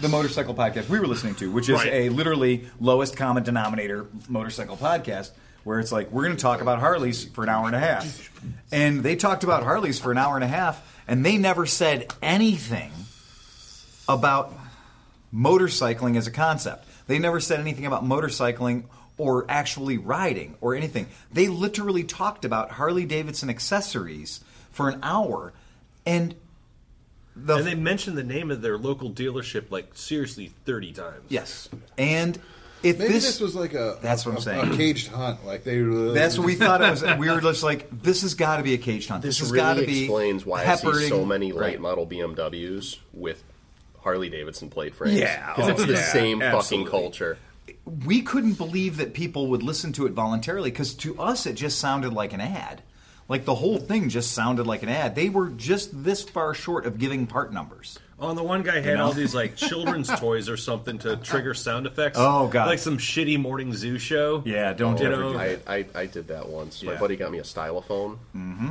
Speaker 1: the motorcycle podcast we were listening to, which is
Speaker 2: Right.
Speaker 1: a literally lowest common denominator motorcycle podcast. Where it's like we're going to talk about Harleys for an hour and a half, and they talked about Harleys for an hour and a half, and they never said anything about motorcycling as a concept. They never said anything about motorcycling or actually riding or anything. They literally talked about Harley Davidson accessories for an hour, and
Speaker 2: and they mentioned the name of their local dealership like seriously thirty times.
Speaker 1: yes, and if
Speaker 6: Maybe
Speaker 1: this,
Speaker 6: this, was like a
Speaker 1: that's what I'm
Speaker 6: a-
Speaker 1: saying.
Speaker 6: a caged hunt. Like uh, they.
Speaker 1: that's what we thought it was. We were just like, this has got to be a caged hunt. This, has
Speaker 7: This really
Speaker 1: got to be
Speaker 7: explains why I see
Speaker 1: peppering-
Speaker 7: so many late
Speaker 1: Right.
Speaker 7: model BMWs with Harley Davidson plate frames.
Speaker 1: Yeah,
Speaker 7: because
Speaker 1: oh,
Speaker 7: it's the
Speaker 1: yeah,
Speaker 7: same
Speaker 1: absolutely.
Speaker 7: fucking culture.
Speaker 1: we couldn't believe that people would listen to it voluntarily because to us it just sounded like an ad. Like the whole thing just sounded like an ad. They were just this far short of giving part numbers.
Speaker 2: Oh, and the one guy had
Speaker 1: You know?
Speaker 2: all these like children's toys or something to trigger sound effects.
Speaker 1: Oh, God.
Speaker 2: like some shitty morning zoo show.
Speaker 1: Yeah, don't
Speaker 2: you
Speaker 1: ever
Speaker 2: know?
Speaker 1: do
Speaker 7: I, I, I did that once. My
Speaker 2: Yeah.
Speaker 7: buddy got me a stylophone,
Speaker 1: Mm-hmm.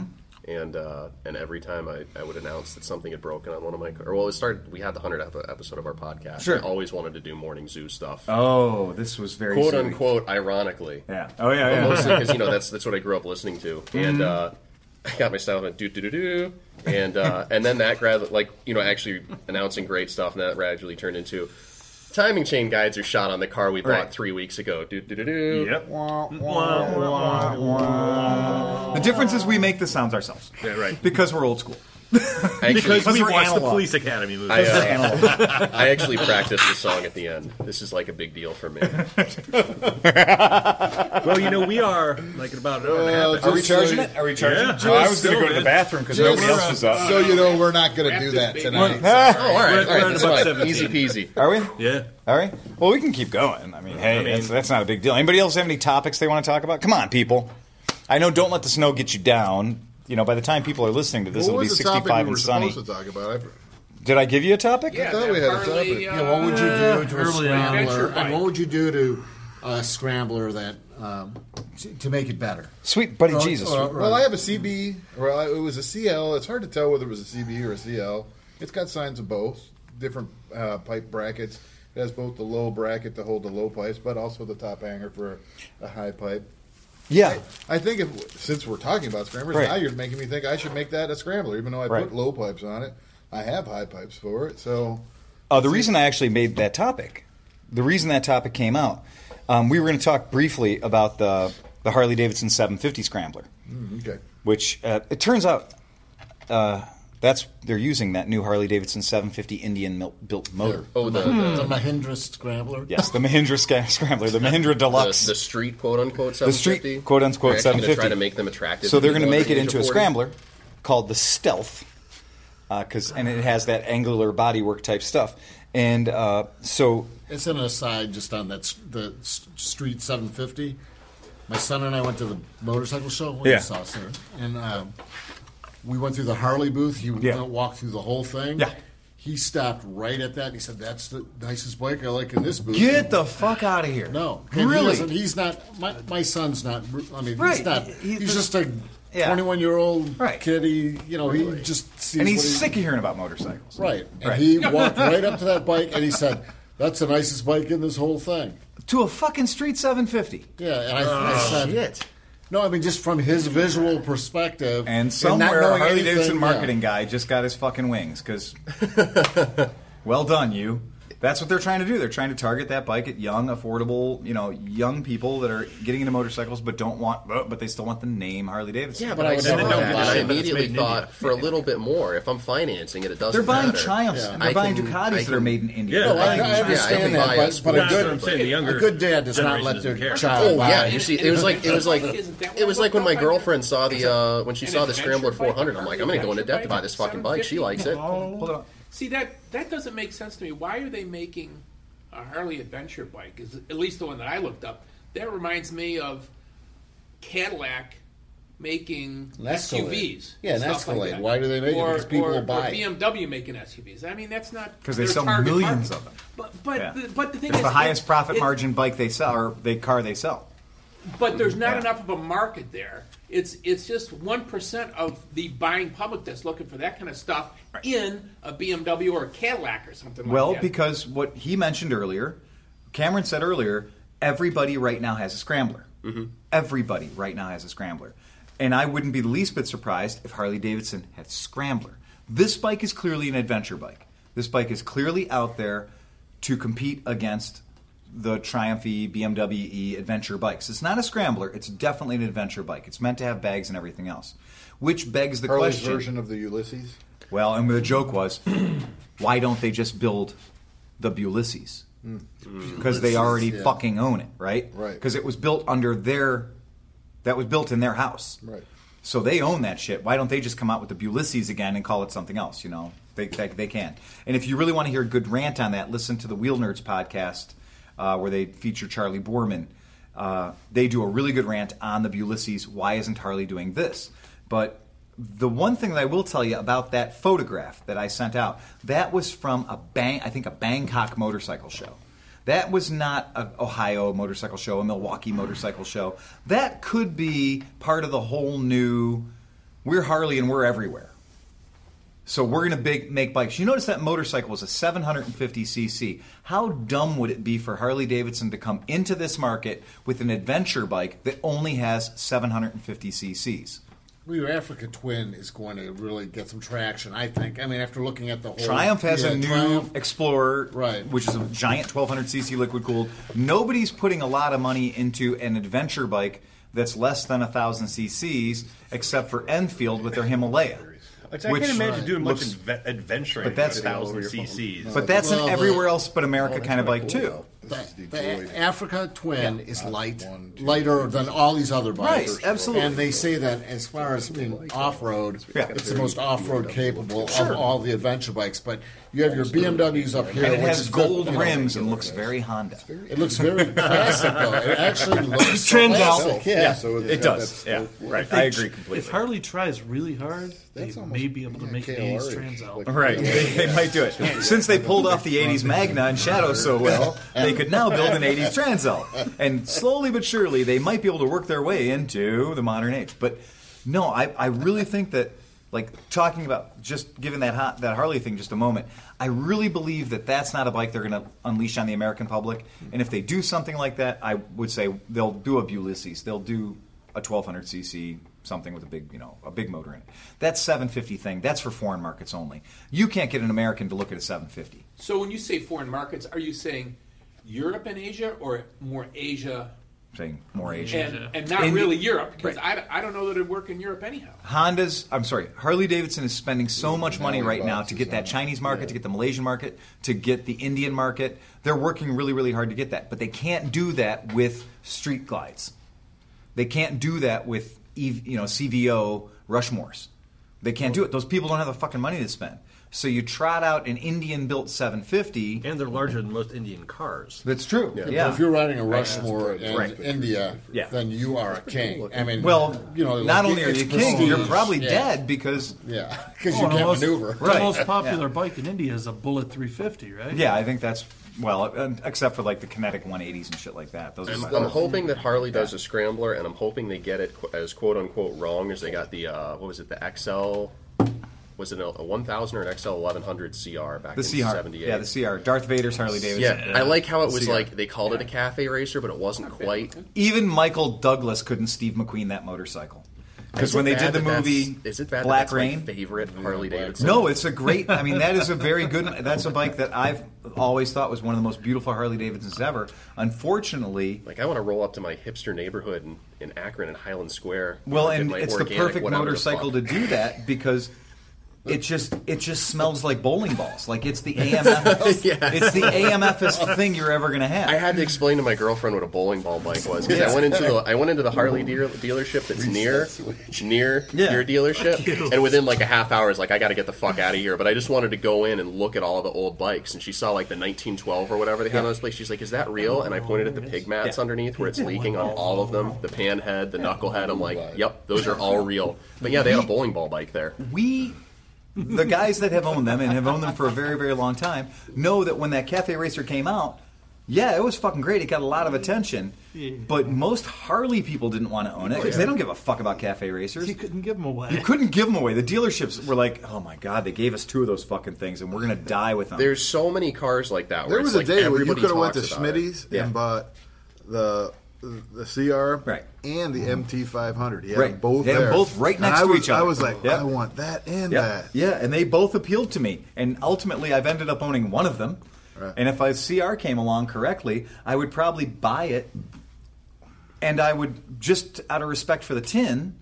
Speaker 7: and uh, and every time I, I would announce that something had broken on one of my car. Well, it started. We had the hundredth episode of our podcast.
Speaker 1: Sure.
Speaker 7: I always wanted to do morning zoo stuff.
Speaker 1: Oh, this was very
Speaker 7: quote
Speaker 1: silly.
Speaker 7: unquote ironically.
Speaker 1: Yeah. Oh, yeah, yeah.
Speaker 7: because you know that's that's what I grew up listening to, and
Speaker 2: Mm-hmm.
Speaker 1: Mhm.
Speaker 7: uh, I got my style do do do do, and uh, and then that grad like you know actually announcing great stuff, and that gradually turned into. Timing chain guides are shot on the car we bought
Speaker 1: Right.
Speaker 7: three weeks ago. Do do do do.
Speaker 2: Yep.
Speaker 1: The difference is we make the sounds ourselves.
Speaker 2: Yeah, right.
Speaker 1: Because we're old school.
Speaker 7: Actually-
Speaker 2: because we
Speaker 1: we're
Speaker 2: watched the
Speaker 1: analog.
Speaker 2: Police Academy movie.
Speaker 7: I, uh, I actually practiced the song at the end. This is like a big deal for me.
Speaker 2: well, you know, we are like in about an hour and a half.
Speaker 6: Well,
Speaker 2: Are we
Speaker 6: just
Speaker 2: charging
Speaker 6: so-
Speaker 2: it? Are we charging it?
Speaker 6: Just
Speaker 2: No, I was gonna
Speaker 6: so
Speaker 2: go to the
Speaker 6: that-
Speaker 2: bathroom 'cause
Speaker 6: just
Speaker 2: nobody else was up.
Speaker 6: So you know, we're not going to do that tonight.
Speaker 7: Oh, all right, all right, that's fine. Easy peasy.
Speaker 1: Are we?
Speaker 2: Yeah.
Speaker 1: All right. Well, we can keep going. I mean, hey, that's, that's not a big deal. Anybody else have any topics they want to talk about? Come on, people. I know. Don't let the snow get you down. You know, by the time people are listening to this,
Speaker 6: What
Speaker 1: it'll be
Speaker 6: was the topic we
Speaker 1: 65
Speaker 6: were
Speaker 1: and sunny.
Speaker 6: supposed to talk about? I-
Speaker 1: Did I give you a topic?
Speaker 6: I thought we had a
Speaker 3: uh,
Speaker 6: topic.
Speaker 5: Yeah, what would you do to a
Speaker 6: Early on.
Speaker 5: scrambler? And what would you do to a scrambler that um, to, to make it better?
Speaker 1: Sweet buddy
Speaker 5: Or-
Speaker 1: Jesus.
Speaker 5: or- or-
Speaker 6: Uh, Well, I have a CB. Well, I- it was a CL. It's hard to tell whether it was a CB or a CL. It's got signs of both different uh, pipe brackets. It has both the low bracket to hold the low pipes, but also the top hanger for a high pipe.
Speaker 1: Yeah.
Speaker 6: I, I think if, since we're talking about scramblers,
Speaker 1: Right.
Speaker 6: now you're making me think I should make that a scrambler, even though I
Speaker 1: Right.
Speaker 6: put low pipes on it. I have high pipes for it, so
Speaker 1: Uh, the reason I actually made that topic, the reason that topic came out, um, we were going to talk briefly about the the Harley Davidson 750 Scrambler,
Speaker 6: mm, okay.
Speaker 1: which uh, it turns out uh, that's they're using that new Harley Davidson 750 Indian mil- built motor.
Speaker 7: Oh, the,
Speaker 5: the
Speaker 7: the,
Speaker 5: Mahindra scrambler.
Speaker 1: Yes, the Mahindra Sca- Scrambler, the Mahindra Deluxe.
Speaker 7: the street quote unquote
Speaker 1: The
Speaker 7: 750.
Speaker 1: street, quote unquote,
Speaker 7: They're actually gonna
Speaker 1: 750.
Speaker 7: Try to make them attractive.
Speaker 1: So they're
Speaker 7: to
Speaker 1: going to make
Speaker 7: people under
Speaker 1: it into
Speaker 7: the age of
Speaker 1: a
Speaker 7: 40.
Speaker 1: scrambler called the Stealth, because and it has that angular bodywork type stuff. And uh, so
Speaker 5: It's an aside just on that s- the s- street 750. my son and I went to the motorcycle show. when
Speaker 1: Yeah.
Speaker 5: we saw Sarah. and um, we went through the Harley booth. He walked through the whole thing. Yeah. He stopped right at that. and He said, "That's the nicest bike I like in this booth."
Speaker 1: Get the fuck out of here!
Speaker 5: No, And he
Speaker 1: really?
Speaker 5: isn't- he's not. My, my son's not. I mean,
Speaker 1: Right.
Speaker 5: he's not.
Speaker 1: He's
Speaker 5: He's,
Speaker 1: the-
Speaker 5: just a
Speaker 1: Yeah.
Speaker 5: twenty-one-year-old kid. He, you know, he just sees
Speaker 1: and
Speaker 5: what he-
Speaker 1: he's sick of hearing about motorcycles.
Speaker 5: Right. And
Speaker 1: Right.
Speaker 5: he walked right up to that bike and he said, That's the nicest bike in this whole thing.
Speaker 1: To a fucking Street 750.
Speaker 5: Yeah. And I, I
Speaker 1: Oh,
Speaker 5: said, No, I mean, just from his visual perspective.
Speaker 1: And
Speaker 5: not
Speaker 1: somewhere,
Speaker 5: knowing
Speaker 1: Harley
Speaker 5: anything-
Speaker 1: Davidson
Speaker 5: yeah.
Speaker 1: marketing guy just got his fucking wings because, well done, you. That's what they're trying to do. They're trying to target that bike at young, affordable, you know, young people that are getting into motorcycles but don't want, but they still want the name Harley Davidson.
Speaker 7: Yeah, but I would never that. And I immediately thought for a little bit more. If I'm financing it, it doesn't.
Speaker 1: They're buying
Speaker 7: matter.
Speaker 1: Triumphs.
Speaker 7: Yeah.
Speaker 1: They're
Speaker 7: I
Speaker 1: buying
Speaker 7: can-
Speaker 1: Ducatis
Speaker 7: I
Speaker 1: that are
Speaker 7: can-
Speaker 1: made in India.
Speaker 7: Yeah,
Speaker 5: No, Oh, I, I
Speaker 7: can- yeah, can
Speaker 5: understand
Speaker 7: buy
Speaker 5: that,
Speaker 7: it
Speaker 5: but, but a
Speaker 7: with-
Speaker 5: good, a good dad does not let their child.
Speaker 7: Oh
Speaker 5: buy
Speaker 7: yeah,
Speaker 5: it.
Speaker 7: you see, it was like it was like it was like when my girlfriend saw the uh, when she saw the Scrambler 400. I'm like, I'm gonna go into debt to buy this fucking bike. She likes it.
Speaker 1: Hold on.
Speaker 3: See that that doesn't make sense to me. Why are they making a Harley adventure bike? Is at least the one that I looked up. That reminds me of Cadillac making
Speaker 5: An Escalade.
Speaker 3: SUVs.
Speaker 5: Yeah, an
Speaker 3: stuff like
Speaker 5: Escalade.
Speaker 3: that.
Speaker 5: Why do they make it?
Speaker 3: Or-
Speaker 5: Because people
Speaker 3: or-
Speaker 5: will buy
Speaker 3: or
Speaker 5: it.
Speaker 3: BMW making SUVs. I mean, that's not
Speaker 1: because they
Speaker 3: their
Speaker 1: sell
Speaker 3: target
Speaker 1: millions
Speaker 3: market.
Speaker 1: of them.
Speaker 3: But but
Speaker 1: Yeah.
Speaker 3: the, but the thing
Speaker 1: it's
Speaker 3: is
Speaker 1: the highest
Speaker 3: it-
Speaker 1: profit
Speaker 3: it-
Speaker 1: margin bike they sell or the car they sell.
Speaker 3: But there's not
Speaker 1: Yeah.
Speaker 3: enough of a market there. It's it's just one percent of the buying public that's looking for that kind of stuff in a BMW or a Cadillac or something
Speaker 1: Well,
Speaker 3: like that.
Speaker 1: because what he mentioned earlier, Cameron said earlier, everybody right now has a scrambler.
Speaker 6: Mm-hmm.
Speaker 1: Everybody right now has a scrambler. And I wouldn't be the least bit surprised if Harley Davidson had scrambler. This bike is clearly an adventure bike. This bike is clearly out there to compete against the Triumph E, BMW E adventure bikes. It's not a scrambler, it's definitely an adventure bike. It's meant to have bags and everything else. Which begs the
Speaker 6: Harley's
Speaker 1: question
Speaker 6: version of the Ulysses.
Speaker 1: well, and the joke was, why don't they just build the Ulysses?
Speaker 6: Mm.
Speaker 1: Because they already
Speaker 6: Yeah.
Speaker 1: fucking own it, right?
Speaker 6: Right.
Speaker 1: Because it was built under their, that was built in their house.
Speaker 6: Right.
Speaker 1: So they own that shit. Why don't they just come out with the Ulysses again and call it something else? You know, they they, they can. And if you really want to hear a good rant on that, listen to the Wheel Nerds podcast uh, where they feature Charlie Borman. Uh, they do a really good rant on the Ulysses. Why isn't Harley doing this? But the one thing that I will tell you about that photograph that I sent out, that was from a bang, I think a Bangkok motorcycle show. That was not a Ohio motorcycle show, a Milwaukee motorcycle show. That could be part of the whole new we're Harley and we're everywhere. So we're going to big make bikes. You notice that motorcycle was a 750cc. How dumb would it be for Harley Davidson to come into this market with an adventure bike that only has 750cc's?
Speaker 5: Your Africa Twin is going to really get some traction, I think. I mean, after looking at the whole
Speaker 1: Triumph has
Speaker 5: Yeah,
Speaker 1: a new
Speaker 5: Triumph-
Speaker 1: Explorer, which is a giant 1200cc liquid cooled. Nobody's putting a lot of money into an adventure bike that's less than 1000 cc's, except for Enfield with their Himalaya.
Speaker 2: Like, I can't imagine doing much adve- adventuring.
Speaker 1: But that's
Speaker 2: with a thousand cc's.
Speaker 1: But that's
Speaker 5: Well,
Speaker 1: an
Speaker 5: the-
Speaker 1: everywhere else but
Speaker 5: Oh,
Speaker 1: America kind of bike too.
Speaker 5: The, the Africa Twin is light, lighter than all these other bikes.
Speaker 1: Right, absolutely.
Speaker 5: And they say that as far as being off road,
Speaker 1: Yeah.
Speaker 5: it's the most off road capable
Speaker 1: Sure.
Speaker 5: of all the adventure bikes. But you have your BMWs up here,
Speaker 1: and it
Speaker 5: which
Speaker 1: has
Speaker 5: is
Speaker 1: gold
Speaker 5: you know,
Speaker 1: rims and looks very Honda.
Speaker 5: It looks very classic, though. It actually looks
Speaker 1: trends
Speaker 5: classic.
Speaker 1: out. Yeah, it does. Yeah, right. I agree completely.
Speaker 4: If Harley tries really hard, they may be able to make these trends out.
Speaker 1: Right, they, they might do it. Since they pulled off the 80s Magna and Shadow so well, they could now build an 80s Transel. And slowly but surely, they might be able to work their way into the modern age. But no, I, I really think that, like, talking about just giving that, hot, that Harley thing just a moment, I really believe that that's not a bike they're going to unleash on the American public. And if they do something like that, I would say they'll do a Ulysses. They'll do a 1200cc something with a big you know a big motor in it that 750 thing that's for foreign markets only you can't get an american to look at a 750
Speaker 3: So when you say foreign markets, are you saying Europe and Asia, or more Asia
Speaker 1: saying more asian
Speaker 3: and, and not
Speaker 1: Indi-
Speaker 3: really Europe? Because I, I don't know that it'd work in Europe anyhow.
Speaker 1: honda's i'm sorry harley davidson is spending so much money right now to get that chinese market to get the malaysian market to get the indian market they're working really really hard to get that but they can't do that with street glides they can't do that with E EV, you know cvo rushmores they can't do it those people don't have the fucking money to spend So you trot out an Indian built 750.
Speaker 9: And they're larger than most Indian cars.
Speaker 1: That's true.
Speaker 5: Yeah. If you're riding a Rushmore in
Speaker 1: Right.
Speaker 5: India,
Speaker 1: Yeah.
Speaker 5: then you are a king. I mean,
Speaker 1: well,
Speaker 5: you know,
Speaker 1: not
Speaker 5: like,
Speaker 1: only are
Speaker 5: it's
Speaker 1: you king,
Speaker 5: prestige.
Speaker 1: you're probably
Speaker 5: Yeah.
Speaker 1: dead because
Speaker 5: Yeah, because
Speaker 4: Oh,
Speaker 5: you
Speaker 4: and the
Speaker 5: can't
Speaker 4: most-
Speaker 5: maneuver.
Speaker 4: The most popular bike in India is a Bullet 350, right?
Speaker 1: Yeah, I think that's well, uh, except for like the kinetic 180s and shit like that. Those
Speaker 7: I'm,
Speaker 1: are
Speaker 7: I'm hoping that Harley does a scrambler, and I'm hoping they get it qu- as quote unquote wrong as they got the uh, what was it the XL was it a, a 1000 or an XL 1100 CR back
Speaker 1: the
Speaker 7: in
Speaker 1: CR.
Speaker 7: 78.
Speaker 1: Yeah, the CR. Darth Vader's Harley Davidson. Uh,
Speaker 7: Yeah, I like how it was
Speaker 1: CR.
Speaker 7: like they called it a cafe racer, but it wasn't quite.
Speaker 1: even Michael Douglas couldn't Steve McQueen that motorcycle because
Speaker 7: Is it
Speaker 1: when they did
Speaker 7: bad
Speaker 1: the
Speaker 7: that that's-
Speaker 1: movie
Speaker 7: is it bad that
Speaker 1: Black
Speaker 7: that's
Speaker 1: Rain.
Speaker 7: My favorite Harley Davidson.
Speaker 1: No, it's a great. I mean, that is a very good. That's a bike that I've always thought was one of the most beautiful Harley Davidsons ever. Unfortunately,
Speaker 7: like I want to roll up to my hipster neighborhood in, in Akron and Highland Square.
Speaker 1: Well,
Speaker 7: get
Speaker 1: and
Speaker 7: my
Speaker 1: it's the
Speaker 7: organic
Speaker 1: perfect
Speaker 7: whatever the
Speaker 1: motorcycle
Speaker 7: fuck.
Speaker 1: to do that because it just it just smells like bowling balls. Like it's the AMF. It's the AMFest thing you're ever gonna have.
Speaker 7: I had to explain to my girlfriend what a bowling ball bike was because
Speaker 1: Yeah.
Speaker 7: I went into the I went into the Harley dealer, dealership that's near near
Speaker 1: Yeah.
Speaker 7: your dealership, and within like a half hour, it's like I got to get the fuck out of here. But I just wanted to go in and look at all the old bikes, and she saw like the 1912 or whatever they had on display. She's like, "Is that real?" And I pointed at the pig mats underneath where it's leaking on all of them, the pan head, the knucklehead. I'm like, "Yep, those are all real." But yeah, they had a bowling ball bike there.
Speaker 1: we the guys that have owned them and have owned them for a very very long time know that when that cafe racer came out yeah it was fucking great it got a lot of attention but most harley people didn't want to own it
Speaker 7: Oh,
Speaker 1: because they don't give a fuck about cafe racers
Speaker 4: You couldn't give them away.
Speaker 1: you couldn't give them away the dealerships were like oh my god they gave us two of those fucking things and we're gonna die with them
Speaker 7: There's so many cars like that. Where
Speaker 6: There was
Speaker 7: it's
Speaker 6: a
Speaker 7: like
Speaker 6: day where you
Speaker 7: everybody
Speaker 6: could have went to
Speaker 7: talks about it.
Speaker 6: Schmitty's
Speaker 1: Yeah.
Speaker 6: and bought the the CR
Speaker 1: Right. Mm-hmm.
Speaker 6: and the MT500. He had
Speaker 1: Right.
Speaker 6: them both
Speaker 1: They had them
Speaker 6: there.
Speaker 1: both right
Speaker 6: And
Speaker 1: next
Speaker 6: I
Speaker 1: to
Speaker 6: was,
Speaker 1: each other.
Speaker 6: I was like,
Speaker 1: Yep.
Speaker 6: I want that and
Speaker 1: Yeah,
Speaker 6: that.
Speaker 1: Yeah, and they both appealed to me, and ultimately I've ended up owning one of them.
Speaker 6: Right.
Speaker 1: And if a CR came along correctly, I would probably buy it, and I would just out of respect for the tin,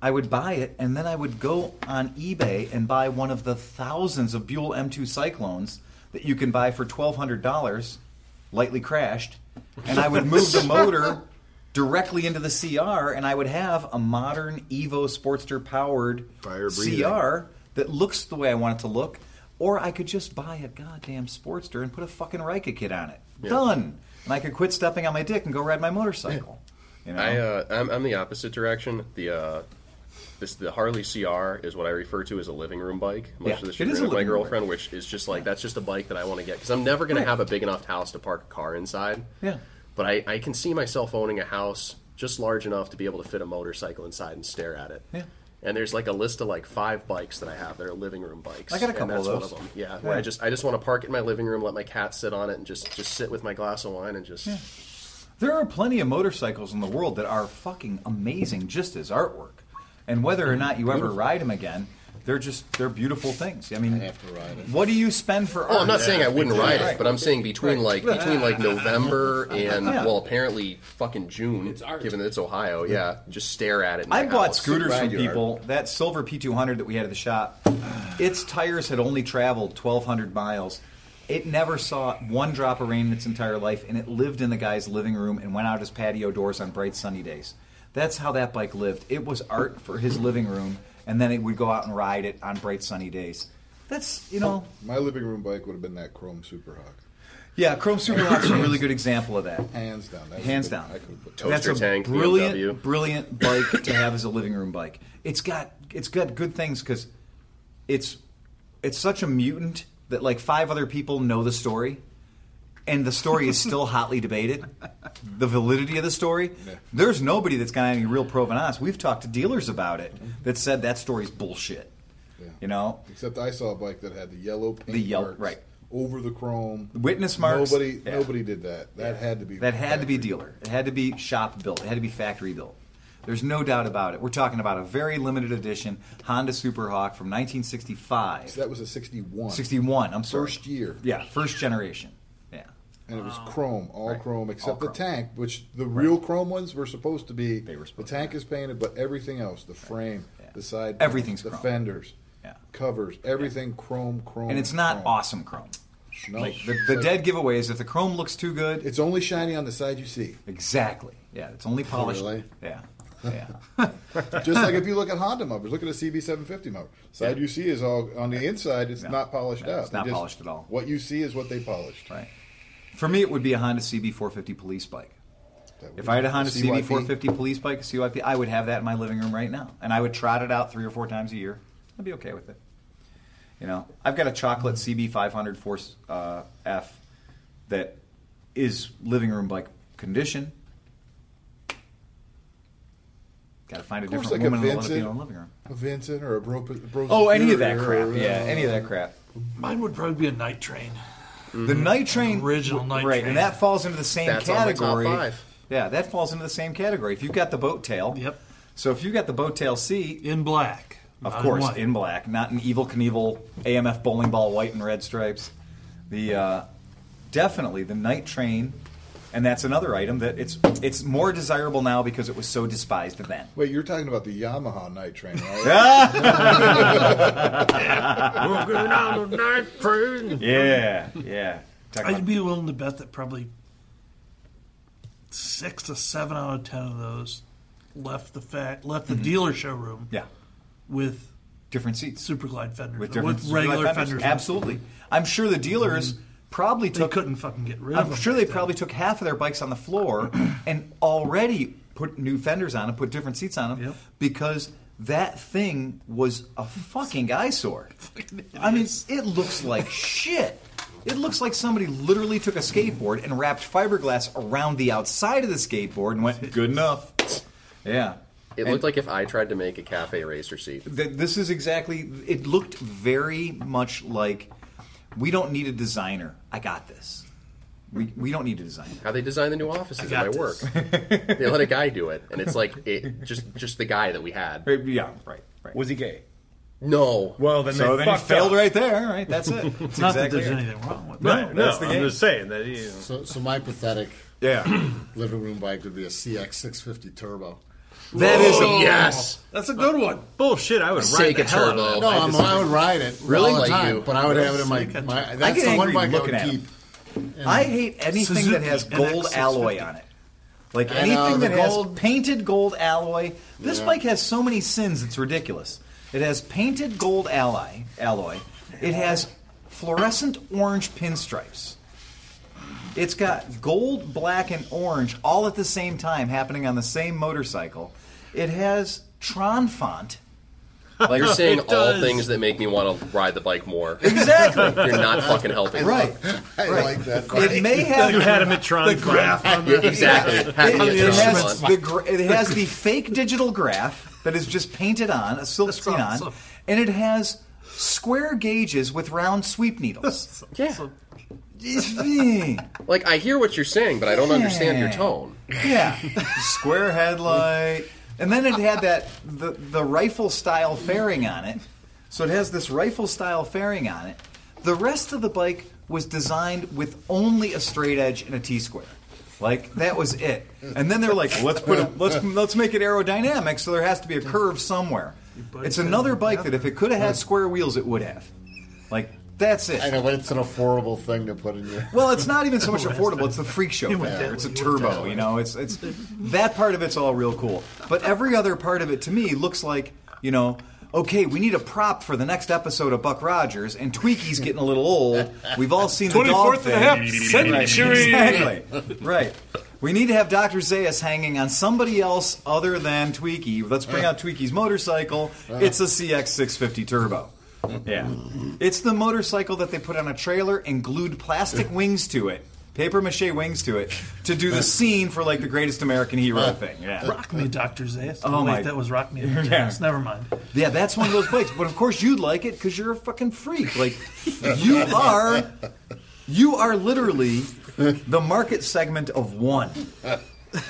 Speaker 1: I would buy it, and then I would go on eBay and buy one of the thousands of Buell M2 Cyclones that you can buy for twelve hundred dollars, lightly crashed, and I would move the motor. Directly into the CR, and I would have a modern Evo Sportster powered
Speaker 6: Fire breathing.
Speaker 1: CR that looks the way I want it to look, or I could just buy a goddamn Sportster and put a fucking Rika kit on it. Done. And I could quit stepping on my dick and go ride my motorcycle. You know?
Speaker 7: I, uh, I'm, I'm the opposite direction. The uh, this the Harley CR is what I refer to as a living room bike. Much
Speaker 1: Yeah,
Speaker 7: to the
Speaker 1: it is a
Speaker 7: chagrin of my
Speaker 1: living room bike.
Speaker 7: girlfriend, which is just like that's just a bike that I want to get because I'm never going to have a big enough house to park a car inside.
Speaker 1: Yeah.
Speaker 7: but I, I can see myself owning a house just large enough to be able to fit a motorcycle inside and stare at it.
Speaker 1: Yeah.
Speaker 7: And there's like a list of like five bikes that I have that are living room bikes.
Speaker 1: I got a couple
Speaker 7: and that's
Speaker 1: of
Speaker 7: one
Speaker 1: those.
Speaker 7: of them. Yeah, where
Speaker 1: Yeah.
Speaker 7: I just I just want to park it in my living room, let my cat sit on it, and just just sit with my glass of wine and just
Speaker 1: there are plenty of motorcycles in the world that are fucking amazing just as artwork. And whether or not you ever ride them again, they're just they're beautiful things. I mean,
Speaker 5: have to ride it.
Speaker 1: what do you spend for art?
Speaker 7: Well, I'm not saying I wouldn't ride
Speaker 1: Right.
Speaker 7: it, but I'm saying between
Speaker 1: Right.
Speaker 7: like between like November and
Speaker 1: Yeah.
Speaker 7: well, apparently fucking June,
Speaker 3: It's art.
Speaker 7: given that it's Ohio. Yeah, just stare at it. in
Speaker 1: I
Speaker 7: my
Speaker 1: bought
Speaker 7: house.
Speaker 1: scooters from
Speaker 7: Ride your art.
Speaker 1: people. That silver P200 that we had at the shop, its tires had only traveled 1,200 miles. It never saw one drop of rain in its entire life, and it lived in the guy's living room and went out his patio doors on bright sunny days. That's how that bike lived. It was art for his living room, and then it would go out and ride it on bright sunny days. That's you know,
Speaker 6: My living room bike would have been that Chrome Superhawk.
Speaker 1: yeah. Chrome Superhawk's a really good example of that.
Speaker 6: Hands down. That
Speaker 1: Hands
Speaker 6: would've
Speaker 1: down.
Speaker 6: been- I could have put
Speaker 1: That's
Speaker 7: Toaster
Speaker 1: a
Speaker 7: tank,
Speaker 1: brilliant,
Speaker 7: BMW.
Speaker 1: brilliant bike to have as a living room bike. It's got it's got good things because it's it's such a mutant that like five other people know the story, and the story is still hotly debated. The validity of the story. There's nobody that's got any real provenance. We've talked to dealers about it that said that story's bullshit.
Speaker 6: Yeah.
Speaker 1: You know,
Speaker 6: Except I saw a bike that had the yellow paint
Speaker 1: The yellow-
Speaker 6: marks
Speaker 1: right.
Speaker 6: over the chrome.
Speaker 1: Witness marks.
Speaker 6: Nobody
Speaker 1: Yeah.
Speaker 6: nobody did that. That had to be
Speaker 1: That had to be
Speaker 6: factory.
Speaker 1: dealer. It had to be shop built. It had to be factory built. There's no doubt about it. We're talking about a very limited edition Honda Superhawk from 1965.
Speaker 6: So that was a 61.
Speaker 1: 61, I'm sorry.
Speaker 6: First year.
Speaker 1: Yeah, first generation. Yeah.
Speaker 6: and it was chrome, all
Speaker 1: Right.
Speaker 6: chrome except
Speaker 1: All chrome.
Speaker 6: the tank, which the real chrome ones were supposed to be.
Speaker 1: They were supposed
Speaker 6: the tank is painted, but everything else, the frame,
Speaker 1: Yeah.
Speaker 6: the side,
Speaker 1: Everything's
Speaker 6: panels, the
Speaker 1: chrome.
Speaker 6: fenders,
Speaker 1: Yeah.
Speaker 6: covers, everything chrome, chrome,
Speaker 1: And it's not
Speaker 6: chrome.
Speaker 1: awesome chrome.
Speaker 6: No.
Speaker 1: Like the, the
Speaker 6: It's
Speaker 1: dead giveaway is if the chrome looks too good,
Speaker 6: It's only shiny on the side you see.
Speaker 1: exactly. Yeah, it's only polished.
Speaker 5: really?
Speaker 1: Yeah. Yeah.
Speaker 6: Just like if you look at Honda motors, look at a CB750 motor. Side you see is all on the inside. It's not polished
Speaker 1: Yeah,
Speaker 6: out.
Speaker 1: it's not
Speaker 6: It just-
Speaker 1: polished at all.
Speaker 6: What you see is what they polished.
Speaker 1: Right. For me, it would be a Honda CB450 police bike. If I had a Honda
Speaker 6: CYP.
Speaker 1: CB450 police bike, a CYP, I would have that in my living room right now, and I would trot it out three or four times a year. I'd be okay with it. You know, I've got a chocolate CB500 Force uh, F that is living room bike condition. Got to find a
Speaker 6: Of course,
Speaker 1: different
Speaker 6: like a
Speaker 1: woman to let it be in
Speaker 6: Vincent,
Speaker 1: the living room.
Speaker 6: a Vincent or a Bro. Bro
Speaker 1: Oh, any of that
Speaker 6: Superior
Speaker 1: crap.
Speaker 6: or,
Speaker 1: Yeah,
Speaker 6: uh,
Speaker 1: any of that crap.
Speaker 4: Mine would probably be a night train.
Speaker 1: The night train,
Speaker 4: Original Night
Speaker 1: right,
Speaker 4: Train.
Speaker 1: and that falls into the same
Speaker 7: That's on my top
Speaker 1: category.
Speaker 7: five.
Speaker 1: Yeah, that falls into the same category. If you've got the boat tail,
Speaker 4: Yep.
Speaker 1: So if you've got the boat tail seat,
Speaker 4: In black.
Speaker 1: of
Speaker 4: not in
Speaker 1: course,
Speaker 4: white.
Speaker 1: in black, not an evil Knievel AMF bowling ball, white and red stripes. The uh, definitely the night train, and that's another item that it's it's more desirable now because it was so despised then.
Speaker 6: Wait, you're talking about the Yamaha night train, right?
Speaker 9: We're going on a night train.
Speaker 1: Yeah, yeah. Talk about-
Speaker 4: I'd be willing to bet that probably six to seven out of ten of those left the fact left the dealer showroom
Speaker 1: Mm-hmm. yeah,
Speaker 4: with
Speaker 1: different seats.
Speaker 4: Superglide fenders
Speaker 1: with different
Speaker 4: with, regular fenders. on.
Speaker 1: Absolutely. I'm sure the dealers probably
Speaker 4: they
Speaker 1: took.
Speaker 4: couldn't fucking get rid of
Speaker 1: I'm
Speaker 4: them.
Speaker 1: sure they
Speaker 4: back
Speaker 1: probably took half of their bikes on the floor and already put new fenders on them, put different seats on them,
Speaker 4: Yep.
Speaker 1: because that thing was a fucking eyesore. I mean, it looks like shit. It looks like somebody literally took a skateboard and wrapped fiberglass around the outside of the skateboard and went, "Good enough." Yeah.
Speaker 7: It looked like if I tried to make a cafe racer seat.
Speaker 1: Th- this is exactly it looked very much like we don't need a designer i got this we, we don't need a designer
Speaker 7: How they design the new offices at
Speaker 4: got
Speaker 7: my work? they let a guy do it, and it's like it just just the guy that we had.
Speaker 1: Right, yeah right right
Speaker 2: Was he gay?
Speaker 7: No,
Speaker 2: Well, then
Speaker 1: so
Speaker 2: they
Speaker 1: then he
Speaker 2: fucked
Speaker 1: failed
Speaker 2: up.
Speaker 1: right there right that's it That's
Speaker 4: there. Not that
Speaker 1: exactly
Speaker 4: there's
Speaker 1: it.
Speaker 4: anything wrong with
Speaker 2: No,
Speaker 4: that.
Speaker 2: no,
Speaker 1: that's the
Speaker 2: I'm
Speaker 1: game.
Speaker 2: just saying that. uh, You know,
Speaker 5: So, so my pathetic
Speaker 1: yeah
Speaker 5: living room bike would be a CX650 Turbo.
Speaker 1: that is a
Speaker 7: yes,
Speaker 4: That's a good one.
Speaker 2: bullshit. I would ride the
Speaker 7: Sega
Speaker 2: hell out of
Speaker 7: Turbo.
Speaker 5: No, I'm, Oh, I would ride it
Speaker 7: Really?
Speaker 5: all the
Speaker 7: Like
Speaker 5: time,
Speaker 7: you.
Speaker 5: but I would have it in my. my that's
Speaker 1: get
Speaker 5: the one
Speaker 1: angry
Speaker 5: bike I
Speaker 1: looking
Speaker 5: would
Speaker 1: at 'em.
Speaker 5: keep.
Speaker 1: i hate anything that has
Speaker 4: Suzuki
Speaker 1: gold
Speaker 4: NX650.
Speaker 1: alloy on it like
Speaker 5: I know,
Speaker 1: anything
Speaker 5: the
Speaker 1: that has
Speaker 5: gold-
Speaker 1: painted gold alloy this
Speaker 5: Yeah.
Speaker 1: bike has so many sins it's ridiculous it has painted gold alloy alloy it has fluorescent orange pinstripes It's got gold, black, and orange all at the same time happening on the same motorcycle. It has Tron font.
Speaker 7: Like you're saying all
Speaker 4: does.
Speaker 7: things that make me want to ride the bike more.
Speaker 1: Exactly.
Speaker 7: You're not fucking helping.
Speaker 1: right.
Speaker 5: I
Speaker 1: Right.
Speaker 5: like that.
Speaker 1: It may have
Speaker 2: You had him at Tron.
Speaker 1: the
Speaker 2: Fun.
Speaker 1: graph.
Speaker 7: Yeah, exactly. Happy
Speaker 1: It,
Speaker 7: to
Speaker 1: it
Speaker 7: turn
Speaker 1: has
Speaker 7: on.
Speaker 1: the gra- it has the fake digital graph that is just painted on, a silk screen on,
Speaker 4: awesome.
Speaker 1: and it has square gauges with round sweep needles.
Speaker 7: Yeah.
Speaker 1: yeah.
Speaker 7: Like I hear what you're saying, but I don't understand your
Speaker 1: Yeah.
Speaker 7: tone.
Speaker 1: Square headlight. And then it had that the, the rifle style fairing on it. So it has this rifle style fairing on it. The rest of the bike was designed with only a straight edge and a T square. Like that was it. And then they're like, let's put a, let's let's make it aerodynamic, so there has to be a curve somewhere. It's another bike that if it could have had square wheels, it would have. Like that's it.
Speaker 5: I know, but it's an affordable thing to put in your.
Speaker 1: Well, it's not even so much affordable. It's the freak show factor. It's a turbo. You know, it's it's that part of it's all real cool. But every other part of it to me looks like you know. Okay, we need a prop for the next episode of Buck Rogers, and Tweaky's getting a little old. We've all seen the dog
Speaker 10: 24th
Speaker 1: thing.
Speaker 10: and a half
Speaker 1: Right,
Speaker 10: century.
Speaker 1: Exactly. Right. We need to have Dr. Zayas hanging on somebody else other than Tweaky. Let's bring out Tweaky's motorcycle. It's a CX650 Turbo. Yeah. It's the motorcycle that they put on a trailer and glued plastic wings to it, paper mache wings to it, to do the scene for like the greatest American hero thing. Yeah.
Speaker 4: Rock me, Doctor Zayas.
Speaker 1: Oh,
Speaker 4: Oh, wait,
Speaker 1: my-
Speaker 4: that was Rock me, Dr.
Speaker 1: Yeah.
Speaker 4: Zayas. Never mind.
Speaker 1: Yeah, that's one of those bikes. But of course you'd like it because you're a fucking freak. Like you are you are literally the market segment of one.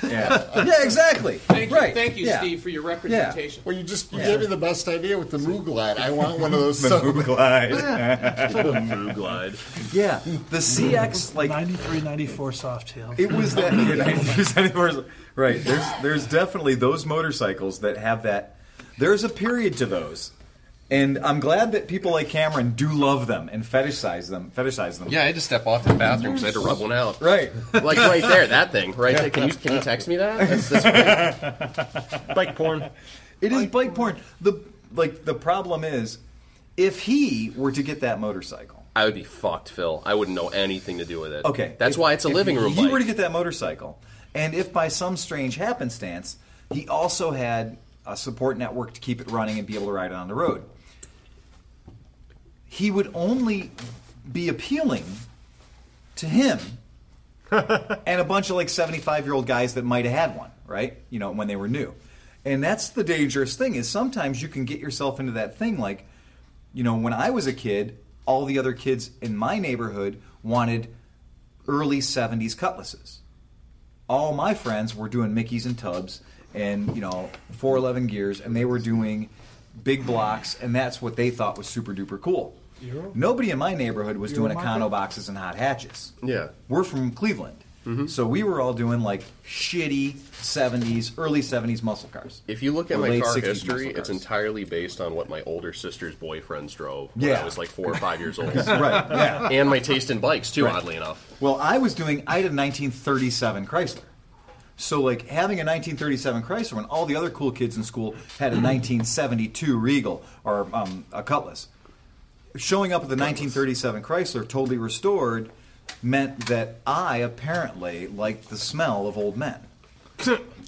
Speaker 1: Yeah. Yeah, exactly.
Speaker 3: Thank you,
Speaker 1: right.
Speaker 3: thank you,
Speaker 1: Yeah.
Speaker 3: Steve, for your representation.
Speaker 5: Well, you just you gave me the best idea with the Mooglide. I want one of those.
Speaker 1: The
Speaker 5: so-
Speaker 1: Moog Glide.
Speaker 2: Blue glide.
Speaker 1: Yeah. The CX like
Speaker 4: 93, 94 soft tail.
Speaker 1: it was that right there's there's definitely those motorcycles that have that there's a period to those And I'm glad that people like Cameron do love them and fetishize them. Fetishize them.
Speaker 7: Yeah, I had to step off to the bathroom because I had to rub one out.
Speaker 1: Right.
Speaker 7: Like right there, that thing. Right there. Can you, can you text me that? That's, that's
Speaker 2: Bike porn.
Speaker 1: It is bike porn. The like the problem is, if he were to get that motorcycle,
Speaker 7: I would be fucked, Phil. I wouldn't know anything to do with it.
Speaker 1: okay,
Speaker 7: That's
Speaker 1: if-
Speaker 7: why it's a
Speaker 1: if
Speaker 7: living room
Speaker 1: You
Speaker 7: bike.
Speaker 1: were to get that motorcycle, and if by some strange happenstance he also had a support network to keep it running and be able to ride it on the road, he would only be appealing to him and a bunch of like 75 year old guys that might have had one right you know when they were new and that's the dangerous thing is sometimes you can get yourself into that thing like you know when i was a kid all the other kids in my neighborhood wanted early 70s cutlasses all my friends were doing mickeys and tubs and you know 411 gears and they were doing big blocks and that's what they thought was super duper cool nobody in my neighborhood was doing econo boxes and hot hatches
Speaker 7: Yeah. Mm-hmm.
Speaker 1: we're from Cleveland. So we were all doing like shitty 70s, early 70s muscle cars.
Speaker 7: If you look at
Speaker 1: Or
Speaker 7: my
Speaker 1: late
Speaker 7: car
Speaker 1: 60s
Speaker 7: history,
Speaker 1: muscle
Speaker 7: it's
Speaker 1: cars.
Speaker 7: entirely based on what my older sister's boyfriends drove when
Speaker 1: Yeah.
Speaker 7: I was like four or five years old.
Speaker 1: Right, yeah.
Speaker 7: And my taste in bikes, too, oddly enough.
Speaker 1: Well, I was doing, I had a 1937 Chrysler. So, like, having a 1937 Chrysler when all the other cool kids in school had a 1972 Regal or um, a Cutlass. Showing up at the 1937 Chrysler, totally restored, meant that I apparently liked the smell of old men.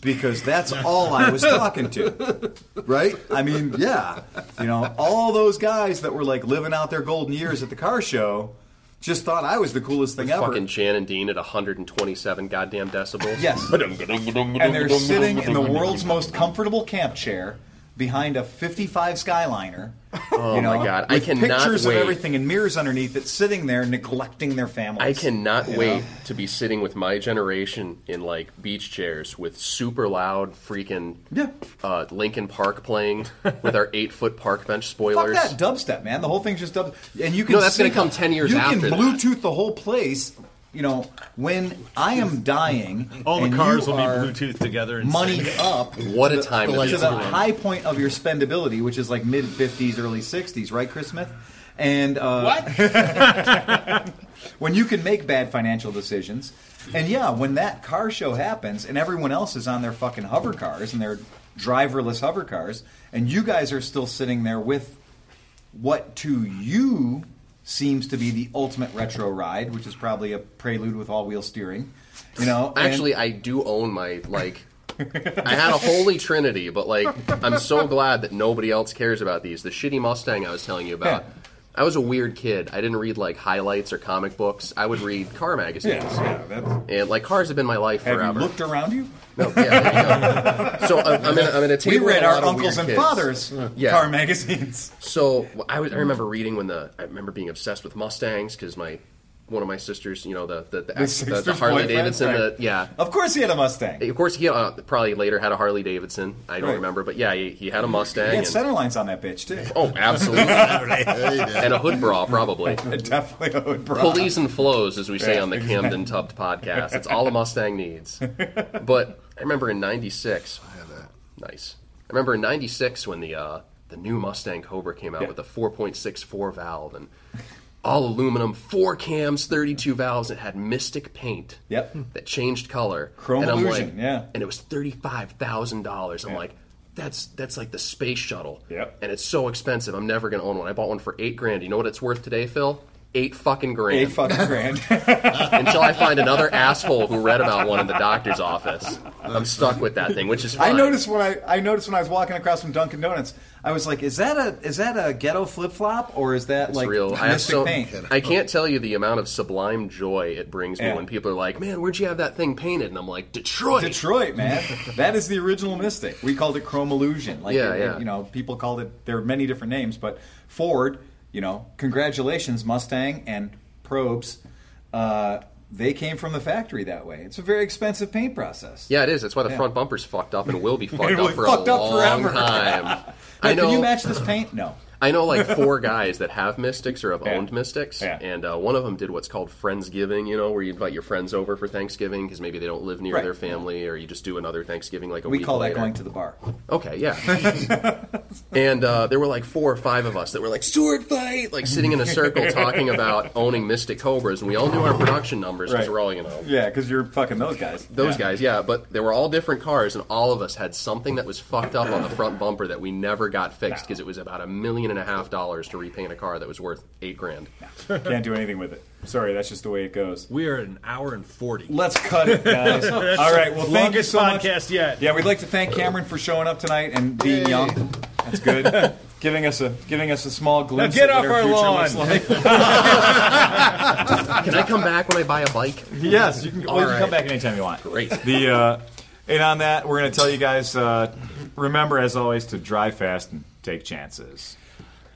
Speaker 1: Because that's all I was talking to. Right? I mean, yeah. You know, all those guys that were like living out their golden years at the car show just thought I was the coolest thing ever.
Speaker 7: Fucking Jan and Dean at 127 goddamn decibels.
Speaker 1: Yes. and they're sitting in the world's most comfortable camp chair behind a 55 Skyliner.
Speaker 7: Oh
Speaker 1: you know,
Speaker 7: my god, I
Speaker 1: with
Speaker 7: cannot
Speaker 1: pictures
Speaker 7: wait.
Speaker 1: of everything and mirrors underneath it, sitting there neglecting their families.
Speaker 7: I cannot
Speaker 1: You know?
Speaker 7: wait to be sitting with my generation in like beach chairs with super loud freaking
Speaker 1: Yeah.
Speaker 7: uh, Lincoln Park playing with our eight foot park bench
Speaker 1: Fuck
Speaker 7: spoilers.
Speaker 1: that dubstep, man. The whole thing's just dub. And you can
Speaker 7: No, that's
Speaker 1: see-
Speaker 7: gonna come 10 years
Speaker 1: you
Speaker 7: after
Speaker 1: can
Speaker 7: that.
Speaker 1: Bluetooth the whole place. You know, when I am dying,
Speaker 2: All the
Speaker 1: and
Speaker 2: cars
Speaker 1: you
Speaker 2: will be
Speaker 1: are
Speaker 2: Bluetooth together and
Speaker 1: moneyed up.
Speaker 7: What a time to be
Speaker 1: to the
Speaker 7: alive.
Speaker 1: high point of your spendability, which is like mid 50s, early 60s, right, Chris Smith? And uh,
Speaker 3: What?
Speaker 1: when you can make bad financial decisions. And yeah, when that car show happens and everyone else is on their fucking hover cars and their driverless hover cars, and you guys are still sitting there with what to you seems to be the ultimate retro ride, which is probably a prelude with all wheel steering. You know, and-
Speaker 7: Actually, I do own my like. I had a holy trinity, but like, I'm so glad that nobody else cares about these. The shitty Mustang I was telling you about.
Speaker 1: Yeah.
Speaker 7: I was a weird kid. I didn't read like highlights or comic books. I would read car magazines,
Speaker 1: yeah, that's,
Speaker 7: and like cars have been my life
Speaker 1: have
Speaker 7: forever.
Speaker 1: you looked around you?
Speaker 7: No, yeah, there you go. So I'm, I'm, in a, I'm in a
Speaker 1: We
Speaker 7: table.
Speaker 1: read
Speaker 7: with a lot
Speaker 1: our
Speaker 7: of
Speaker 1: uncles
Speaker 7: weird
Speaker 1: and
Speaker 7: kids.
Speaker 1: fathers'
Speaker 7: Yeah.
Speaker 1: car magazines.
Speaker 7: So well, I, was, I remember reading when the I remember being obsessed with Mustangs because my one of my sisters, you know, the the, the, ex- the, the
Speaker 1: sister's
Speaker 7: Harley
Speaker 1: boyfriend?
Speaker 7: Davidson, the
Speaker 1: Right.
Speaker 7: yeah.
Speaker 1: Of course, he had a Mustang. He
Speaker 7: Of course, he uh, probably later had a Harley Davidson. I don't
Speaker 1: Right.
Speaker 7: remember, but yeah, he, he had a Mustang.
Speaker 1: had
Speaker 7: and-
Speaker 1: center lines on that bitch too.
Speaker 7: oh, absolutely, and a hood bra probably.
Speaker 1: Definitely a hood bra.
Speaker 7: Pulleys and flows, as we say on the Camden Tubbed podcast. It's all a Mustang needs. But I remember in '96. I had that. Nice. I remember in '96 when the uh, the new Mustang Cobra came out with a 4.64 valve and all aluminum, four cams, 32 valves. It had mystic paint.
Speaker 1: Yep.
Speaker 7: That changed color.
Speaker 1: Chrome
Speaker 7: and I'm
Speaker 1: illusion,
Speaker 7: like,
Speaker 1: yeah.
Speaker 7: And it was thirty-five thousand dollars. I'm like. That's that's like the space shuttle.
Speaker 1: Yep.
Speaker 7: And it's so expensive. I'm never gonna own one. I bought one for eight grand. You know what it's worth today, Phil? Eight fucking grand
Speaker 1: Eight fucking grand.
Speaker 7: until I find another asshole who read about one in the doctor's office. I'm stuck with that thing, which is fine.
Speaker 1: I noticed when I, I noticed when I was walking across from Dunkin' Donuts, I was like, "Is that a is that a ghetto flip flop or is that
Speaker 7: It's
Speaker 1: like
Speaker 7: real. I have
Speaker 1: mystic
Speaker 7: so
Speaker 1: paint?"
Speaker 7: I can't tell you the amount of sublime joy it brings me
Speaker 1: Yeah.
Speaker 7: when people are like, "Man, where'd you have that thing painted?" And I'm like, "Detroit."
Speaker 1: Detroit, man, that is the original mystic. We called it chrome illusion. Like,
Speaker 7: Yeah,
Speaker 1: it- it-
Speaker 7: yeah.
Speaker 1: you know, people called it. There are many different names, but Ford, you know, congratulations, Mustang and Probes. Uh, they came from the factory that way. It's a very expensive paint process.
Speaker 7: Yeah, it is. That's why the front bumper's fucked up and will be fucked
Speaker 1: will
Speaker 7: up
Speaker 1: be
Speaker 7: for
Speaker 1: fucked
Speaker 7: a
Speaker 1: up
Speaker 7: long
Speaker 1: forever.
Speaker 7: time. I
Speaker 1: Like,
Speaker 7: know.
Speaker 1: Can you match this paint? No.
Speaker 7: I know like four guys that have mystics or have owned mystics,
Speaker 1: Yeah.
Speaker 7: and uh, one of them did what's called friendsgiving. You know, where you invite your friends over for Thanksgiving because maybe they don't live near
Speaker 1: Right.
Speaker 7: their family, or you just do another Thanksgiving like a
Speaker 1: We
Speaker 7: week
Speaker 1: call that
Speaker 7: later.
Speaker 1: going to the bar.
Speaker 7: Okay, yeah. and uh, there were like four or five of us that were like sword fight, like sitting in a circle talking about owning Mystic Cobras, and we all knew our production numbers because
Speaker 1: Right.
Speaker 7: we're all you know
Speaker 1: Yeah, because you're fucking those guys.
Speaker 7: those
Speaker 1: Yeah.
Speaker 7: guys, yeah, but they were all different cars, and all of us had something that was fucked up on the front bumper that we never got fixed because it was about a million and a half dollars to repaint a car that was worth eight grand.
Speaker 1: can't do anything with it. Sorry, that's just the way it goes.
Speaker 9: We are at an hour and 40.
Speaker 1: Let's cut it, guys. All right, well, thank you
Speaker 9: Longest
Speaker 1: so much.
Speaker 9: podcast yet.
Speaker 1: Yeah, we'd like to thank Cameron for showing up tonight and being young. That's good. giving us a giving us a small glimpse.
Speaker 9: get
Speaker 1: at
Speaker 9: off
Speaker 1: what
Speaker 9: our
Speaker 1: future
Speaker 9: lawn.
Speaker 1: looks like.
Speaker 7: Can I come back when I buy a bike?
Speaker 1: yes, you can, well, you can
Speaker 7: All
Speaker 1: come
Speaker 7: right.
Speaker 1: back anytime you want.
Speaker 7: Great.
Speaker 1: The uh, and on that, we're going to tell you guys. Uh, remember, as always, to drive fast and take chances.